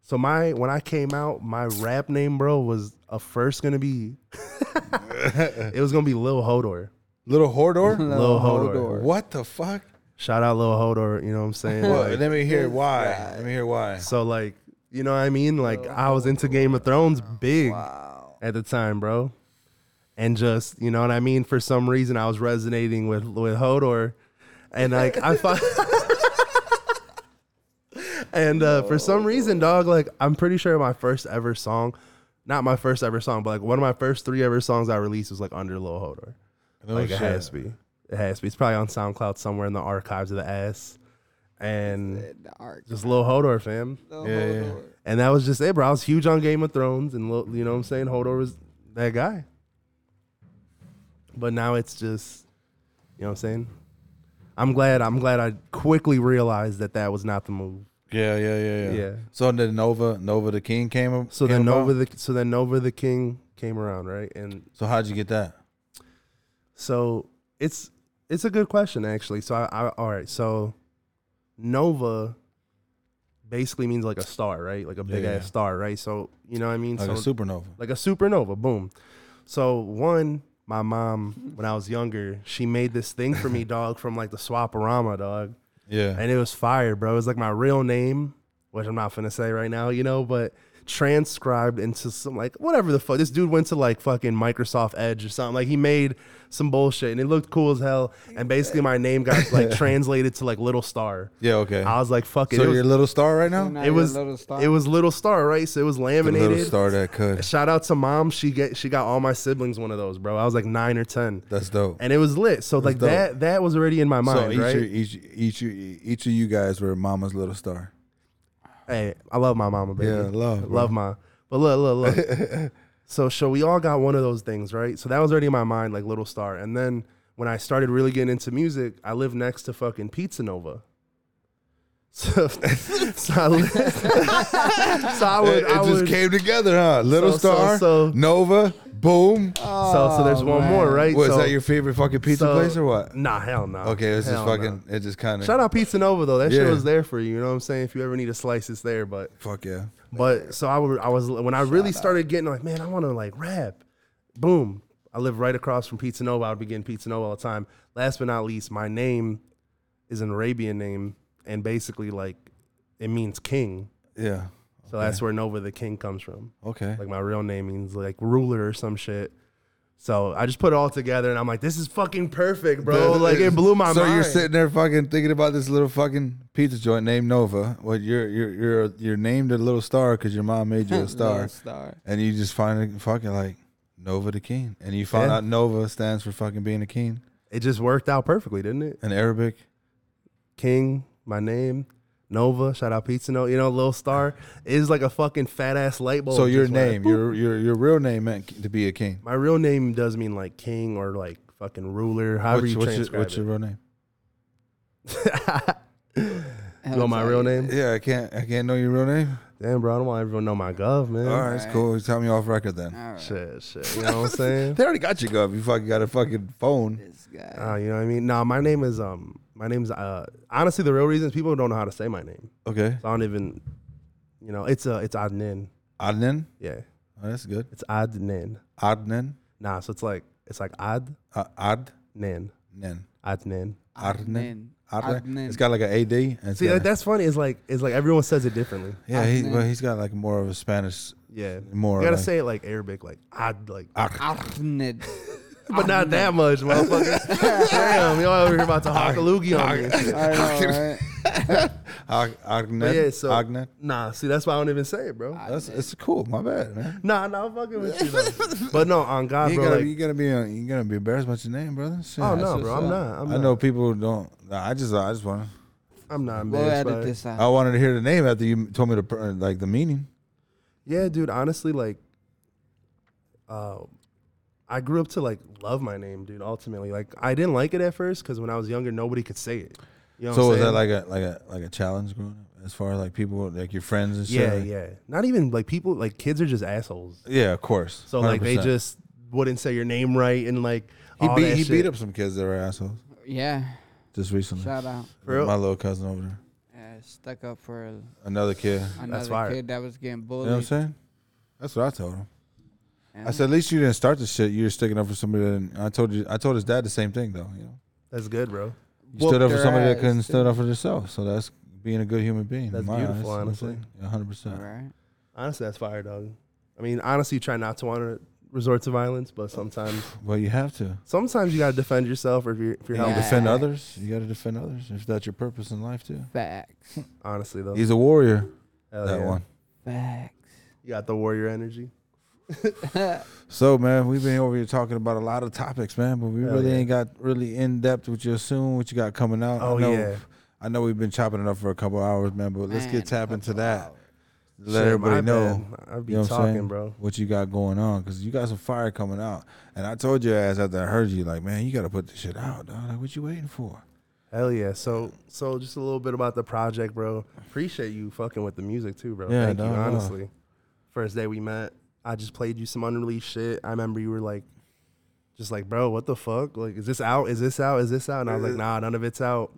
B: so my when I came out, my rap name, bro, was a first gonna be. it was gonna be Lil Hodor.
A: Little Hordor.
B: Lil, Hodor.
A: what the fuck?
B: Shout out Lil Hodor. You know what I'm saying?
A: Well,
B: Like,
A: let me hear why. Let me hear why.
B: so like, you know what I mean? Like, I was into Game of Thrones big at the time, bro. And just you know what I mean. For some reason, I was resonating with with Hodor, and like I thought. And uh, for some reason, dog, like I'm pretty sure my first ever song, not my first ever song, but like one of my first three ever songs I released was like under Lil Hodor.
A: Oh,
B: like it has to be. It has to be. It's probably on SoundCloud somewhere in the archives of the ass. And
C: The arc.
B: just Lil Hodor, fam.
C: Lil
A: Yeah, yeah.
C: Hodor.
B: And that was just it, bro. I was huge on Game of Thrones, and Lil, you know what I'm saying? Hodor was that guy. But now it's just, you know what I'm saying? I'm glad. I'm glad I quickly realized that that was not the move.
A: Yeah, yeah, yeah, yeah.
B: Yeah.
A: So then Nova, Nova the King came. up-
B: So
A: came
B: then
A: about?
B: Nova the so then Nova the King came around, right? And
A: So how'd you get that?
B: So it's it's a good question actually. So I, I all right. So Nova basically means like a star, right? Like a big
A: Yeah.
B: ass star, right? So you know what I mean?
A: Like
B: so
A: a supernova.
B: like a supernova, boom. So one, my mom when I was younger, she made this thing for me, dog, from like the Swaparama, dog,
A: Yeah.
B: and it was fire, bro. It was like my real name, which I'm not finna say right now, you know, but transcribed into some like whatever the fuck. This dude went to like fucking Microsoft Edge or something. Like he made some bullshit and it looked cool as hell. And basically my name got like translated to like little star.
A: Yeah. Okay.
B: I was like, fuck it.
A: so
B: it
A: you're a
B: was,
A: little star right
C: So
A: now.
C: now
B: it
C: you're a
B: was,
C: little star.
B: it was little star, right? So it was
A: The
B: laminated.
A: little star that could.
B: Shout out to mom. She get she got all my siblings one of those, bro. I was like nine or ten.
A: That's dope.
B: and it was lit. So like
A: dope.
B: that that was already in my mind,
A: so each,
B: right?
A: of- each each of- each of you guys were Mama's little star.
B: Hey, I love my mama, baby.
A: Yeah, love, bro.
B: love my. But look, look, look. so, so we all got one of those things, right? So that was already in my mind, like Little Star. And then when I started really getting into music, I lived next to fucking Pizza Nova. So, so I, li- so I would,
A: It, it
B: I
A: just
B: would,
A: came together, huh? Little
B: So- so-
A: star,
B: so-
A: Nova, boom.
B: so, so
A: Oh,
B: there's one more, right?
A: Was
B: so,
A: that your favorite fucking pizza
B: so-
A: place or what?
B: Nah, hell no.
A: Okay, it's just
B: Hell no.
A: fucking. It just kind of.
B: Shout out Pizza Nova though. That shit
A: Yeah.
B: was there for you. You know what I'm saying? If you ever need a slice, it's there. But
A: Fuck yeah.
B: But so I, would- I was when I really started getting like, man, I want to like rap. Boom. I live right across from Pizza Nova. I would be getting Pizza Nova all the time. Last but not least, my name is an Arabian name, and basically like it means king.
A: Yeah.
B: So that's where Nova the King comes from.
A: Okay.
B: Like my real name means like ruler or some shit. So I just put it all together, and I'm like, this is fucking perfect, bro. Like it blew my
A: so
B: mind.
A: you're sitting there fucking thinking about this little fucking pizza joint named Nova. Well, you're you're you're you're named a little star because your mom made you a
C: Little
A: star,
C: star.
A: and you just find it fucking like Nova the King, and you find
B: Yeah.
A: out Nova stands for fucking being a king
B: it just worked out perfectly, didn't it?
A: in Arabic.
B: King, my name, Nova. Shout out Pizza No. You know, Lil Star is like a fucking fat ass light bulb.
A: so your
B: Oh, just went,
A: name,
B: boop.
A: your your your real name meant to be a king.
B: my real name does mean like king or like fucking ruler. However
A: What's,
B: you
A: what's, your,
B: transcribe
A: what's your real name?
B: it. You know my real name?
A: Yeah, I can't I can't know your real name.
B: Damn, bro, I don't want everyone to know my gov, man.
A: All right, it's
C: Alright.
A: cool. You tell me off record then.
C: All right.
B: Shit, shit. You know what I'm saying?
A: They already got you gov. You fucking got a fucking phone.
C: This guy.
B: Uh, you know what I mean? Nah, my name is um, my name's uh, honestly the real reason is people don't know how to say my name.
A: Okay,
B: So I don't even, you know, it's uh, it's Adnan.
A: Adnan.
B: Yeah,
A: Oh, that's good.
B: it's Adnan.
A: Adnan.
B: Nah, so it's like it's like Adnan,
A: Uh, Adnan.
B: Adnan.
A: Adnan.
C: Adnan.
A: Adnan. It's got like an AD. And
B: See, like, that's funny. It's like it's like everyone says it differently.
A: yeah, he,
C: Adnan.
A: well, he's got like more of a Spanish.
B: Yeah,
A: More
B: You gotta
A: like-
B: say it like Arabic, like Ad, like,
C: Ahmed.
B: but not that much, motherfucker. Damn, y'all over here about to hawk a loogie on me.
C: I know, right?
A: Ad- Adnan.
B: But yeah, so
A: Adnan.
B: nah, see, that's why I don't even say it, bro.
A: That's it's cool. My bad, man.
B: Nah, nah, I'm fucking with you. Though. But no, on God,
A: You
B: bro.
A: gotta,
B: like-
A: you gotta be uh, you gotta be embarrassed about your name, brother. Shit.
B: oh
A: That's
B: no,
A: what's
B: bro, I'm
A: up.
B: not. I'm
A: I
B: not,
A: know people don't. nah, I just uh, I just want. to
B: I'm not
C: We'll
B: embarrassed. by
C: edit
B: it.
C: this
A: I
C: out.
A: wanted to hear the name after you told me the pr- like the meaning.
B: Yeah, dude. Honestly, like, uh, I grew up to like love my name, dude. Ultimately, like, I didn't like it at first because when I was younger, nobody could say it. You know what
A: so
B: I'm
A: was that
B: saying?
A: like a like a like a challenge growing up as far as like people like your friends and shit?
B: yeah, yeah. Not even like people like kids are just assholes.
A: Yeah, of course.
B: So like they
A: 100%.
B: just wouldn't say your name right and like
A: he
B: all
A: beat
B: that
A: he
B: shit.
A: beat up some kids that were assholes
B: Oh.
C: Yeah.
A: just recently.
C: Shout out.
B: For real?
A: My little cousin over there,
C: Yeah, stuck up for
A: another kid.
C: another
B: fire.
C: kid that was getting
A: You know what I'm
C: bullied.
A: saying? That's what I told him. I
C: Yeah.
A: said, at least you didn't start the shit. You're sticking up for somebody. That didn't. I told you. I told his dad the same thing though. You know,
B: That's good, bro.
A: you stood
C: Whooped
A: up for
C: their
A: somebody that
C: ass,
A: couldn't
C: dude.
A: stand up for themselves. So that's being a good human being. in
B: That's
A: my
B: beautiful,
A: you know what I'm
B: honestly.
A: saying? Yeah, 100. percent
C: Right.
B: Honestly, that's fire, dog. I mean, honestly, you try not to want to resort to violence, but sometimes,
A: Well, you have to.
B: sometimes you gotta defend yourself, or if you're, if you're
A: You gotta
B: helping.
A: defend
C: Facts.
A: others. You gotta defend others if that's your purpose in life too.
C: Facts.
B: Honestly, though,
A: He's a warrior.
B: Hell
A: that
B: Oh. yeah.
A: one.
C: Facts.
B: You got the warrior energy.
A: So man, we've been over here talking about a lot of topics, man, but we
B: Hell
A: really
B: yeah.
A: ain't got really in depth with you soon, what you got coming out.
B: Oh,
A: I know,
B: yeah.
A: I know we've been chopping it up for a couple hours, man, but let's
C: Man,
A: get tapped into
C: couple
A: that.
C: hours.
A: Let
B: Shit, my
A: everybody know.
B: bad. I be
A: You know what I'm
B: talking,
A: saying?
B: bro.
A: What you got going on? Cause you got some fire coming out, and I told your ass after I heard you, like, man, you got to put this shit out, dog. Like, what you waiting for?
B: Hell yeah. So so just a little bit about the project, bro. Appreciate you fucking with the music too, bro.
A: Yeah,
B: Thank
A: no,
B: you,
A: no.
B: honestly. First day we met, I just played you some unreleased shit. I remember you were like just like, bro, what the fuck? Like, is this out? Is this out? Is this out? And I was like, nah, none of it's out.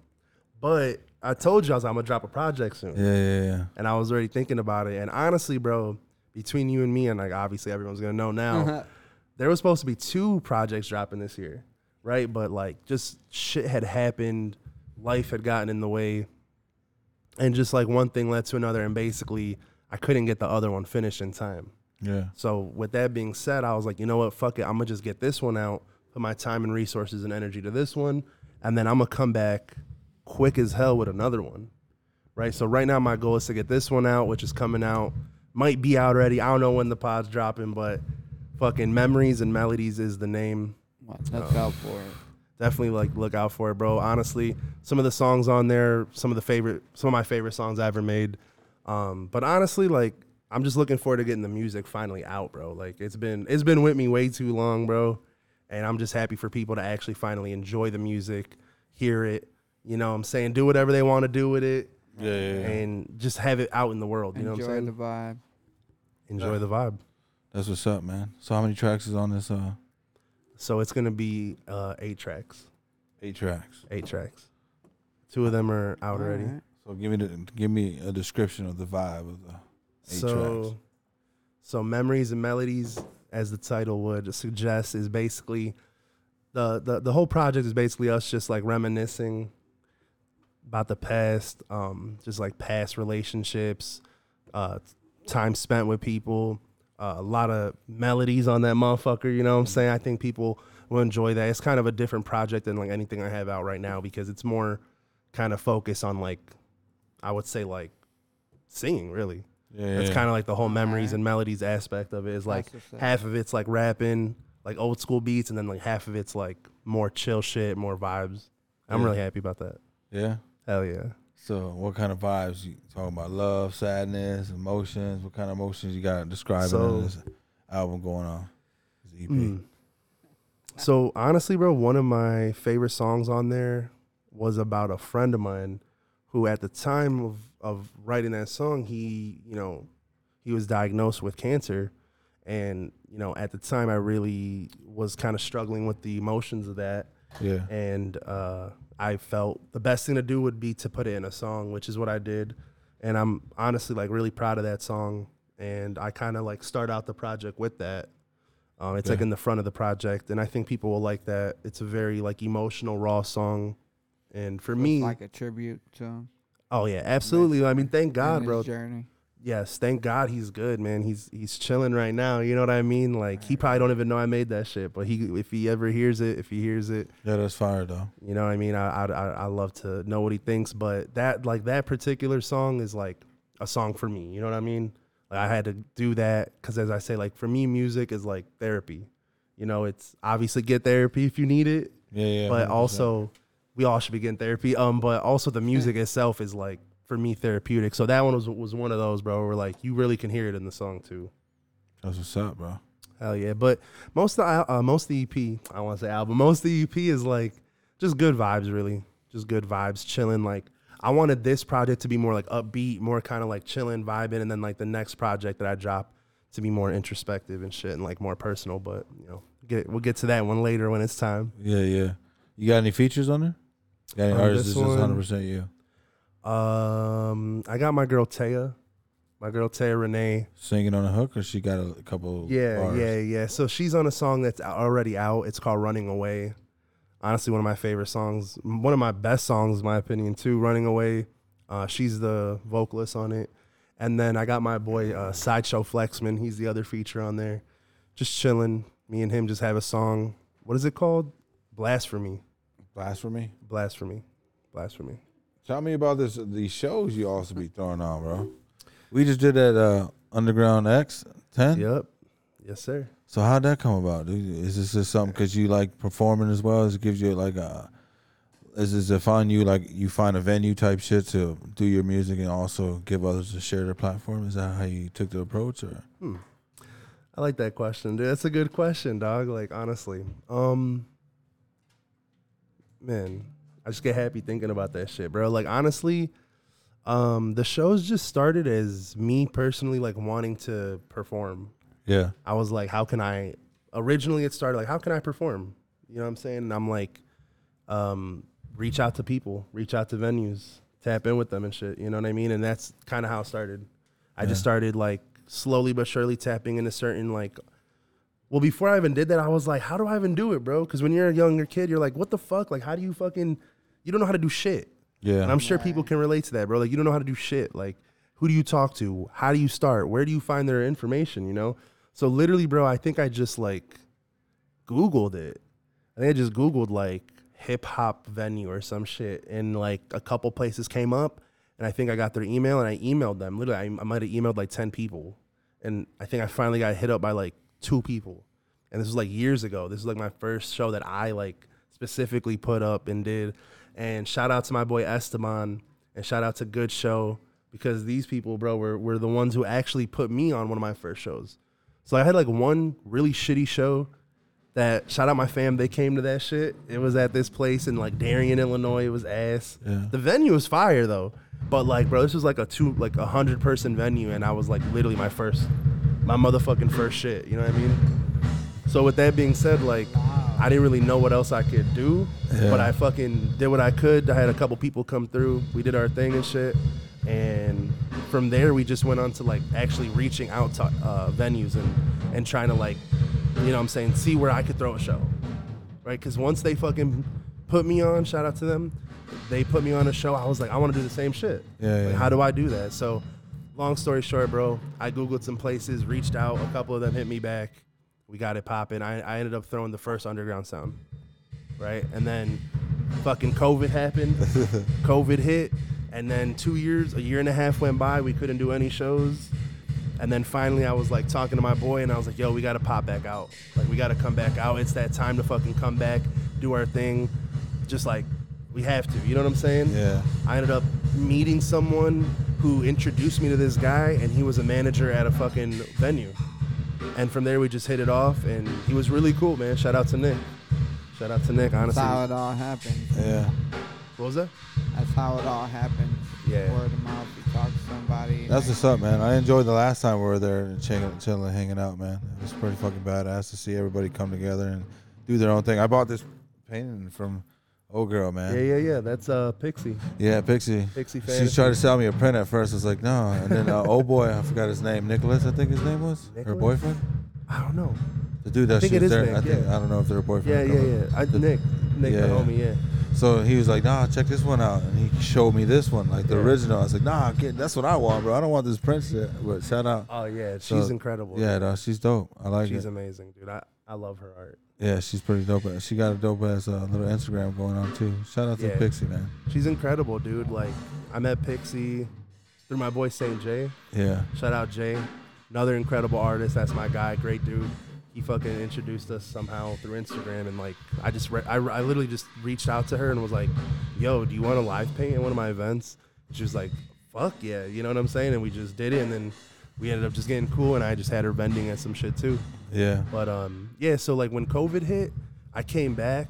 B: But I told you I was like, I'm gonna drop a project soon.
A: Yeah, yeah, yeah.
B: and I was already thinking about it. And honestly, bro, between you and me, and like obviously everyone's gonna know now, there was supposed to be two projects dropping this year, right? But like just shit had happened, life had gotten in the way, and just like one thing led to another, and basically I couldn't get the other one finished in time.
A: Yeah.
B: So with that being said, I was like, you know what, fuck it, I'm gonna just get this one out, put my time and resources and energy to this one, and then I'm gonna come back quick as hell with another one. Right. So right now my goal is to get this one out, which is coming out, might be out already. I don't know when the pod's dropping, but fucking memories and melodies is the name
C: Well, look out for it.
B: definitely like look out for it, bro. Honestly, some of the songs on there, some of the favorite, some of my favorite songs I ever made. Um, but honestly, like I'm just looking forward to getting the music finally out, bro. Like it's been it's been with me way too long, bro. And I'm just happy for people to actually finally enjoy the music, hear it. You know, what I'm saying do whatever they want to do with it,
A: Yeah, yeah, yeah.
B: and just have it out in the world. You know what
C: Enjoy
B: I'm
C: the
B: saying?
C: vibe.
B: enjoy the vibe.
A: That's what's up, man. So how many tracks is on this? Uh,
B: So it's gonna be uh, eight tracks,
A: eight tracks.
B: eight tracks. Two of them are out already.
C: Alright.
A: So give me the give me a description of the vibe of the. Eight
B: so,
A: tracks.
B: so memories and melodies, as the title would suggest, is basically the, the the whole project is basically us just like reminiscing about the past, um, just like past relationships, uh, time spent with people, uh, a lot of melodies on that motherfucker. You know
A: Mm-hmm.
B: what I'm saying? I think people will enjoy that. It's kind of a different project than like anything I have out right now because it's more kind of focused on like I would say like singing really.
I: Yeah,
B: That's
I: yeah.
B: kind of like the whole memories and melodies aspect of it. Is like
C: what's up.
B: half of it's like rapping, like old school beats, and then like half of it's like more chill shit, more vibes. I'm
I: Yeah.
B: really happy about that.
I: yeah.
B: Hell yeah.
I: So, what kind of vibes you talking about? Love, sadness, emotions. What kind of emotions you got describing
B: So-
I: in this album going on?
A: E
I: This EP.
B: Mm.
A: Mm.
B: So honestly, bro, one of my favorite songs on there was about a friend of mine who at the time of, of writing that song, he, you know, he was diagnosed with cancer. And, you know, at the time I really was kind of struggling with the emotions of that.
I: Yeah.
B: And uh, I felt the best thing to do would be to put it in a song, which is what I did. And I'm honestly like really proud of that song. And I kind of like start out the project with that. Um, it's like in the front of the project, and I think people will like that. It's a very like emotional, raw song, and for
C: It's
B: me,
C: like a tribute to him.
B: oh yeah, absolutely. I mean, thank
C: and
B: God,
C: his
B: Ah, bro.
C: Journey.
B: Yes, thank God he's good, man. He's he's chilling right now. You know what I mean? Like he probably don't even know I made that shit, but he if he ever hears it, if he hears it,
I: Yeah, that's fire though.
B: you know what I mean? I, I I I love to know what he thinks, but that like that particular song is like a song for me. You know what I mean? Like I had to do that because, as I say, like for me, music is like therapy. You know, it's obviously get therapy if you need it,
I: Yeah, yeah.
B: but
I: 100%.
B: also we all should be getting therapy. Um, but also the music itself is like for me therapeutic. So that one was was one of those, bro. Where like you really can hear it in the song too.
I: that's what's up, bro.
B: Hell yeah! But most of the, al- uh, most of the EP, I want to say album, most of the EP is like just good vibes, really, just good vibes, chilling. Like I wanted this project to be more like upbeat, more kind of like chilling, vibing, and then like the next project that I drop to be more introspective and shit and like more personal. But you know, get we'll get to that one later when it's time.
I: Yeah, yeah. You got any features on there? Got any
B: On
I: artists?
B: Uh, this
I: This is
B: one-
I: 100 percent you.
B: Um, I got my girl Taya, my girl Taya Renee.
I: Singing on the hook, or she got a, couple.
B: Yeah,
I: bars?
B: yeah, yeah. So she's on a song that's already out. It's called Running Away. Honestly, one of my favorite songs, m- one of my best songs, in my opinion, too. Running Away. Uh, she's the vocalist on it. And then I got my boy uh, Sideshow Flexman. He's the other feature on there. Just chilling. Me and him just have a song. What is it called? Blasphemy.
I: Blasphemy.
B: Blasphemy. Blasphemy.
I: Tell me about this. These shows you also be throwing on, bro. We just did that uh, Underground X ten.
B: Yep. Yes, sir.
I: So how'd that come about? dude? Is this just something because you like performing as well? Is it gives you like a is this if on you like you find a venue type shit to do your music and also give others to share their platform? Is that how you took the approach or
B: I like that question, dude. That's a good question, dog. Like honestly, um, man, I just get happy thinking about that shit, bro. Like honestly, um, the shows just started as me personally like wanting to perform.
I: yeah?
B: I was like, how can I? Originally, it started like, how can I perform? You know what I'm saying? And I'm like, um, reach out to people, reach out to venues, tap in with them and shit. You know what I mean? And that's kind of how it started. I just started like slowly but surely tapping into certain like. Well, before I even did that, I was like, how do I even do it, bro? Because when you're a younger kid, you're like, what the fuck? Like, how do you fucking? You don't know how to do shit.
I: Yeah,
B: And I'm sure people can relate to that, bro. Like, you don't know how to do shit. Like, who do you talk to? How do you start? Where do you find their information? You know? So, literally, bro, I think I just like Googled it. I think I just Googled like hip hop venue or some shit. And like a couple places came up. And I think I got their email and I emailed them. Literally, I, I might have emailed like 10 people. And I think I finally got hit up by like two people. And this was like years ago. This was like my first show that I like specifically put up and did. And shout out to my boy Esteban and shout out to Good Show because these people, bro, were, were the ones who actually put me on one of my first shows. So I had like one really shitty show that shout out my fam. They came to that shit. It was at this place in like Darien, Illinois. It was ass. The venue was fire though. But like, bro, this was like a two like a hundred person venue, and I was like literally my first, my motherfucking first shit. You know what I mean? So with that being said, like, I didn't really know what else I could do, but I fucking did what I could. I had a couple people come through. We did our thing and shit, and from there we just went on to like actually reaching out to uh, venues and and trying to like, you know, what I'm saying, see where I could throw a show, right? Because once they fucking put me on, shout out to them, they put me on a show. I was like, I want to do the same shit.
I: Yeah,
B: Like,
I: yeah.
B: How do I do that? So long story short, bro, I googled some places, reached out, a couple of them hit me back. We got it popping. I, I ended up throwing the first underground sound, right? And then fucking COVID happened. COVID hit, and then two years, a year and a half went by. We couldn't do any shows. And then finally, I was like talking to my boy, and I was like, "Yo, we gotta pop back out. Like, we gotta come back out. It's that time to fucking come back, do our thing. Just like we have to. You know what I'm saying?
A: Yeah.
B: I ended up meeting someone who introduced me to this guy, and he was a manager at a fucking venue. And from there, we just hit it off, and he was really cool, man. Shout out to Nick. Shout out to Nick.
C: That's
B: Honestly,
C: how it all happens.
A: Yeah.
B: what was that?
C: That's how it all happens.
B: Yeah.
C: Word of mouth. You talk to somebody.
A: That's what's up, man. I enjoyed the last time we were there and chilling, chilling, hanging out, man. It was pretty fucking badass to see everybody come together and do their own thing. I bought this painting from old girl, man.
B: Yeah, yeah, yeah. That's uh, Pixie.
A: Yeah, Pixie.
B: Pixie
A: She
B: Fantasy.
A: tried to sell me a print at first. I was like, no. And then uh, old boy, I forgot his name, Nicholas. I think his name was her
B: Nicholas?
A: boyfriend.
B: I don't know.
A: The dude that
B: I think
A: she
B: it
A: was
B: is
A: there.
B: Nick,
A: I think
B: yeah.
A: I don't know if they're
B: Yeah,
A: boyfriend. or
B: yeah,
A: couple.
B: yeah. I, Nick, Nick,
A: Yeah,
B: the
A: yeah.
B: homie. Yeah.
A: So he was like, nah, check this one out. And he showed me this one, like the
B: Yeah.
A: original. I was like, nah, kid, that's what I want, bro. I don't want this print shit. But shout out.
B: Oh yeah,
A: So,
B: she's incredible.
A: Yeah, no, she's dope. I like
B: she's
A: it.
B: amazing, dude. I, I love her art.
A: yeah, she's pretty dope. She got a dope ass uh, little Instagram going on too. Shout out to
B: Yeah.
A: Pixie, man.
B: She's incredible, dude. Like I met Pixie through my boy Saint Jay.
A: Yeah,
B: Shout out Jay, another incredible artist. That's my guy, great dude. He fucking introduced us somehow through Instagram, and like I just re- I, I literally just reached out to her and was like, "Yo, do you want to live paint at one of my events?" And she was like, "Fuck yeah," you know what I'm saying? And we just did it, and then we ended up just getting cool, and I just had her vending at some shit too.
A: yeah,
B: But um, yeah, so like when COVID hit, I came back,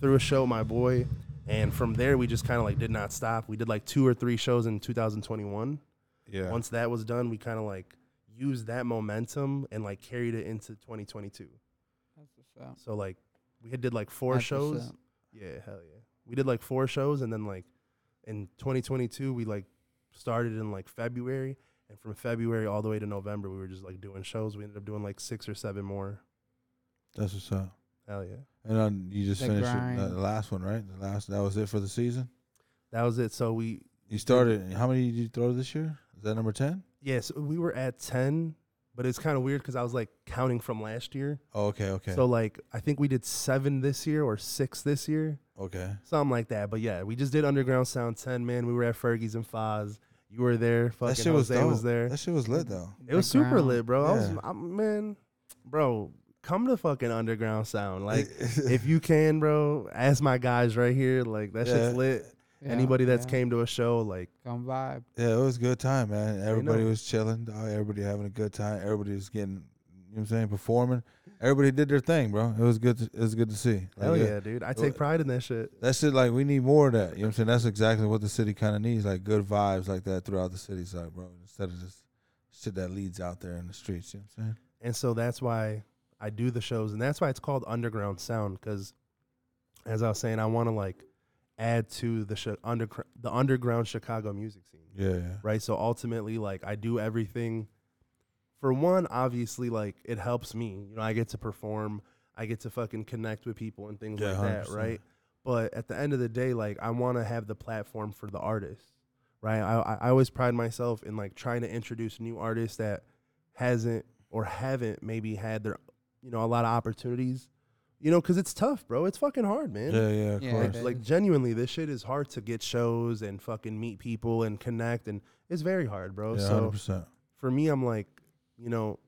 B: threw a show, with my boy, and from there we just kind of like did not stop. We did like two or three shows in 2021.
A: yeah.
B: Once that was done, we kind of like used that momentum and like carried it into 2022.
C: That's what's up.
B: So like we had did like four
C: That's what's
B: shows.
C: up.
B: Yeah, hell yeah. We did like four shows, and then like in 2022 we like started in like February, and from February all the way to November we were just like doing shows. We ended up doing like six or seven more.
A: That's what's up.
B: Hell yeah.
A: And then you just
C: The
A: finished it- uh,
C: grind.
A: the last one, right? The last that was it for the season.
B: That was it. So we
A: You started. How many did you throw this year? Is that number ten?
B: yes, we were at 10, but it's kind of weird cuz I was like counting from last year.
A: Oh, okay, okay,
B: So like I think we did 7 this year or 6 this year,
A: okay.
B: something like that. But yeah, we just did Underground Sound 10, man. We were at Fergie's and Foz. You were there, fucking
A: That shit was
B: Jose
A: dope.
B: was there.
A: That shit was lit though.
B: it was super
C: Underground.
B: lit, bro. I was
A: Yeah.
B: i man, bro, come to fucking Underground Sound. Like if you can, bro, ask my guys right here, like that
A: Yeah.
B: shit's lit.
C: Yeah,
B: Anybody that's
C: yeah.
B: came to a show like
C: Come vibe.
A: Yeah, it was a good time, man. Everybody
B: know.
A: was chilling. dog. Everybody having a good time. Everybody was getting, you know what I'm saying, performing. Everybody did their thing, bro. It was good. To, it was good to see. Like,
B: Hell
A: Oh, it-
B: yeah, dude. I take pride in that shit.
A: That shit, like, we need more of that. You know what I'm saying? That's exactly what the city kind of needs, like good vibes like that throughout the city, side, bro. Instead of just shit that leads out there in the streets. You know what I'm saying?
B: and so that's why I do the shows, and that's why it's called underground sound. Because, as I was saying, I want to like add to the sh- under the underground Chicago music scene,
A: Yeah, yeah.
B: right? So ultimately, like I do everything. For one, obviously, like it helps me. You know, I get to perform, I get to fucking connect with people and things
A: Yeah,
B: like that,
A: 100%.
B: right? But at the end of the day, like I want to have the platform for the artist, right? I I- I always pride myself in like trying to introduce new artists that hasn't or haven't maybe had their you know a lot of opportunities you know because it's tough bro it's fucking hard man
A: Yeah, yeah, of
C: Yeah,
A: course.
C: that-
B: like genuinely this shit is hard to get shows and fucking meet people and connect and it's very hard bro
A: yeah,
B: so
A: 100%.
B: for me i'm like you know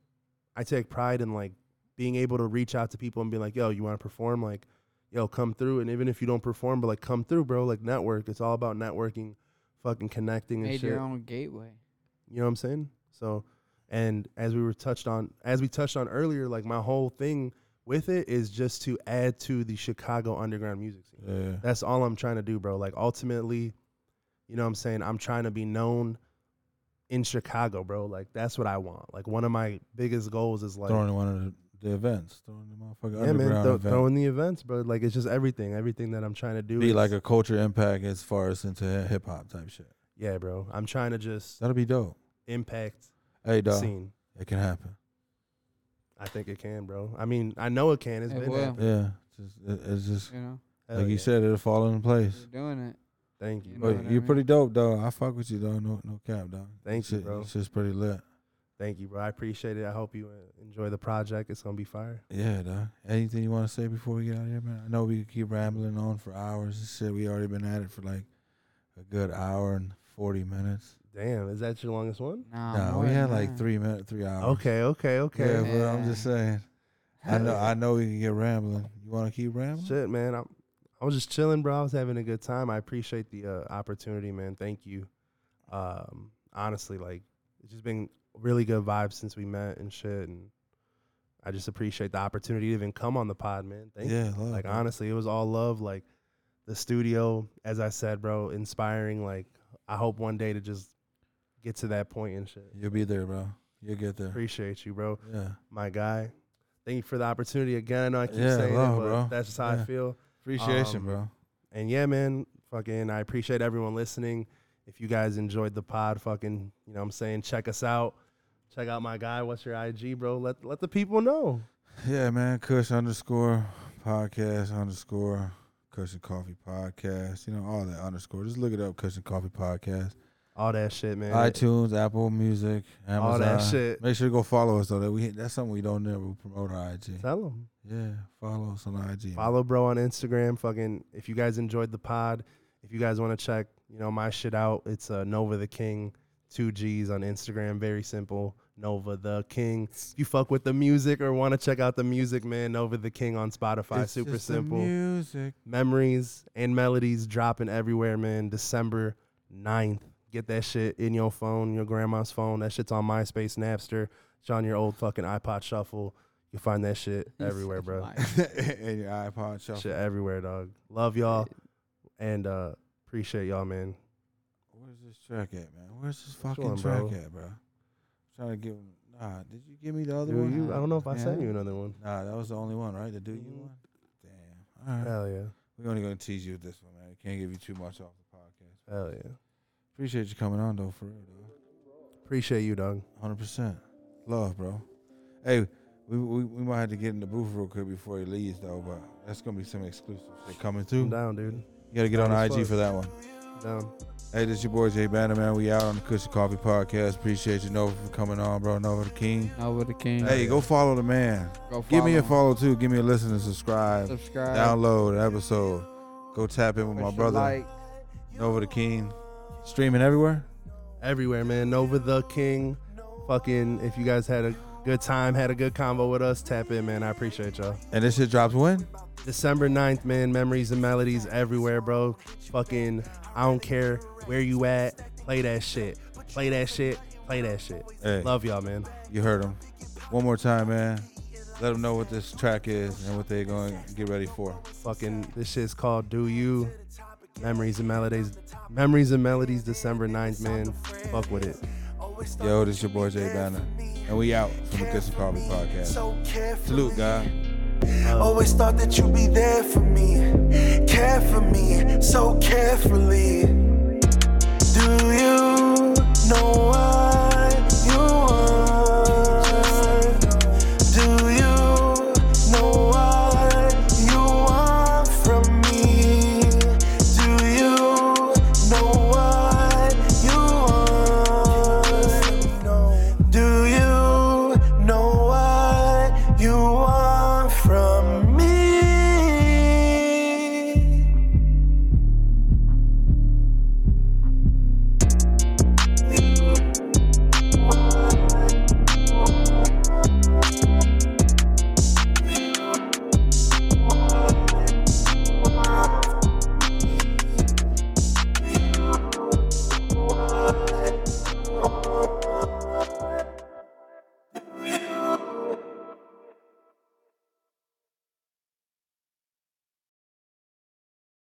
B: i take pride in like being able to reach out to people and be like yo you want to perform like yo come through and even if you don't perform but like come through bro like network it's all about networking fucking connecting and
C: Made
B: shit
C: your own gateway.
B: you know what I'm saying? So, and as we were touched on, as we touched on earlier, like my whole thing with it is just to add to the Chicago underground music scene.
A: Yeah, yeah.
B: That's all I'm trying to do, bro. Like ultimately, you know what I'm saying? I'm trying to be known in Chicago, bro. Like that's what I want. Like one of my biggest goals is like
A: throwing one of the, the events. Throwing the motherfucking
B: yeah, man,
A: underground
B: throw-
A: event.
B: throwing the events, bro. Like it's just everything, everything that I'm trying to do.
A: Be
B: is-
A: like a culture impact as far as into hip hop type shit.
B: yeah, bro. I'm trying to just
A: That'll be dope.
B: impact
A: Hey,
B: the
A: dog.
B: scene.
A: It can happen.
B: I think it can, bro. I mean, I know it can. It's
C: It
B: been
C: will.
B: happening.
A: Yeah. Just, it, it's just,
C: You know,
B: Hell
A: like you
B: yeah.
A: said, it'll fall into place.
C: you're doing it.
B: Thank you.
C: You
B: bro.
C: know
A: But
C: what I
A: you're
C: mean?
A: pretty dope, though. I fuck with you, though. No, no cap, dog.
B: Thank you,
A: Shit-
B: bro.
A: Shit's pretty lit.
B: Thank you, bro. I appreciate it. I hope you uh, enjoy the project. It's gonna be fire.
A: Yeah, dog. Anything you want to say before we get out of here, man? I know we could keep rambling on for hours and shit. We already been at it for like a good hour and forty minutes.
B: Damn, is that your longest one?
C: Nah,
A: Nah,
C: more
A: we
C: than
A: had like
C: that.
A: three minutes, three hours.
B: Okay, okay,
A: Yeah,
B: okay.
A: but I'm just saying. I know.
C: Hell
A: I know we can get rambling. You want to keep rambling?
B: Shit, man. I'm, I was just chilling, bro. I was having a good time. I appreciate the uh, opportunity, man. Thank you. Um, honestly, like it's just been really good vibes since we met and shit, and I just appreciate the opportunity to even come on the pod, man. Thank
A: yeah, love,
B: like
A: bro.
B: honestly it was all love like the studio as i said bro inspiring like i hope one day to just get to that point and shit
A: You'll be there, bro. You'll get there.
B: appreciate you bro
A: Yeah.
B: my guy thank you for the opportunity again i know i keep
A: Yeah,
B: saying
A: love,
B: it but
A: bro.
B: that's just how i
A: Yeah.
B: feel
A: Appreciation,
B: Um,
A: bro.
B: and yeah man fucking i appreciate everyone listening if you guys enjoyed the pod fucking you know what i'm saying check us out check out my guy what's your ig bro let let the people know
A: Yeah, man. Kush underscore podcast underscore Kush and Coffee podcast. You know all that underscore. Just look it up. Kush and Coffee podcast.
B: all that shit man
A: iTunes, Apple Music, Amazon.
B: all that shit
A: Make sure to go follow us though. That we that's something we don't never promote on IG.
B: tell them
A: Yeah, follow us on IG.
B: Follow bro on Instagram. Fucking if you guys enjoyed the pod, if you guys want to check, you know, my shit out, it's uh, Nova the King, two G's on Instagram. Very simple. Nova the King. If you fuck with the music or want to check out the music, man, Nova the King on Spotify.
A: It's
B: Super
A: just the
B: simple.
A: music.
B: Memories and melodies dropping everywhere, man. December 9th. Get that shit in your phone, your grandma's phone. That shit's on MySpace, Napster. It's on your old fucking iPod Shuffle. You find that shit everywhere, bro
C: Like,
A: and your iPod shuffle.
B: shit everywhere, dog. Love y'all and uh appreciate y'all, man.
A: Where's this track at, man? Where's this
B: Which
A: fucking
B: one,
A: track
B: bro?
A: at, bro? I'm trying to give him. Nah, did you give me the other
B: Do
A: one?
B: you? I don't know if I sent
C: Yeah.
B: you another one.
A: Nah, that was the only one, right? The do you
B: Mhm.
A: one? Damn. All right.
B: Hell yeah.
A: We're only gonna tease you with this one, man. We can't give you too much off the podcast.
B: Hell yeah.
A: Appreciate you coming on though, for real, though.
B: Appreciate you, dog.
A: Hundred percent. Love, bro. Hey, we, we we might have to get in the booth real quick before he leaves though, but that's gonna be some exclusive shit coming through.
B: I'm down, dude.
A: You gotta get
B: down
A: on
B: as
A: IG
B: fuck.
A: for that one.
B: Down.
A: Hey, this your boy Jay Banner, man. We out on the Cushy Coffee Podcast. Appreciate you, Nova, for coming on, bro. Nova the King.
C: Nova the King.
A: Hey, go follow the man.
C: Go
A: Give me a
C: him.
A: follow too. Give me a listen and subscribe.
C: Subscribe.
A: Download an episode. Go tap in with
C: push
A: my
C: the
A: brother,
C: Like.
A: Nova the King. Streaming everywhere.
B: Everywhere, man. Nova the King. Fucking if you guys had a good time, had a good convo with us, tap in, man. I appreciate y'all.
A: And this shit drops when?
B: December 9th, man. Memories and melodies everywhere, bro. Fucking I don't care where you at. Play that shit. Play that shit. Play that shit.
A: Hey.
B: Love y'all, man.
A: You heard him. One more time, man. Let them know what this track is and what they're going to get ready for.
B: fucking this shit's called Do You Memories and Melodies Memories and Melodies December 9th, man. Fuck with it.
A: Yo, this your boy Jay Banner. And we out from the Cushy Coffee Podcast.
D: So careful.
A: Salute, God.
D: Always thought that you'd be there for me, care for me so carefully. Do you know I?